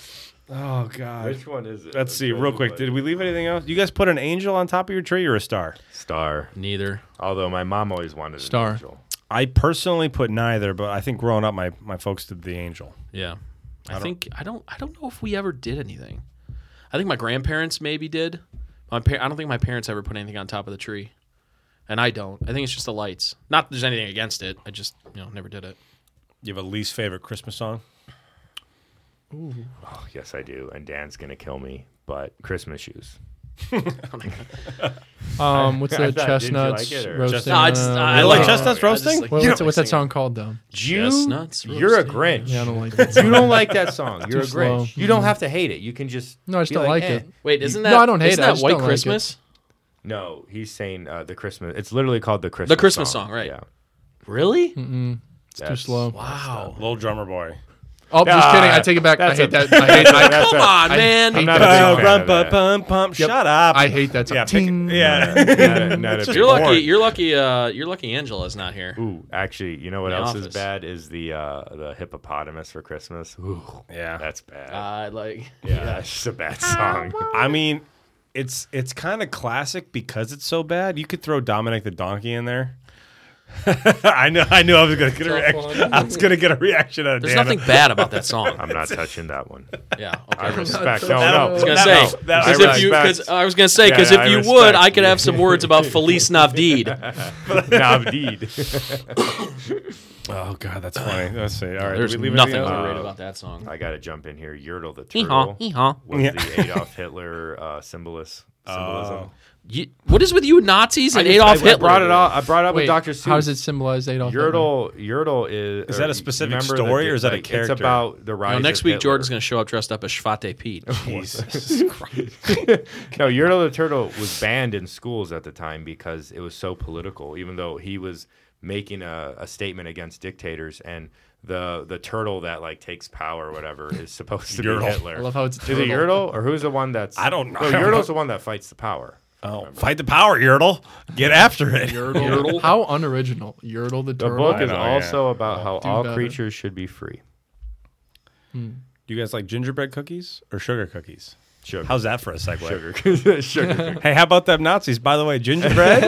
[SPEAKER 6] Oh god.
[SPEAKER 3] Which one is it?
[SPEAKER 6] Let's see, real quick. Did we leave anything else? You guys put an angel on top of your tree or a star?
[SPEAKER 3] Star.
[SPEAKER 1] Neither.
[SPEAKER 3] Although my mom always wanted
[SPEAKER 7] Star.
[SPEAKER 3] an angel.
[SPEAKER 6] I personally put neither, but I think growing up, my, my folks did the angel.
[SPEAKER 1] Yeah. I, think I don't. I don't know if we ever did anything. I think my grandparents maybe did. My par- I don't think my parents ever put anything on top of the tree, and I don't. I think it's just the lights. Not that there's anything against it. I just you know never did it.
[SPEAKER 6] You have a least favorite Christmas song?
[SPEAKER 3] Oh, yes, I do. And Dan's gonna kill me. But Christmas shoes.
[SPEAKER 7] Um, what's
[SPEAKER 3] I
[SPEAKER 7] the
[SPEAKER 3] thought, didn't you
[SPEAKER 7] chesnuts
[SPEAKER 3] like it, or-
[SPEAKER 7] roasting?
[SPEAKER 1] No, I just
[SPEAKER 7] on a-
[SPEAKER 1] I
[SPEAKER 6] You
[SPEAKER 1] like
[SPEAKER 6] like chestnuts
[SPEAKER 1] I just
[SPEAKER 6] roasting?
[SPEAKER 1] like-
[SPEAKER 7] What-
[SPEAKER 3] You
[SPEAKER 7] what's,
[SPEAKER 3] don't
[SPEAKER 7] what's that song called though?
[SPEAKER 3] You,
[SPEAKER 1] Chestnuts
[SPEAKER 3] you're a
[SPEAKER 1] roasting.
[SPEAKER 3] Grinch.
[SPEAKER 7] Yeah, I don't like that.
[SPEAKER 3] you don't like that
[SPEAKER 7] <laughs>
[SPEAKER 3] song. You're a
[SPEAKER 7] Too slow. Mm-hmm.
[SPEAKER 3] Grinch. You don't have to hate it. You can just
[SPEAKER 7] No, I just
[SPEAKER 3] be
[SPEAKER 7] don't like
[SPEAKER 3] eh.
[SPEAKER 7] it.
[SPEAKER 1] Wait, isn't that
[SPEAKER 7] No, I don't hate
[SPEAKER 1] isn't
[SPEAKER 7] it. I
[SPEAKER 1] that
[SPEAKER 7] just
[SPEAKER 1] White
[SPEAKER 7] don't like it.
[SPEAKER 1] Christmas?
[SPEAKER 3] No, he's saying uh, the Christmas. It's literally called the Christmas.
[SPEAKER 1] Christmas song, right.
[SPEAKER 3] Yeah.
[SPEAKER 1] Really?
[SPEAKER 3] It's
[SPEAKER 7] Too slow.
[SPEAKER 1] Wow.
[SPEAKER 6] Little drummer boy.
[SPEAKER 7] Oh, just
[SPEAKER 3] Ah,
[SPEAKER 7] kidding. I take it back. I
[SPEAKER 3] that's
[SPEAKER 7] hate
[SPEAKER 3] a-
[SPEAKER 7] that. I hate, I,
[SPEAKER 1] Come on, man.
[SPEAKER 3] I'm not a big
[SPEAKER 6] Uh,
[SPEAKER 3] fan
[SPEAKER 6] rum,
[SPEAKER 3] of
[SPEAKER 6] bum,
[SPEAKER 3] that.
[SPEAKER 6] bum, pum. Shut up.
[SPEAKER 7] I hate that. Song.
[SPEAKER 6] yeah, pick,
[SPEAKER 7] Ting. <laughs>
[SPEAKER 6] yeah.
[SPEAKER 3] Not a- not a big
[SPEAKER 1] You're lucky.
[SPEAKER 6] bored.
[SPEAKER 1] You're lucky. Uh, you're lucky. Angela's not here.
[SPEAKER 3] Ooh, actually, you know what
[SPEAKER 1] The
[SPEAKER 3] else
[SPEAKER 1] Office.
[SPEAKER 3] is bad is the uh, the hippopotamus for Christmas. Ooh,
[SPEAKER 6] Yeah. Ah,
[SPEAKER 3] that's bad.
[SPEAKER 1] Uh, like
[SPEAKER 3] yeah, that's just a bad song.
[SPEAKER 6] I mean, it's it's kind of classic because it's so bad. You could throw Dominic the Donkey in there. <laughs> I know. I knew I was gonna get a
[SPEAKER 7] Tough
[SPEAKER 6] reaction. <laughs> I was gonna get a reaction out of
[SPEAKER 1] there's
[SPEAKER 6] Dan.
[SPEAKER 1] nothing bad about that song.
[SPEAKER 3] <laughs> I'm not touching that
[SPEAKER 6] <laughs>
[SPEAKER 3] one.
[SPEAKER 1] Yeah.
[SPEAKER 3] I
[SPEAKER 1] Okay.
[SPEAKER 3] respect. No,
[SPEAKER 6] That-
[SPEAKER 1] I
[SPEAKER 3] no.
[SPEAKER 1] was gonna
[SPEAKER 6] That-
[SPEAKER 1] say
[SPEAKER 6] that-
[SPEAKER 1] 'cause
[SPEAKER 3] I
[SPEAKER 1] if you,
[SPEAKER 3] respect-
[SPEAKER 1] 'cause I was gonna say because
[SPEAKER 3] Yeah, I
[SPEAKER 1] if you
[SPEAKER 3] respect
[SPEAKER 1] would, I could
[SPEAKER 3] you.
[SPEAKER 6] <laughs>
[SPEAKER 1] have some words about Felice Navdeed.
[SPEAKER 3] Navdeed.
[SPEAKER 6] Oh God, that's funny. Let's see. All right,
[SPEAKER 1] There's
[SPEAKER 6] did we leave
[SPEAKER 1] nothing
[SPEAKER 6] anything else?
[SPEAKER 1] underrated about that song.
[SPEAKER 3] <laughs> I got to jump in here. Yertle the
[SPEAKER 1] Hee-haw,
[SPEAKER 3] turtle
[SPEAKER 1] hee-haw.
[SPEAKER 3] was
[SPEAKER 6] Yeah. Oh.
[SPEAKER 3] the
[SPEAKER 6] <laughs>
[SPEAKER 3] Adolf Hitler uh, symbolist. Symbolism.
[SPEAKER 1] You, what is with you Nazis and Adolf
[SPEAKER 3] I, I
[SPEAKER 1] Hitler?
[SPEAKER 3] brought it all. I brought it up
[SPEAKER 7] Wait,
[SPEAKER 3] with Dr. Seuss.
[SPEAKER 7] how does it symbolize Adolf Hitler?
[SPEAKER 3] Yertle, Yertle is.
[SPEAKER 6] Is
[SPEAKER 3] or
[SPEAKER 6] that a specific
[SPEAKER 3] remember
[SPEAKER 6] story or is that a
[SPEAKER 3] like,
[SPEAKER 6] character?
[SPEAKER 3] It's about the rise.
[SPEAKER 1] No, next
[SPEAKER 3] of
[SPEAKER 1] week,
[SPEAKER 3] Hitler.
[SPEAKER 1] Jordan's going to show up dressed up as Shvate Pete.
[SPEAKER 6] Jesus Christ.
[SPEAKER 3] No, Yertle the Turtle was banned in schools at the time because it was so political, even though he was making a, a statement against dictators and the the turtle that like takes power or whatever is supposed to be
[SPEAKER 6] Yertle.
[SPEAKER 3] Hitler.
[SPEAKER 7] I love how it's
[SPEAKER 3] Is it Yertle or who's the one that's
[SPEAKER 6] I don't know.
[SPEAKER 3] No, Yertle's the one that fights the power.
[SPEAKER 6] <laughs> Oh, fight the power, Yertle. Get after it.
[SPEAKER 7] Yertle. How unoriginal. Yertle the
[SPEAKER 3] The
[SPEAKER 7] turtle.
[SPEAKER 3] book
[SPEAKER 6] I
[SPEAKER 3] is
[SPEAKER 6] know, yeah.
[SPEAKER 3] also about how
[SPEAKER 7] do
[SPEAKER 3] all
[SPEAKER 7] better.
[SPEAKER 3] creatures should be free.
[SPEAKER 6] <laughs> Do you guys like gingerbread cookies or sugar cookies?
[SPEAKER 3] Sugar.
[SPEAKER 6] How's that for a segue? <laughs>
[SPEAKER 3] sugar? sugar.
[SPEAKER 6] Hey, how about them Nazis? By the way, <laughs> gingerbread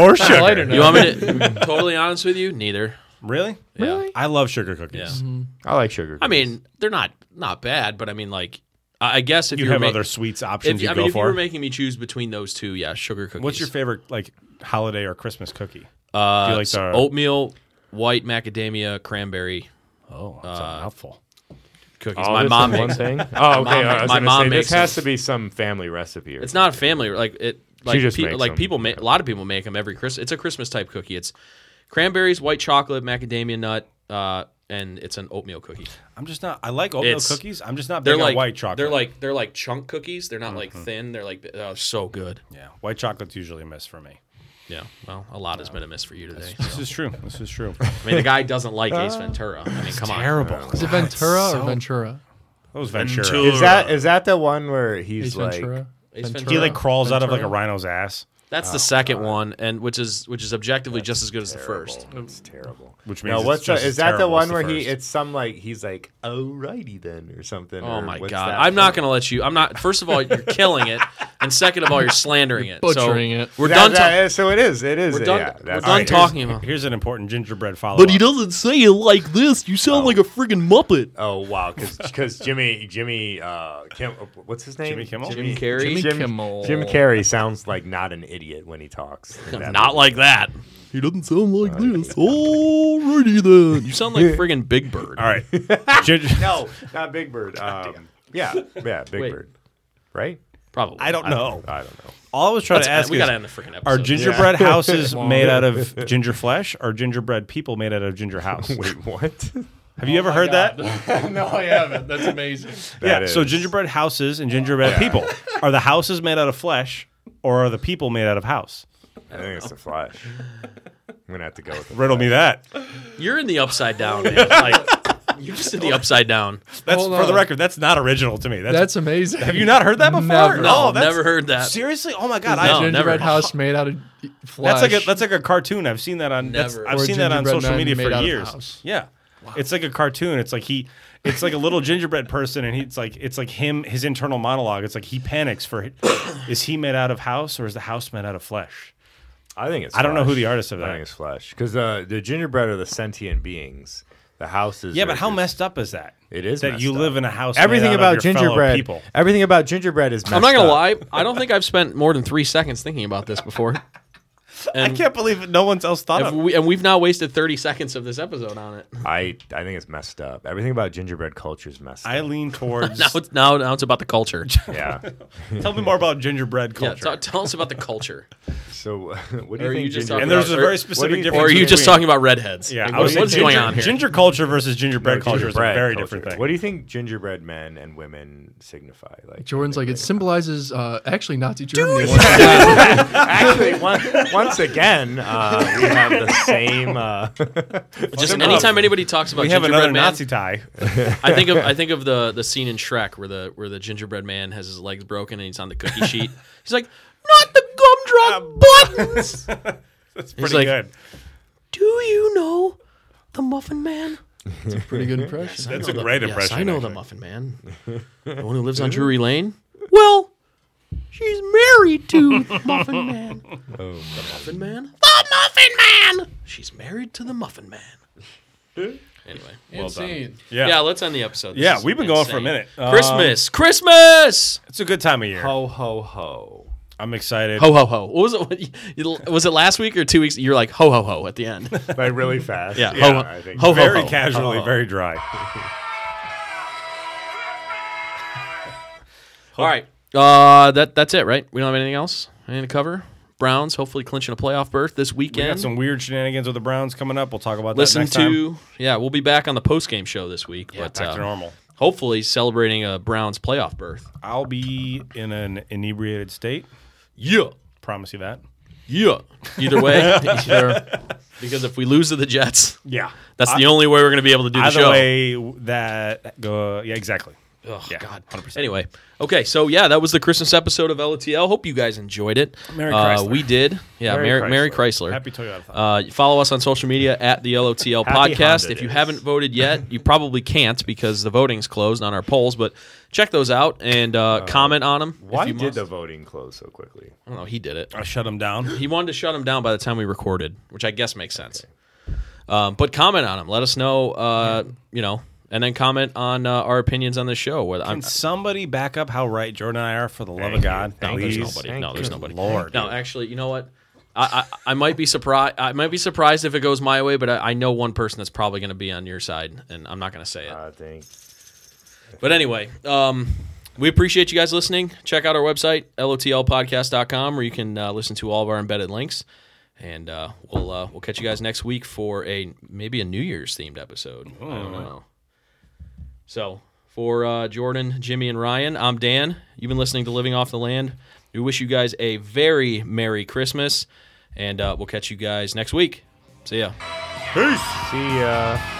[SPEAKER 6] or sugar?
[SPEAKER 7] Lighter note.
[SPEAKER 1] You want me to totally honest with you? Neither.
[SPEAKER 6] Really?
[SPEAKER 1] Really?
[SPEAKER 6] I love sugar
[SPEAKER 1] Yeah.
[SPEAKER 6] cookies.
[SPEAKER 3] <laughs> I like sugar.
[SPEAKER 1] I mean, they're not not bad, but I mean, like, I I guess if
[SPEAKER 6] You
[SPEAKER 1] you were
[SPEAKER 6] have
[SPEAKER 1] ma-
[SPEAKER 6] other sweets options
[SPEAKER 1] If,
[SPEAKER 6] you
[SPEAKER 1] I
[SPEAKER 6] go
[SPEAKER 1] mean, if you
[SPEAKER 6] for.
[SPEAKER 1] were making me choose between those two, yeah, sugar cookies.
[SPEAKER 6] What's your favorite like holiday or Christmas cookie?
[SPEAKER 1] Uh,
[SPEAKER 6] Do you like
[SPEAKER 1] it's
[SPEAKER 6] the-
[SPEAKER 1] oatmeal, white macadamia, cranberry
[SPEAKER 6] Oh, that's
[SPEAKER 1] uh,
[SPEAKER 6] a mouthful.
[SPEAKER 1] cookies?
[SPEAKER 3] all
[SPEAKER 1] my
[SPEAKER 3] this
[SPEAKER 1] mom
[SPEAKER 3] in one
[SPEAKER 1] makes.
[SPEAKER 3] thing. Oh, okay.
[SPEAKER 1] mom-
[SPEAKER 3] I was
[SPEAKER 1] my
[SPEAKER 3] gonna
[SPEAKER 1] mom
[SPEAKER 3] say,
[SPEAKER 1] makes
[SPEAKER 3] this has
[SPEAKER 1] them.
[SPEAKER 3] to be some family recipe.
[SPEAKER 1] <laughs>
[SPEAKER 3] Or
[SPEAKER 1] It's not a family like it. Like,
[SPEAKER 3] just
[SPEAKER 1] pe-
[SPEAKER 3] makes
[SPEAKER 1] like
[SPEAKER 3] them.
[SPEAKER 1] people make a lot of people make them every Christmas. It's a Christmas type cookie. It's cranberries, white chocolate, macadamia nut, uh, and it's an oatmeal cookie.
[SPEAKER 6] I'm just not. I like oatmeal
[SPEAKER 1] It's-
[SPEAKER 6] cookies. I'm just not
[SPEAKER 1] They're
[SPEAKER 6] big
[SPEAKER 1] like
[SPEAKER 6] on white chocolate. Mm-hmm.
[SPEAKER 1] They're like they're like chunk cookies. They're not like thin. They're like oh, so good.
[SPEAKER 6] yeah, white chocolate's usually a miss for me.
[SPEAKER 1] Yeah. Well, a lot has been a miss for you today.
[SPEAKER 6] This is true. This is true.
[SPEAKER 1] I mean, the guy doesn't like Ace Ventura. I mean, come on.
[SPEAKER 6] Terrible.
[SPEAKER 7] Is it Ventura or Ventura?
[SPEAKER 6] Those Ventura.
[SPEAKER 3] Is that is that the one where he's
[SPEAKER 7] Ace
[SPEAKER 3] like?
[SPEAKER 7] Ventura.
[SPEAKER 1] Ace Ventura.
[SPEAKER 6] He like crawls out of like a rhino's ass,
[SPEAKER 1] That's
[SPEAKER 3] Oh,
[SPEAKER 1] the second one, and which is which is objectively just as good as the first.
[SPEAKER 3] It's terrible.
[SPEAKER 6] which means
[SPEAKER 3] No,
[SPEAKER 6] it's
[SPEAKER 3] what's the,
[SPEAKER 6] just as
[SPEAKER 3] is that the
[SPEAKER 6] terrible as
[SPEAKER 3] one where he?
[SPEAKER 6] first.
[SPEAKER 3] It's some like he's like, alrighty then, or something.
[SPEAKER 1] Oh
[SPEAKER 3] or
[SPEAKER 1] my
[SPEAKER 3] what's
[SPEAKER 1] god!
[SPEAKER 3] that
[SPEAKER 1] I'm not
[SPEAKER 3] from?
[SPEAKER 1] gonna let you. I'm not. First of all,
[SPEAKER 3] <laughs>
[SPEAKER 1] you're killing it, and second of all, you're slandering it. So
[SPEAKER 7] butchering it.
[SPEAKER 1] We're
[SPEAKER 3] That-
[SPEAKER 1] done.
[SPEAKER 3] that
[SPEAKER 1] talking.
[SPEAKER 3] is- so it is. It is.
[SPEAKER 1] we're done.
[SPEAKER 3] yeah,
[SPEAKER 1] we're
[SPEAKER 3] that's-
[SPEAKER 1] done
[SPEAKER 3] alright,
[SPEAKER 1] talking
[SPEAKER 3] <laughs>
[SPEAKER 1] about.
[SPEAKER 6] Here's an important gingerbread follow.
[SPEAKER 1] doesn't say it like this. You sound like a friggin' muppet.
[SPEAKER 3] Oh wow, because Jimmy Jimmy uh, Kim, what's his name?
[SPEAKER 6] Jimmy Kimmel?
[SPEAKER 1] Jim Carrey.
[SPEAKER 7] Jimmy
[SPEAKER 3] Jim,
[SPEAKER 7] Kimmel.
[SPEAKER 3] Jim Carrey sounds like not an idiot when
[SPEAKER 1] <laughs>
[SPEAKER 3] he talks.
[SPEAKER 1] Not like that. He doesn't sound like this. Alrighty then. You sound like friggin' Big Bird.
[SPEAKER 6] All right. Ginger-
[SPEAKER 3] no, not Big Bird. Um, <laughs> yeah, yeah, Big
[SPEAKER 1] Wait.
[SPEAKER 3] Bird. Right?
[SPEAKER 1] Probably.
[SPEAKER 6] <laughs> I don't know.
[SPEAKER 3] I don't know.
[SPEAKER 6] All I was trying
[SPEAKER 1] Let's
[SPEAKER 6] to
[SPEAKER 1] end-
[SPEAKER 6] ask
[SPEAKER 1] we
[SPEAKER 6] is,
[SPEAKER 1] gotta end the freaking episode.
[SPEAKER 6] are gingerbread
[SPEAKER 1] <laughs>
[SPEAKER 6] houses made out of ginger flesh? Are gingerbread people made out of ginger <laughs> house?
[SPEAKER 3] Wait, what? <laughs>
[SPEAKER 6] Have you ever heard that?
[SPEAKER 7] <laughs> no, I haven't. That's amazing.
[SPEAKER 6] yeah.
[SPEAKER 3] That
[SPEAKER 6] So
[SPEAKER 3] is-
[SPEAKER 6] gingerbread houses and gingerbread people. <laughs> Are the houses made out of flesh, or are the people made out of house?
[SPEAKER 3] I think it's the flash. I'm gonna have to go with it.
[SPEAKER 6] Riddle me that.
[SPEAKER 1] You're in the upside down,
[SPEAKER 3] <laughs>
[SPEAKER 1] man. Like, you're just in the upside down.
[SPEAKER 6] That's
[SPEAKER 7] Hold
[SPEAKER 6] for the
[SPEAKER 7] on.
[SPEAKER 6] record. That's not original to me. That's,
[SPEAKER 7] That's amazing.
[SPEAKER 6] have you not heard that before?
[SPEAKER 7] Never.
[SPEAKER 1] No,
[SPEAKER 6] Oh, that's-
[SPEAKER 1] never heard that.
[SPEAKER 6] Seriously? Oh my god!
[SPEAKER 7] Is
[SPEAKER 1] No,
[SPEAKER 7] a
[SPEAKER 6] I,
[SPEAKER 7] gingerbread
[SPEAKER 1] never.
[SPEAKER 7] house made out of flesh.
[SPEAKER 6] <laughs> that's like a that's like a cartoon. I've seen that on. that's-
[SPEAKER 1] Never.
[SPEAKER 6] I've
[SPEAKER 7] Or
[SPEAKER 6] seen that on
[SPEAKER 7] gingerbread
[SPEAKER 6] social
[SPEAKER 7] man
[SPEAKER 6] media
[SPEAKER 7] made
[SPEAKER 6] for
[SPEAKER 7] out of
[SPEAKER 6] years.
[SPEAKER 7] house.
[SPEAKER 6] Yeah. It's like a cartoon. It's like he, it's like a little gingerbread person, and he's like, it's like him, his internal monologue. It's like he panics for, <coughs> is he made out of house or is the house made out of flesh?
[SPEAKER 3] I think it's.
[SPEAKER 6] I don't know who the
[SPEAKER 3] Flash.
[SPEAKER 6] artist
[SPEAKER 3] I
[SPEAKER 6] of that
[SPEAKER 3] think
[SPEAKER 6] is.
[SPEAKER 3] it's Flash because uh, the gingerbread are the sentient beings. The house is.
[SPEAKER 6] Yeah, but how
[SPEAKER 3] just-
[SPEAKER 6] messed up is that?
[SPEAKER 3] It is
[SPEAKER 6] that
[SPEAKER 3] messed
[SPEAKER 6] you
[SPEAKER 3] up.
[SPEAKER 6] live in a house. made
[SPEAKER 3] Everything
[SPEAKER 6] out of
[SPEAKER 3] about
[SPEAKER 6] your fellow
[SPEAKER 3] gingerbread.
[SPEAKER 6] people.
[SPEAKER 3] Everything about gingerbread is. Messed
[SPEAKER 1] I'm not gonna
[SPEAKER 3] up.
[SPEAKER 1] lie. I don't think I've spent more than three seconds thinking about this before.
[SPEAKER 3] <laughs>
[SPEAKER 6] I
[SPEAKER 1] And
[SPEAKER 6] can't believe that no one's else thought
[SPEAKER 1] if
[SPEAKER 6] of.
[SPEAKER 1] we, and we've now wasted 30 seconds of this episode on it.
[SPEAKER 3] I I think it's messed up. Everything about gingerbread culture is messed
[SPEAKER 6] I
[SPEAKER 3] up.
[SPEAKER 6] lean <laughs> towards.
[SPEAKER 1] Now it's now, now it's about the culture. <laughs>
[SPEAKER 3] Yeah.
[SPEAKER 6] tell me more about gingerbread
[SPEAKER 1] Yeah,
[SPEAKER 6] culture.
[SPEAKER 1] t- tell us about the culture.
[SPEAKER 3] So <laughs> what do
[SPEAKER 1] Or
[SPEAKER 3] you
[SPEAKER 1] are
[SPEAKER 3] think?
[SPEAKER 1] you just
[SPEAKER 3] gingerbread-
[SPEAKER 1] talking
[SPEAKER 6] and there's a
[SPEAKER 1] Or-
[SPEAKER 6] very
[SPEAKER 3] what do
[SPEAKER 6] specific
[SPEAKER 3] you-
[SPEAKER 6] difference.
[SPEAKER 1] <laughs> Or are you just
[SPEAKER 6] between-
[SPEAKER 1] talking about redheads?
[SPEAKER 6] Yeah,
[SPEAKER 1] Like,
[SPEAKER 6] I
[SPEAKER 1] what-
[SPEAKER 6] would say
[SPEAKER 1] what is
[SPEAKER 6] ginger,
[SPEAKER 1] going on here?
[SPEAKER 6] Ginger culture versus gingerbread
[SPEAKER 3] No,
[SPEAKER 6] culture
[SPEAKER 3] gingerbread
[SPEAKER 6] is a very
[SPEAKER 3] culture.
[SPEAKER 6] different thing.
[SPEAKER 3] What do you think gingerbread men and women signify? Like <laughs>
[SPEAKER 7] Jordan's like it symbolizes uh, actually Nazi Germany.
[SPEAKER 3] Actually, one, once again, uh, we have the same. Uh, <laughs>
[SPEAKER 1] Just anytime anybody talks about
[SPEAKER 6] we have
[SPEAKER 1] Oh, gingerbread
[SPEAKER 6] another
[SPEAKER 1] man, <laughs>
[SPEAKER 6] Nazi tie.
[SPEAKER 1] I think
[SPEAKER 6] <laughs>
[SPEAKER 1] of I think of the the scene in Shrek where the where the gingerbread man has his legs broken and he's on the cookie
[SPEAKER 6] <laughs>
[SPEAKER 1] sheet. He's like, "Not the
[SPEAKER 6] Uh,
[SPEAKER 1] gumdrop buttons." He's
[SPEAKER 6] That's pretty
[SPEAKER 1] like-
[SPEAKER 6] good.
[SPEAKER 1] Do you know the Muffin Man?
[SPEAKER 7] Pretty <laughs> good impression.
[SPEAKER 6] That's a great
[SPEAKER 1] Yes,
[SPEAKER 6] impression.
[SPEAKER 1] I know the
[SPEAKER 6] actually.
[SPEAKER 1] Muffin
[SPEAKER 6] <laughs>
[SPEAKER 1] Man, the one who lives on Drury Lane. Well, she's married to the Muffin
[SPEAKER 6] <laughs>
[SPEAKER 1] Man. Oh, the Muffin Man. The Muffin Man. She's married to the Muffin
[SPEAKER 6] <laughs>
[SPEAKER 1] Man. Anyway,
[SPEAKER 7] Insane.
[SPEAKER 1] yeah.
[SPEAKER 6] Yeah,
[SPEAKER 1] let's end the episode. This
[SPEAKER 6] Yeah,
[SPEAKER 1] is
[SPEAKER 6] we've been going for a Um,
[SPEAKER 1] insane.
[SPEAKER 6] minute.
[SPEAKER 1] Christmas, Christmas.
[SPEAKER 6] It's a good time of year.
[SPEAKER 3] ho ho ho!
[SPEAKER 6] I'm excited.
[SPEAKER 1] Ho ho ho. What was it? what- you- Was it last week or two weeks? You're like ho ho ho at the
[SPEAKER 6] <laughs>
[SPEAKER 1] end.
[SPEAKER 3] Like really fast.
[SPEAKER 1] Yeah.
[SPEAKER 3] yeah
[SPEAKER 1] ho,
[SPEAKER 3] I think.
[SPEAKER 1] ho, ho,
[SPEAKER 6] very
[SPEAKER 1] ho.
[SPEAKER 6] casually,
[SPEAKER 1] Ho, ho.
[SPEAKER 6] very dry.
[SPEAKER 1] All right. Uh, that that's it, right? We don't have anything else. Anything to cover? Browns hopefully clinching a playoff berth this
[SPEAKER 6] We
[SPEAKER 1] weekend.
[SPEAKER 6] got some weird shenanigans with the Browns coming up. We'll talk about
[SPEAKER 1] Listen
[SPEAKER 6] that next time.
[SPEAKER 1] to yeah, we'll be back on the post game show this week, but
[SPEAKER 6] back to
[SPEAKER 1] uh,
[SPEAKER 6] normal.
[SPEAKER 1] hopefully celebrating a Browns playoff berth.
[SPEAKER 6] I'll be in an inebriated state.
[SPEAKER 1] Yeah,
[SPEAKER 6] Promise you that.
[SPEAKER 1] yeah.
[SPEAKER 6] <laughs>
[SPEAKER 1] Either way,
[SPEAKER 7] Sure.
[SPEAKER 1] because if we lose to the Jets,
[SPEAKER 6] Yeah.
[SPEAKER 1] that's the only way we're going to be able to do the
[SPEAKER 6] Either
[SPEAKER 1] show.
[SPEAKER 6] way, that go. Yeah, exactly.
[SPEAKER 1] Oh,
[SPEAKER 6] Yeah,
[SPEAKER 1] God.
[SPEAKER 6] 100%.
[SPEAKER 1] Anyway, okay, so yeah, that was the Christmas episode of LOTL. Hope you guys enjoyed it.
[SPEAKER 6] Merry
[SPEAKER 1] uh,
[SPEAKER 6] Chrysler.
[SPEAKER 1] we did. Yeah, Mary,
[SPEAKER 3] Merry
[SPEAKER 1] Mary,
[SPEAKER 3] Chrysler.
[SPEAKER 1] Chrysler.
[SPEAKER 6] Happy Toyota. Thon.
[SPEAKER 1] Uh, follow us on social media at the LOTL
[SPEAKER 3] Happy
[SPEAKER 1] podcast.
[SPEAKER 3] Honda
[SPEAKER 1] If you
[SPEAKER 3] days.
[SPEAKER 1] haven't voted yet, you probably can't because the voting's closed on our polls. But check those out and uh, comment on them.
[SPEAKER 3] Why did the voting close so quickly?
[SPEAKER 1] I don't know. He did it.
[SPEAKER 6] I shut him down.
[SPEAKER 1] He wanted to shut him down by the time we recorded, which I guess makes sense. Um, but comment on him. Let us know. Uh, you know, and then comment on uh, our opinions on this show. Whether I'm,
[SPEAKER 6] Can somebody back up how right Jordan and I are for the love of God?
[SPEAKER 1] no, there's
[SPEAKER 6] please?
[SPEAKER 1] nobody. No,
[SPEAKER 3] Thank
[SPEAKER 1] there's
[SPEAKER 3] you.
[SPEAKER 1] nobody.
[SPEAKER 6] Lord.
[SPEAKER 1] No, actually, you know what? I, I, I might be surprised. I might be surprised if it goes my way, but I, I know one person that's probably going to be on your side, and I'm not going to say it.
[SPEAKER 3] I think.
[SPEAKER 1] But anyway, um, we appreciate you guys listening. Check out our website, lotlpodcast.com, where you can uh, listen to all of our embedded links. And uh, we'll uh, we'll catch you guys next week for a maybe a New Year's themed episode. I don't know. So for uh, Jordan, Jimmy, and Ryan, I'm Dan. You've been listening to Living Off the Land. We wish you guys a very merry Christmas, and uh, we'll catch you guys next week. See ya.
[SPEAKER 3] See ya.
[SPEAKER 2] Oh,